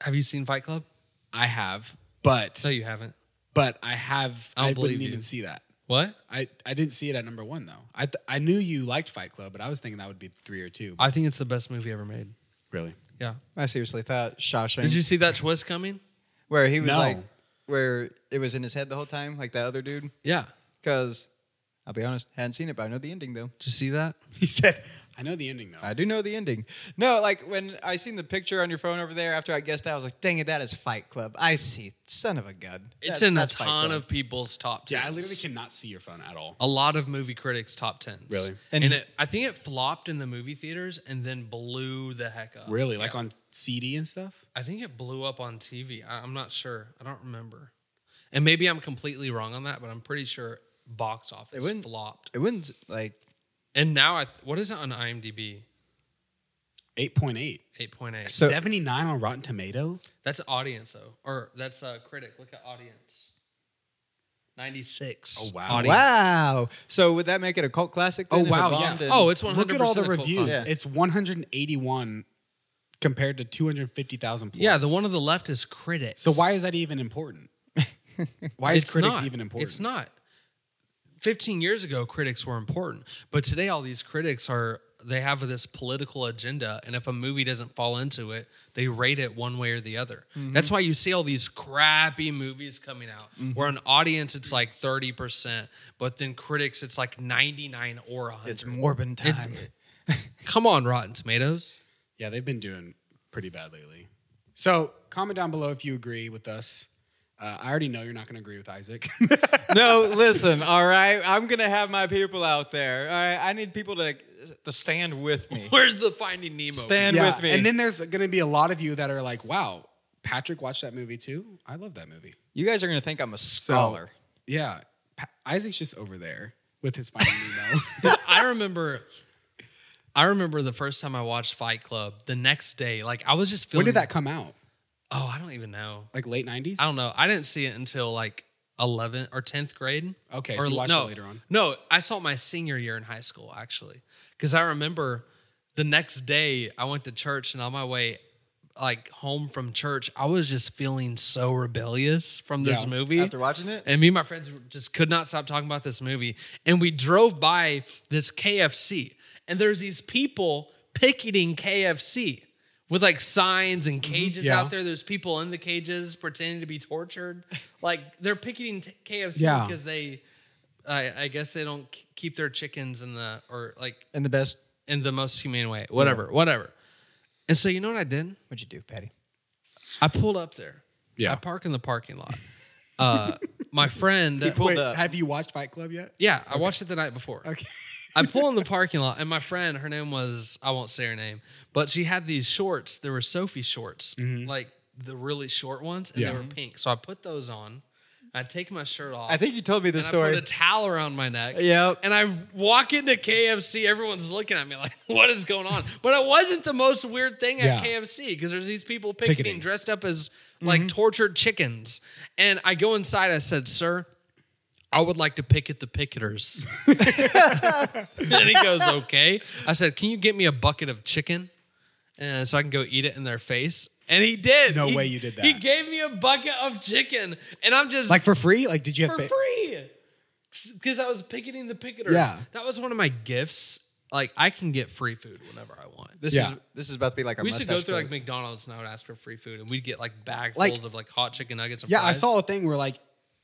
Have you seen Fight Club? I have, but No, you haven't. but I have. I don't I, wouldn't believe you. even see that. What? I, I didn't see it at number one though. I th- I knew you liked Fight Club, but I was thinking that would be three or two. I think it's the best movie ever made. really? Yeah. I seriously thought Shawshank. Did you see that twist coming? where he was No. like where it was in his head the whole time like that other dude Yeah. because i'll be honest hadn't seen it but i know the ending though Did you see that? He said, "I know the ending though." i do know the ending no like when i seen the picture on your phone over there after i guessed that i was like dang it that is fight club i see son of a gun It's That- in a that's Fight ton Club. of people's top ten. yeah, I literally cannot see your phone at all. A lot of movie critics' top tens. Really? And, And- it, I think it flopped in the movie theaters and then blew the heck up. Really, like Yeah. on CD and stuff. I think it blew up on TV. I, I'm not sure. I don't remember. And maybe I'm completely wrong on that, but I'm pretty sure box office wouldn't- flopped. it wouldn't like And now, I, what is it on IMDb? Eight point eight. 8.8. So- Seventy nine on Rotten Tomato. That's audience though, or that's uh, critic. Look at audience. Ninety six. Oh, wow. Audience. wow so would that make it a cult classic then Oh if it wow! bombed Yeah. and- Oh, it's one hundred. Look at all the reviews. Yeah. It's one hundred and eighty one compared to two hundred fifty thousand. Yeah, the one on the left is critics. So why is that even important? Why is It's critics not. even important? It's not. Fifteen years ago, critics were important, but today all these critics are they have this political agenda, and if a movie doesn't fall into it, they rate it one way or the other. Mm-hmm. That's why you see all these crappy movies coming out, where an audience it's like thirty percent, but then critics it's like ninety nine or hundred. It's Morbin time. Come on, Rotten Tomatoes. Yeah, they've been doing pretty bad lately. So comment down below if you agree with us. Uh, I already know you're not going to agree with Isaac. no, listen, all right? I'm going to have my people out there. All right? I need people to, to stand with me. Where's the Finding Nemo? Stand Yeah, with me. And then there's going to be a lot of you that are like, wow, Patrick watched that movie too. I love that movie. you guys are going to think I'm a scholar. Yeah. Pa- Isaac's just over there with his Finding Nemo. I remember. I remember the first time I watched Fight Club. The next day, like I was just feeling. when did that come out? Oh, I don't even know. Like late 90s? I don't know. I didn't see it until like 11th or 10th grade. Okay, or, so you watched no, it later on. No, I saw it my senior year in high school actually, because I remember the next day I went to church and on my way like home from church, I was just feeling so rebellious from this Yeah, movie After watching it? and me and my friends just could not stop talking about this movie. And we drove by this KFC, and there's these people picketing KFC with like signs and cages Mm-hmm. Yeah. out there. There's people in the cages pretending to be tortured. Like they're picketing t- KFC Yeah. because they, I, I guess they don't k- keep their chickens in the or like And the best. in the most humane way. Whatever, whatever. And so you know what I did? What'd you do, Patty? I pulled up there. Yeah. I park in the parking lot. Uh, my friend. pulled Wait, up. have you watched Fight Club yet? Yeah, I watched it the night before. Okay. I pull in the parking lot, and my friend, her name was I won't say her name, but she had these shorts. There were Sophie shorts, Mm-hmm. like the really short ones, and Yeah. they were pink. So I put those on. I take my shirt off. I think you told me this and I story. put a towel around my neck. Yep. And I walk into KFC. Everyone's looking at me like, "What is going on?" But it wasn't the most weird thing at Yeah. KFC because there's these people picketing, Picketing. Mm-hmm. dressed up as like tortured chickens. And I go inside. I said, "Sir." I would like to picket the picketers. and he goes, okay. I said, can you get me a bucket of chicken? And so I can go eat it in their face. And he did. No He- way you did that. He gave me a bucket of chicken. And I'm just Like for free? Like did you have for pa- free because I was picketing the picketers. Yeah. that was one of my gifts. Like I can get free food whenever I want. this, Yeah. is, this is about to be like our we used mustache to go through plate. like McDonald's and I would ask for free food, and we'd get like bagfuls Like- of like hot chicken nuggets. And Yeah, I fries. saw a thing where like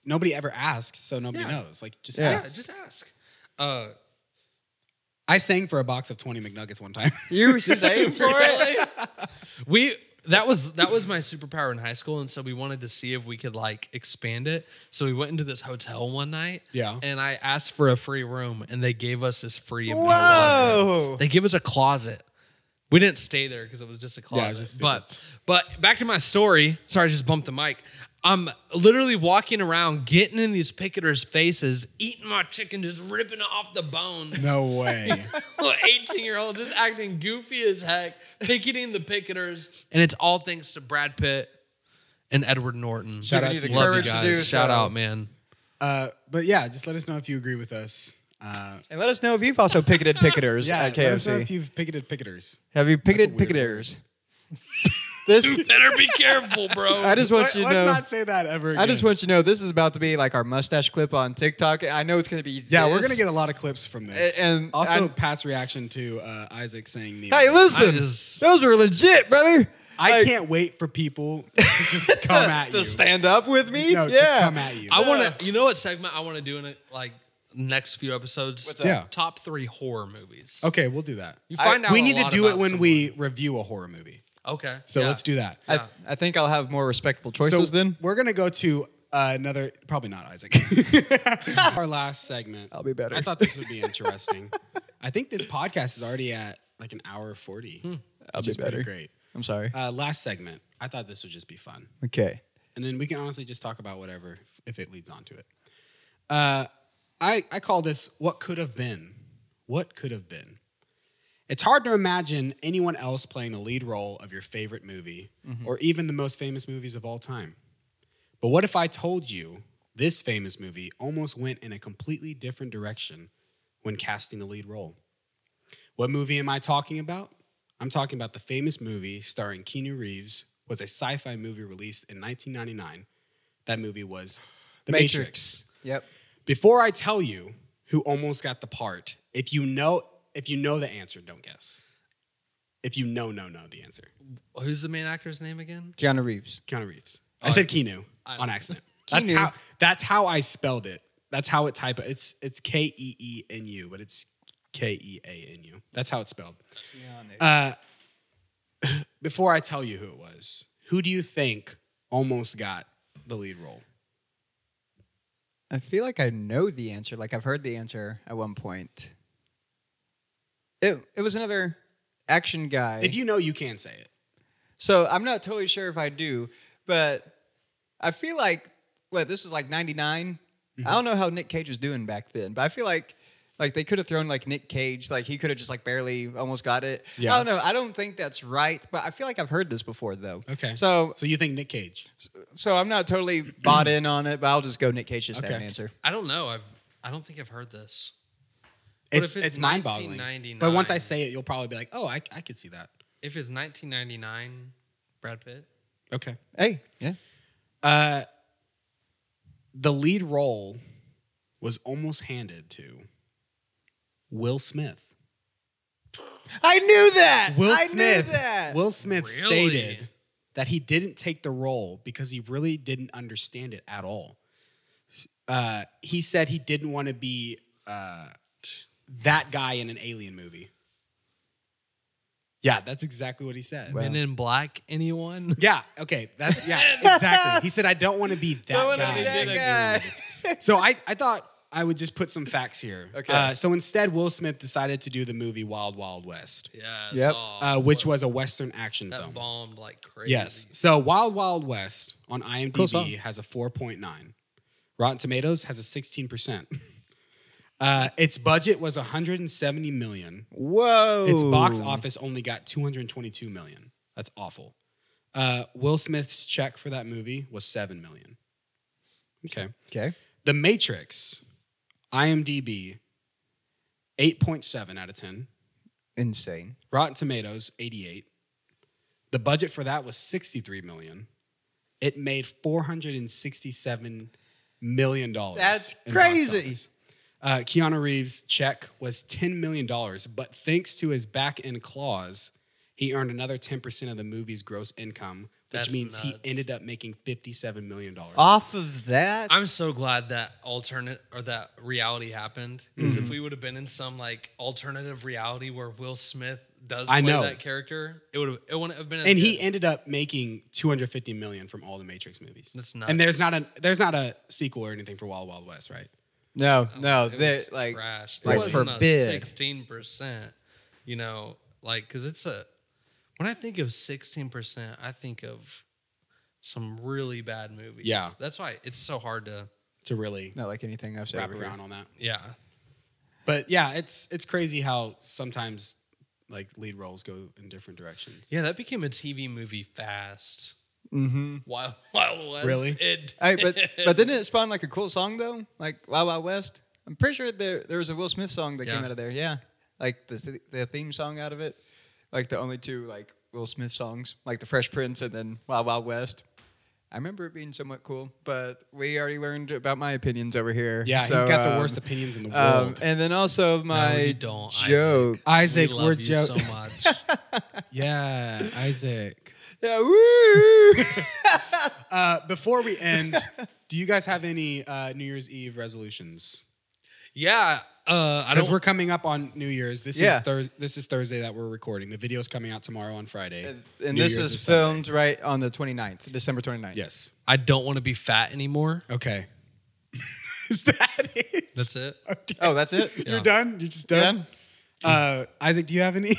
nobody ever asks, so nobody Yeah. knows. Like just Yeah. Yeah, ask. just ask. Uh, I sang for a box of 20 McNuggets one time. You saved for it? really? we that was that was my superpower in high school, and so we wanted to see if we could like expand it. So we went into this hotel one night. Yeah. and I asked for a free room, and they gave us this free. Whoa. Whoa. They give us a closet. We didn't stay there because it was just a Yeah, it closet. was just but but back to my story. Sorry, I just bumped the mic. I'm literally walking around, getting in these picketers' faces, eating my chicken, just ripping it off the bones. no way. Little 18 year old just acting goofy as heck, picketing the picketers, and it's all thanks to Brad Pitt and Edward Norton. Shout out you to the you. Love courage you to guys. do Shout so. out, man. Uh, but yeah, just let us know if you agree with us. Uh, And let us know if you've also picketed picketers yeah, at let us know KFC. if you've picketed picketers. Have you picketed weird picketers? this Better be careful, bro. I just want you to Let- know. Let's not say that ever again. I just want you to know this is about to be like our mustache clip on TikTok. I know it's going to be. Yeah, we're this. gonna get a lot of clips from this, A- and also I- Pat's reaction to uh, Isaac saying Nemo. Hey, listen, I just- those were legit, brother. I Like, can't wait for people to just come at you. to stand up with me. No, yeah, to come at you. I want to. You know what segment I want to do in it, like next few episodes? What's up? Yeah. Top three horror movies. okay, we'll do that. You find out. we a need to lot do it about when someone. we review a horror movie. Okay. So yeah. let's do that. I, I think I'll have more respectable choices so then. we're gonna go to uh, another. Probably not Isaac. Our last segment. I'll be better. I thought this would be interesting. I think this podcast is already at like an hour forty. Hmm. I'll which be is pretty better. Great. I'm sorry. Uh, last segment. I thought this would just be fun. okay. and then we can honestly just talk about whatever if it leads on to it. Uh, I I call this what could have been. What could have been. It's hard to imagine anyone else playing the lead role of your favorite movie or even the most famous movies of all time. But what if I told you this famous movie almost went in a completely different direction when casting the lead role? What movie am I talking about? I'm talking about the famous movie starring Keanu Reeves was a sci-fi movie released in 1999. That movie was The Matrix. Matrix. Yep. Before I tell you who almost got the part, if you know If you know the answer, don't guess. If you know, no, no, the answer. Who's the main actor's name again? Keanu Reeves. Keanu Reeves. I said Keanu I on know. accident. That's Keanu. how. That's how I spelled it. That's how it type. It's it's K E E N U, but it's K E A N U. That's how it's spelled. Uh, before I tell you who it was, who do you think almost got the lead role? I feel like I know the answer. Like I've heard the answer at one point. It it was another action guy. If you know, you can say it. so I'm not totally sure if I do, but I feel like what this was like '99. Mm-hmm. I don't know how Nick Cage was doing back then, but I feel like like they could have thrown like Nick Cage, like he could have just like barely almost got it. Yeah. I don't know. I don't think that's right, but I feel like I've heard this before though. Okay. So So you think Nick Cage? so I'm not totally bought in on it, but I'll just go Nick Cage just to have Okay. an answer. I don't know. I've I don't think I've heard this. But It's if it's, it's mind boggling. But once I 1999 say it, you'll probably be like, oh, I I could see that. If it's 1999, Brad Pitt. Okay. Hey, yeah. Uh, the lead role was almost handed to Will Smith. I knew that. Will I Smith. Knew that. Will Smith Really? stated that he didn't take the role because he really didn't understand it at all. Uh, he said he didn't want to be uh, that guy in an alien movie. Yeah, that's exactly what he said. Wow. Men in Black. Anyone? Yeah. Okay. That. Yeah. Exactly. He said, "I don't want to be that Don't wanna guy." be that Did guy. So I, I thought I would just put some facts here. Okay. Uh, so instead, Will Smith decided to do the movie Wild Wild West, Yeah. I Yep. saw uh, which was a Western action that film. bombed like crazy. Yes. So Wild Wild West on Cool IMDb song. has a 4.9. Rotten Tomatoes has a 16%. Uh, its budget was 170 million. Whoa. Its box office only got 222 million. That's awful. Uh, Will Smith's check for that movie was 7 million. Okay. Okay. The Matrix, IMDb, 8.7 out of 10. Insane. Rotten Tomatoes, 88. The budget for that was 63 million. It made 467 million dollars. That's crazy. Uh, Keanu Reeves' check was 10 million dollars, but thanks to his back end clause, he earned another 10% of the movie's gross income, which That's means nuts. he ended up making 57 million dollars. Off of that, I'm so glad that alternate or that reality happened because Mm-hmm. if we would have been in some like alternative reality where Will Smith does play I know. that character, it would have it wouldn't have been. as and he good. ended up making 250 million from all the Matrix movies. That's And nuts. there's not a there's not a sequel or anything for Wild Wild West, right? no, no, It they- was like trash. like it wasn't forbid. sixteen percent. You know, like because it's a when I think of sixteen percent, I think of some really bad movies. Yeah. that's why it's so hard to. To really not like anything I've said. wrap over here. around on that. Yeah, But yeah, it's it's crazy how sometimes like lead roles go in different directions. yeah, that became a TV movie fast. Mhm. Wild Wild West. Mm-hmm. Really? It, Hey, but but didn't it spawn like a cool song though? Like Wild Wild West. I'm pretty sure there there was a Will Smith song that Yeah. came out of there. Yeah, like the the theme song out of it. Like the only two like Will Smith songs, like the Fresh Prince and then Wild Wild West. I remember it being somewhat cool, but we already learned about my opinions over here. Yeah, So, he's got the um, worst opinions in the Um, world. and then also my you don't, Isaac. joke. Isaac, we love we're you joke- so much. Yeah, Isaac. Yeah, woo! Uh, before we end, do you guys have any uh, New Year's Eve resolutions? yeah, uh, I Because don't. we're coming up on New Year's. This Yeah. is Thurs this is Thursday that we're recording. The video's coming out tomorrow on Friday. and and New this Year's is Sunday. filmed right on the 29th, December 29th. Yes. I don't want to be fat anymore. Okay. is that it? That's it. Okay. Oh, that's it? You're Yeah. done. You're just done. Uh, Isaac, do you have any?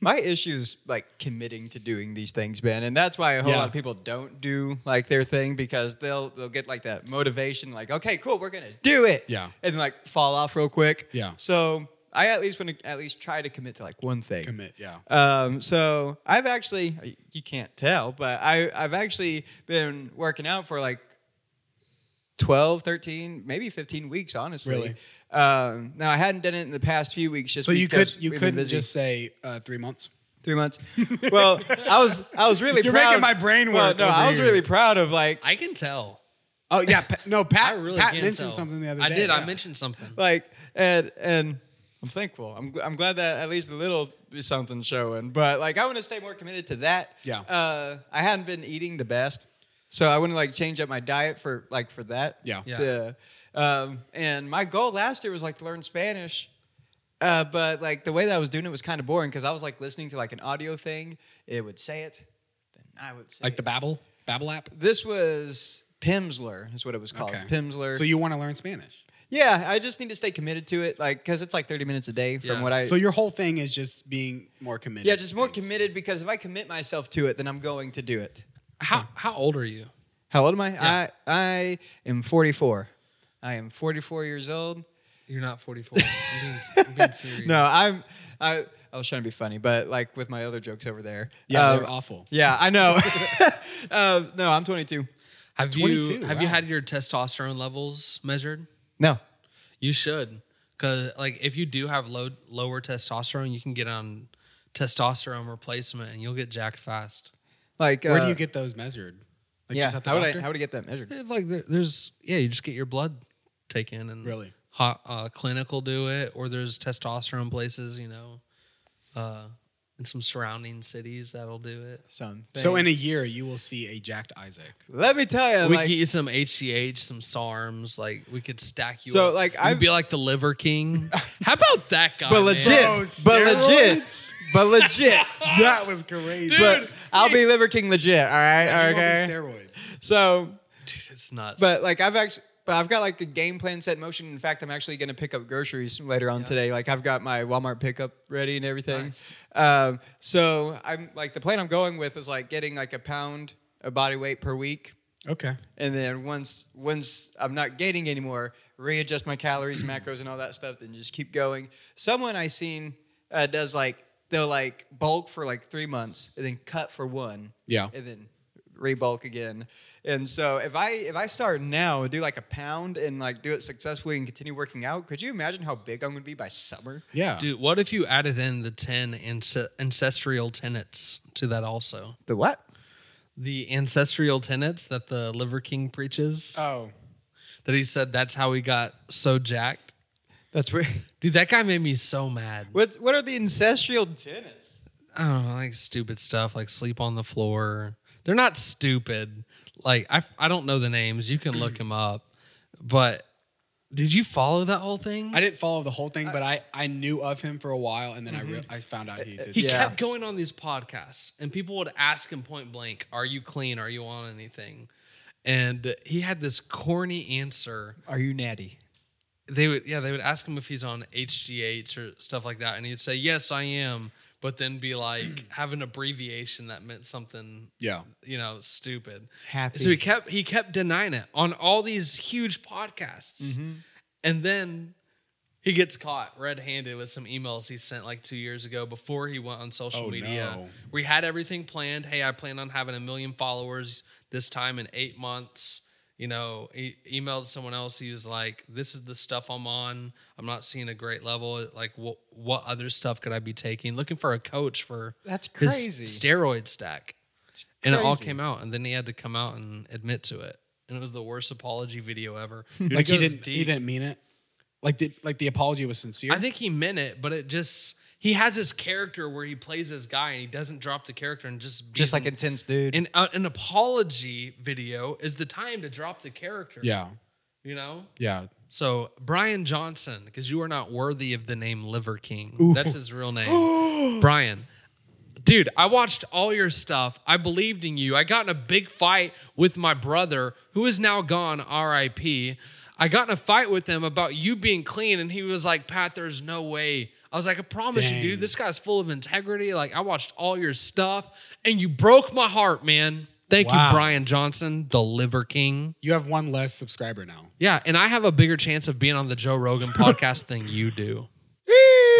My issue is like committing to doing these things, Ben, and that's why a whole Yeah. lot of people don't do like their thing because they'll they'll get like that motivation, like okay, cool, we're gonna do it, Yeah. and then like fall off real quick, Yeah. So I at least want to at least try to commit to like one thing, Commit. Yeah. Um, so I've actually, you can't tell, but I, I've actually been working out for like 12, 13, maybe 15 weeks, honestly. Really? Um, now I hadn't done it in the past few weeks just So you could because you we've been could busy. just say uh, three months. three months. Well, I was, I was really You're proud. making my brain Well, work no, over I was here. really proud of like, I can tell. Oh yeah, Pa- no. I Pat really Pat can mentioned tell. something the other day. I did. yeah. I mentioned something. like, and, and I'm thankful. I'm, gl- I'm glad that at least a little is something showing. But like, I want to stay more committed to that. Yeah. Uh, I hadn't been eating the best, so I want to like change up my diet for like for that. Yeah. Yeah. To- um, and my goal last year was like to learn Spanish. Uh, but like the way that I was doing it was kind of boring because I was like listening to like an audio thing. It would say it, then I would say Like the it. Babel Babel app. This was Pimsler, is what it was called. Okay. Pimsler. So you want to learn Spanish. yeah, I just need to stay committed to it, like because it's like 30 minutes a day from Yeah. what I. So your whole thing is just being more committed. Yeah, to just more things. committed because if I commit myself to it, then I'm going to do it. How how old are you? How old am I? I I am 44. I am 44 years old. You're not 44. I'm being, I'm being serious. No, I'm I I was trying to be funny, but like with my other jokes over there. Yeah, Um, they're awful. Yeah, I know. uh, no, I'm 22. Have 22, you have you wow. had your testosterone levels measured? No. You should, because like if you do have low lower testosterone, you can get on testosterone replacement, and you'll get jacked fast. Like Where uh, do you get those measured? Like yeah, just at the how would I doctor? how would I get that measured? If, like there- there's yeah, you just get your blood taken and Really? hot uh, clinical do it, or there's testosterone places, you know, uh, in some surrounding cities that'll do it. Something. so in a year, you will see a jacked Isaac. let me tell you, we like, could get you some HGH, some SARMs. Like we could stack you. So, up. like, You'd I've- be like the Liver King. How about that guy? but man? legit, but legit, steroids? but legit. That was crazy. but I'll be Liver King legit. All right, okay. Steroid. So dude, it's nuts. But like I've actually, but I've got like a game plan set in motion. In fact, I'm actually going to pick up groceries later on today. Like I've got my Walmart pickup ready and everything. Nice. Um, so I'm like the plan I'm going with is like getting like a pound of body weight per week, Okay. and then once once I'm not gaining anymore, readjust my calories, macros, and all that stuff, and just keep going. Someone I seen uh, does like they'll like bulk for like three months and then cut for one, Yeah. and then rebulk again. And so if I if I start now and do like a pound and like do it successfully and continue working out, could you imagine how big I'm gonna be by summer? Yeah. dude, what if you added in the ten ance- ancestral tenets to that also? The what? The ancestral tenets that the Liver King preaches. Oh. that he said that's how he got so jacked. That's weird. Dude, that guy made me so mad. What what are the ancestral tenants? I don't know, like stupid stuff, like sleep on the floor. They're not stupid. Like I, I don't know the names. You can look them up. But did you follow that whole thing? I didn't follow the whole thing, but I, I knew of him for a while, and then I re- I found out he did. he that. Yeah. kept going on these podcasts, and people would ask him point blank, "Are you clean? Are you on anything?" And he had this corny answer. Are you natty? they would yeah they would ask him if he's on HGH or stuff like that, and he'd say yes I am, but then be like have an abbreviation that meant something Yeah. you know stupid. Happy. So he kept he kept denying it on all these huge podcasts, and then he gets caught red-handed with some emails he sent like two years ago before he went on social Oh, media. no. We had everything planned. Hey, I plan on having a million followers this time in eight months. You know, he emailed someone else. He was like, "This is the stuff I'm on. I'm not seeing a great level. Like, what what other stuff could I be taking? Looking for a coach for That's his crazy. steroid stack." And it all crazy. came out, and then he had to come out and admit to it. And it was the worst apology video ever. Dude, it Like he goes didn't he deep. didn't mean it. Like did like the apology was sincere. I think he meant it, but it just he has his character where he plays this guy and he doesn't drop the character and just be just like him. intense dude. an uh, an apology video is the time to drop the character. Yeah. you know. Yeah. So Brian Johnson, because you are not worthy of the name Liver King. That's his real name, Brian. Dude, I watched all your stuff. I believed in you. I got in a big fight with my brother, who is now gone, RIP. I got in a fight with him about you being clean, and he was like, Pat, there's no way. I was like, I promise Dang. you, dude, this guy's full of integrity. Like, I watched all your stuff, and you broke my heart, man. Thank Wow. you, Brian Johnson, the Liver King. You have one less subscriber now. Yeah, and I have a bigger chance of being on the Joe Rogan podcast than you do.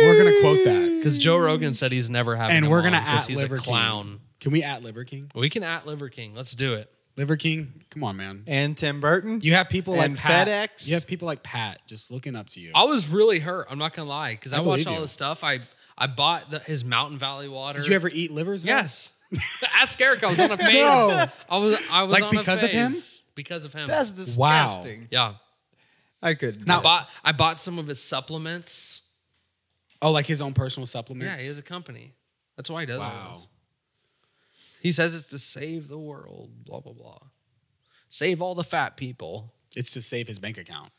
We're gonna quote that, Because Joe Rogan said he's never having and him we're gonna on 'cause at he's Liver a clown. King. Can we at Liver King? We can at Liver King. Let's do it. Liver King, come on, man. and Tim Burton. You have people like And Pat. FedEx. You have people like Pat just looking up to you. I was really hurt. I'm not gonna lie because I, believe watched all you. this stuff. I I bought the, his Mountain Valley water. Did you ever eat livers? though? Yes. Ask Eric. I was on a phase. No. I was. I was Like, on a because of him? phase. Because of him. That's Wow. disgusting. yeah. I could I bought I bought some of his supplements. Oh, like his own personal supplements. Yeah, he has a company. That's why he does. Wow. Wow. He says it's to save the world. Blah blah blah. Save all the fat people. It's to save his bank account.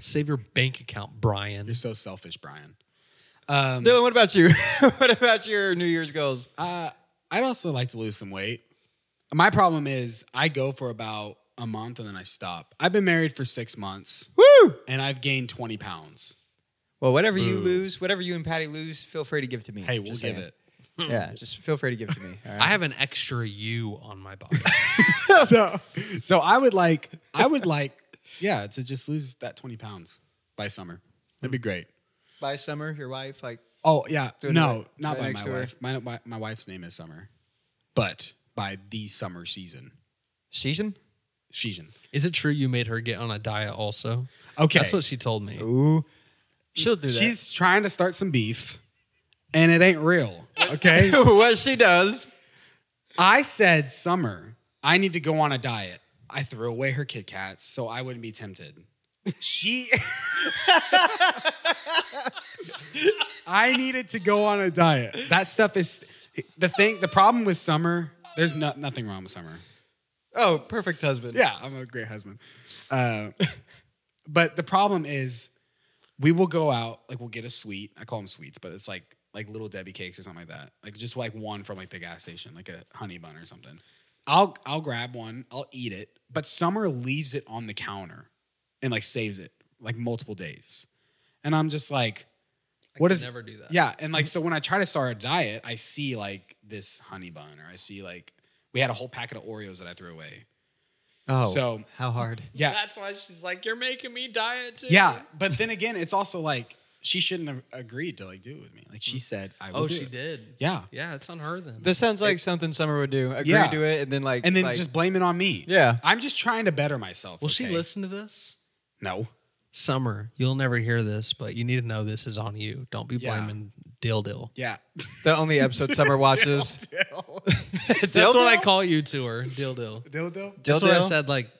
Save your bank account, Brian. You're so selfish, Brian. Um, Dylan, what about you? what about your New Year's goals? Uh, I'd also like to lose some weight. My problem is I go for about a month and then I stop. I've been married for six months Woo! and I've gained 20 pounds. Well, whatever you lose, whatever you and Patty lose, feel free to give it to me. Hey, we'll Just give saying. it. Yeah, just feel free to give it to me. all right? I have an extra you on my body. so, so I would like, I would like, yeah, to just lose that 20 pounds by summer. That'd be great. By summer, your wife, like, Oh, yeah. Doing no, right- not right by next my to her. wife. My, my, my wife's name is Summer, but by the summer season. season? Season. Is it true you made her get on a diet also? Okay. That's what she told me. Ooh. She'll do that. She's trying to start some beef and it ain't real. Okay. what she does. I said, Summer, I need to go on a diet. I threw away her Kit Kats so I wouldn't be tempted. She. I needed to go on a diet. That stuff is the thing. The problem with Summer, there's no, nothing wrong with Summer. Oh, perfect husband. Yeah, I'm a great husband. Uh, but the problem is, we will go out like we'll get a sweet. I call them sweets, but it's like like little Debbie cakes or something like that. Like just like one from like the gas station, like a honey bun or something. I'll I'll grab one. I'll eat it. But Summer leaves it on the counter and like saves it like multiple days, and I'm just like. What I is never do that? yeah, and like so when I try to start a diet, I see like this honey bun, or I see like we had a whole packet of Oreos that I threw away. Oh. So how hard? yeah, That's why she's like, You're making me diet too. yeah. But then again, it's also like she shouldn't have agreed to like do it with me. Like she Mm. said, I will Oh, do she it. did. Yeah, Yeah, it's on her then. This sounds like something Summer would do. Agree Yeah. to it, and then like, and then like- just blame it on me. yeah. I'm just trying to better myself. Will she okay? listen to this? No. Summer, you'll never hear this, but you need to know this is on you. Don't be Yeah. blaming Dill Dill. Yeah. The only episode Summer watches. That's what I call you to her, Dill Dill. Dildo. Oh, Dill That's what I Dill, said like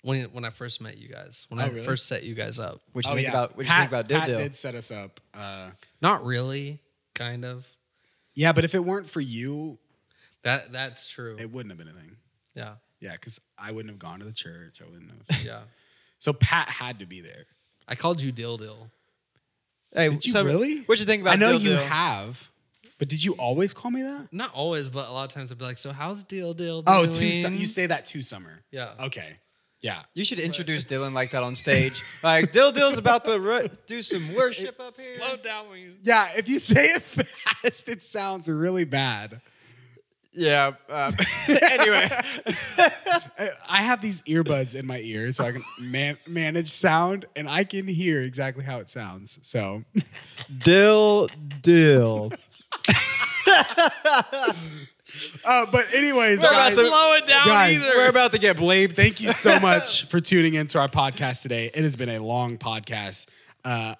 when when I first met you guys, when I Oh, really? first set you guys up. What you Oh think yeah. about? What you Pat, think about Pat Dill Dill? did set us up. Uh, Not really, kind of. yeah, but if it weren't for you, That that's true. it wouldn't have been a thing. Yeah. Yeah, because I wouldn't have gone to the church. I wouldn't have. Yeah. So Pat had to be there. I called you Dill Dill. Hey, Did you Summer, really? What you think about? I know Dill you Dill? have, but did you always call me that? Not always, but a lot of times I'd be like, "So how's Dill Dill doing?" Oh, two. Su- you say that to Summer. yeah. Okay. Yeah. You should introduce Dylan like that on stage. Like Dill Dill's about to ru- do some worship up here. Slow down when you. Yeah, if you say it fast, it sounds really bad. Yeah. Uh, anyway, I I have these earbuds in my ears so I can man- manage sound, and I can hear exactly how it sounds. So, Dill Dill. uh, but anyways, We're about guys, to- Slow it down Guys, either. We're about to get blamed. thank you so much for tuning into our podcast today. It has been a long podcast. Uh,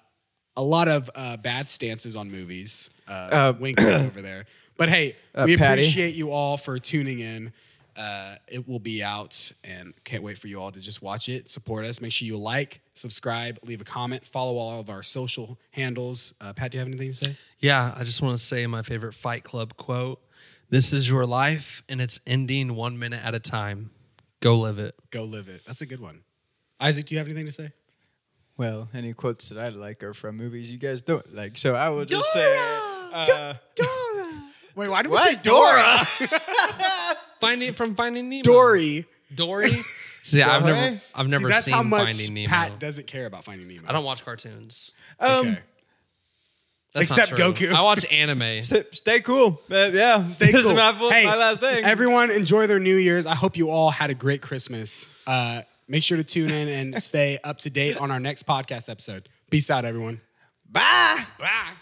a lot of uh, bad stances on movies. Uh, wink over there. But hey, we Uh, Patty. appreciate you all for tuning in. Uh, it will be out, and can't wait for you all to just watch it. Support us. Make sure you like, subscribe, leave a comment, follow all of our social handles. Uh, Pat, do you have anything to say? Yeah, I just want to say my favorite Fight Club quote: "This is your life, and it's ending one minute at a time. Go live it." Go live it. That's a good one. Isaac, do you have anything to say? Well, any quotes that I like are from movies you guys don't like. So I will just say. uh, Dora. Wait, why do we What? say Dora? Finding from Finding Nemo. Dory. Dory. See, I've Dory? never, I've never See, that's seen how much Finding Nemo. Pat doesn't care about Finding Nemo. I don't watch cartoons. Okay. Um, That's not Except true. Goku. I watch anime. Stay, stay cool. Uh, yeah. Stay this cool. is my, fu- Hey, my last thing. Everyone enjoy their New Year's. I hope you all had a great Christmas. Uh, make sure to tune in and stay up to date on our next podcast episode. Peace out, everyone. Bye. Bye.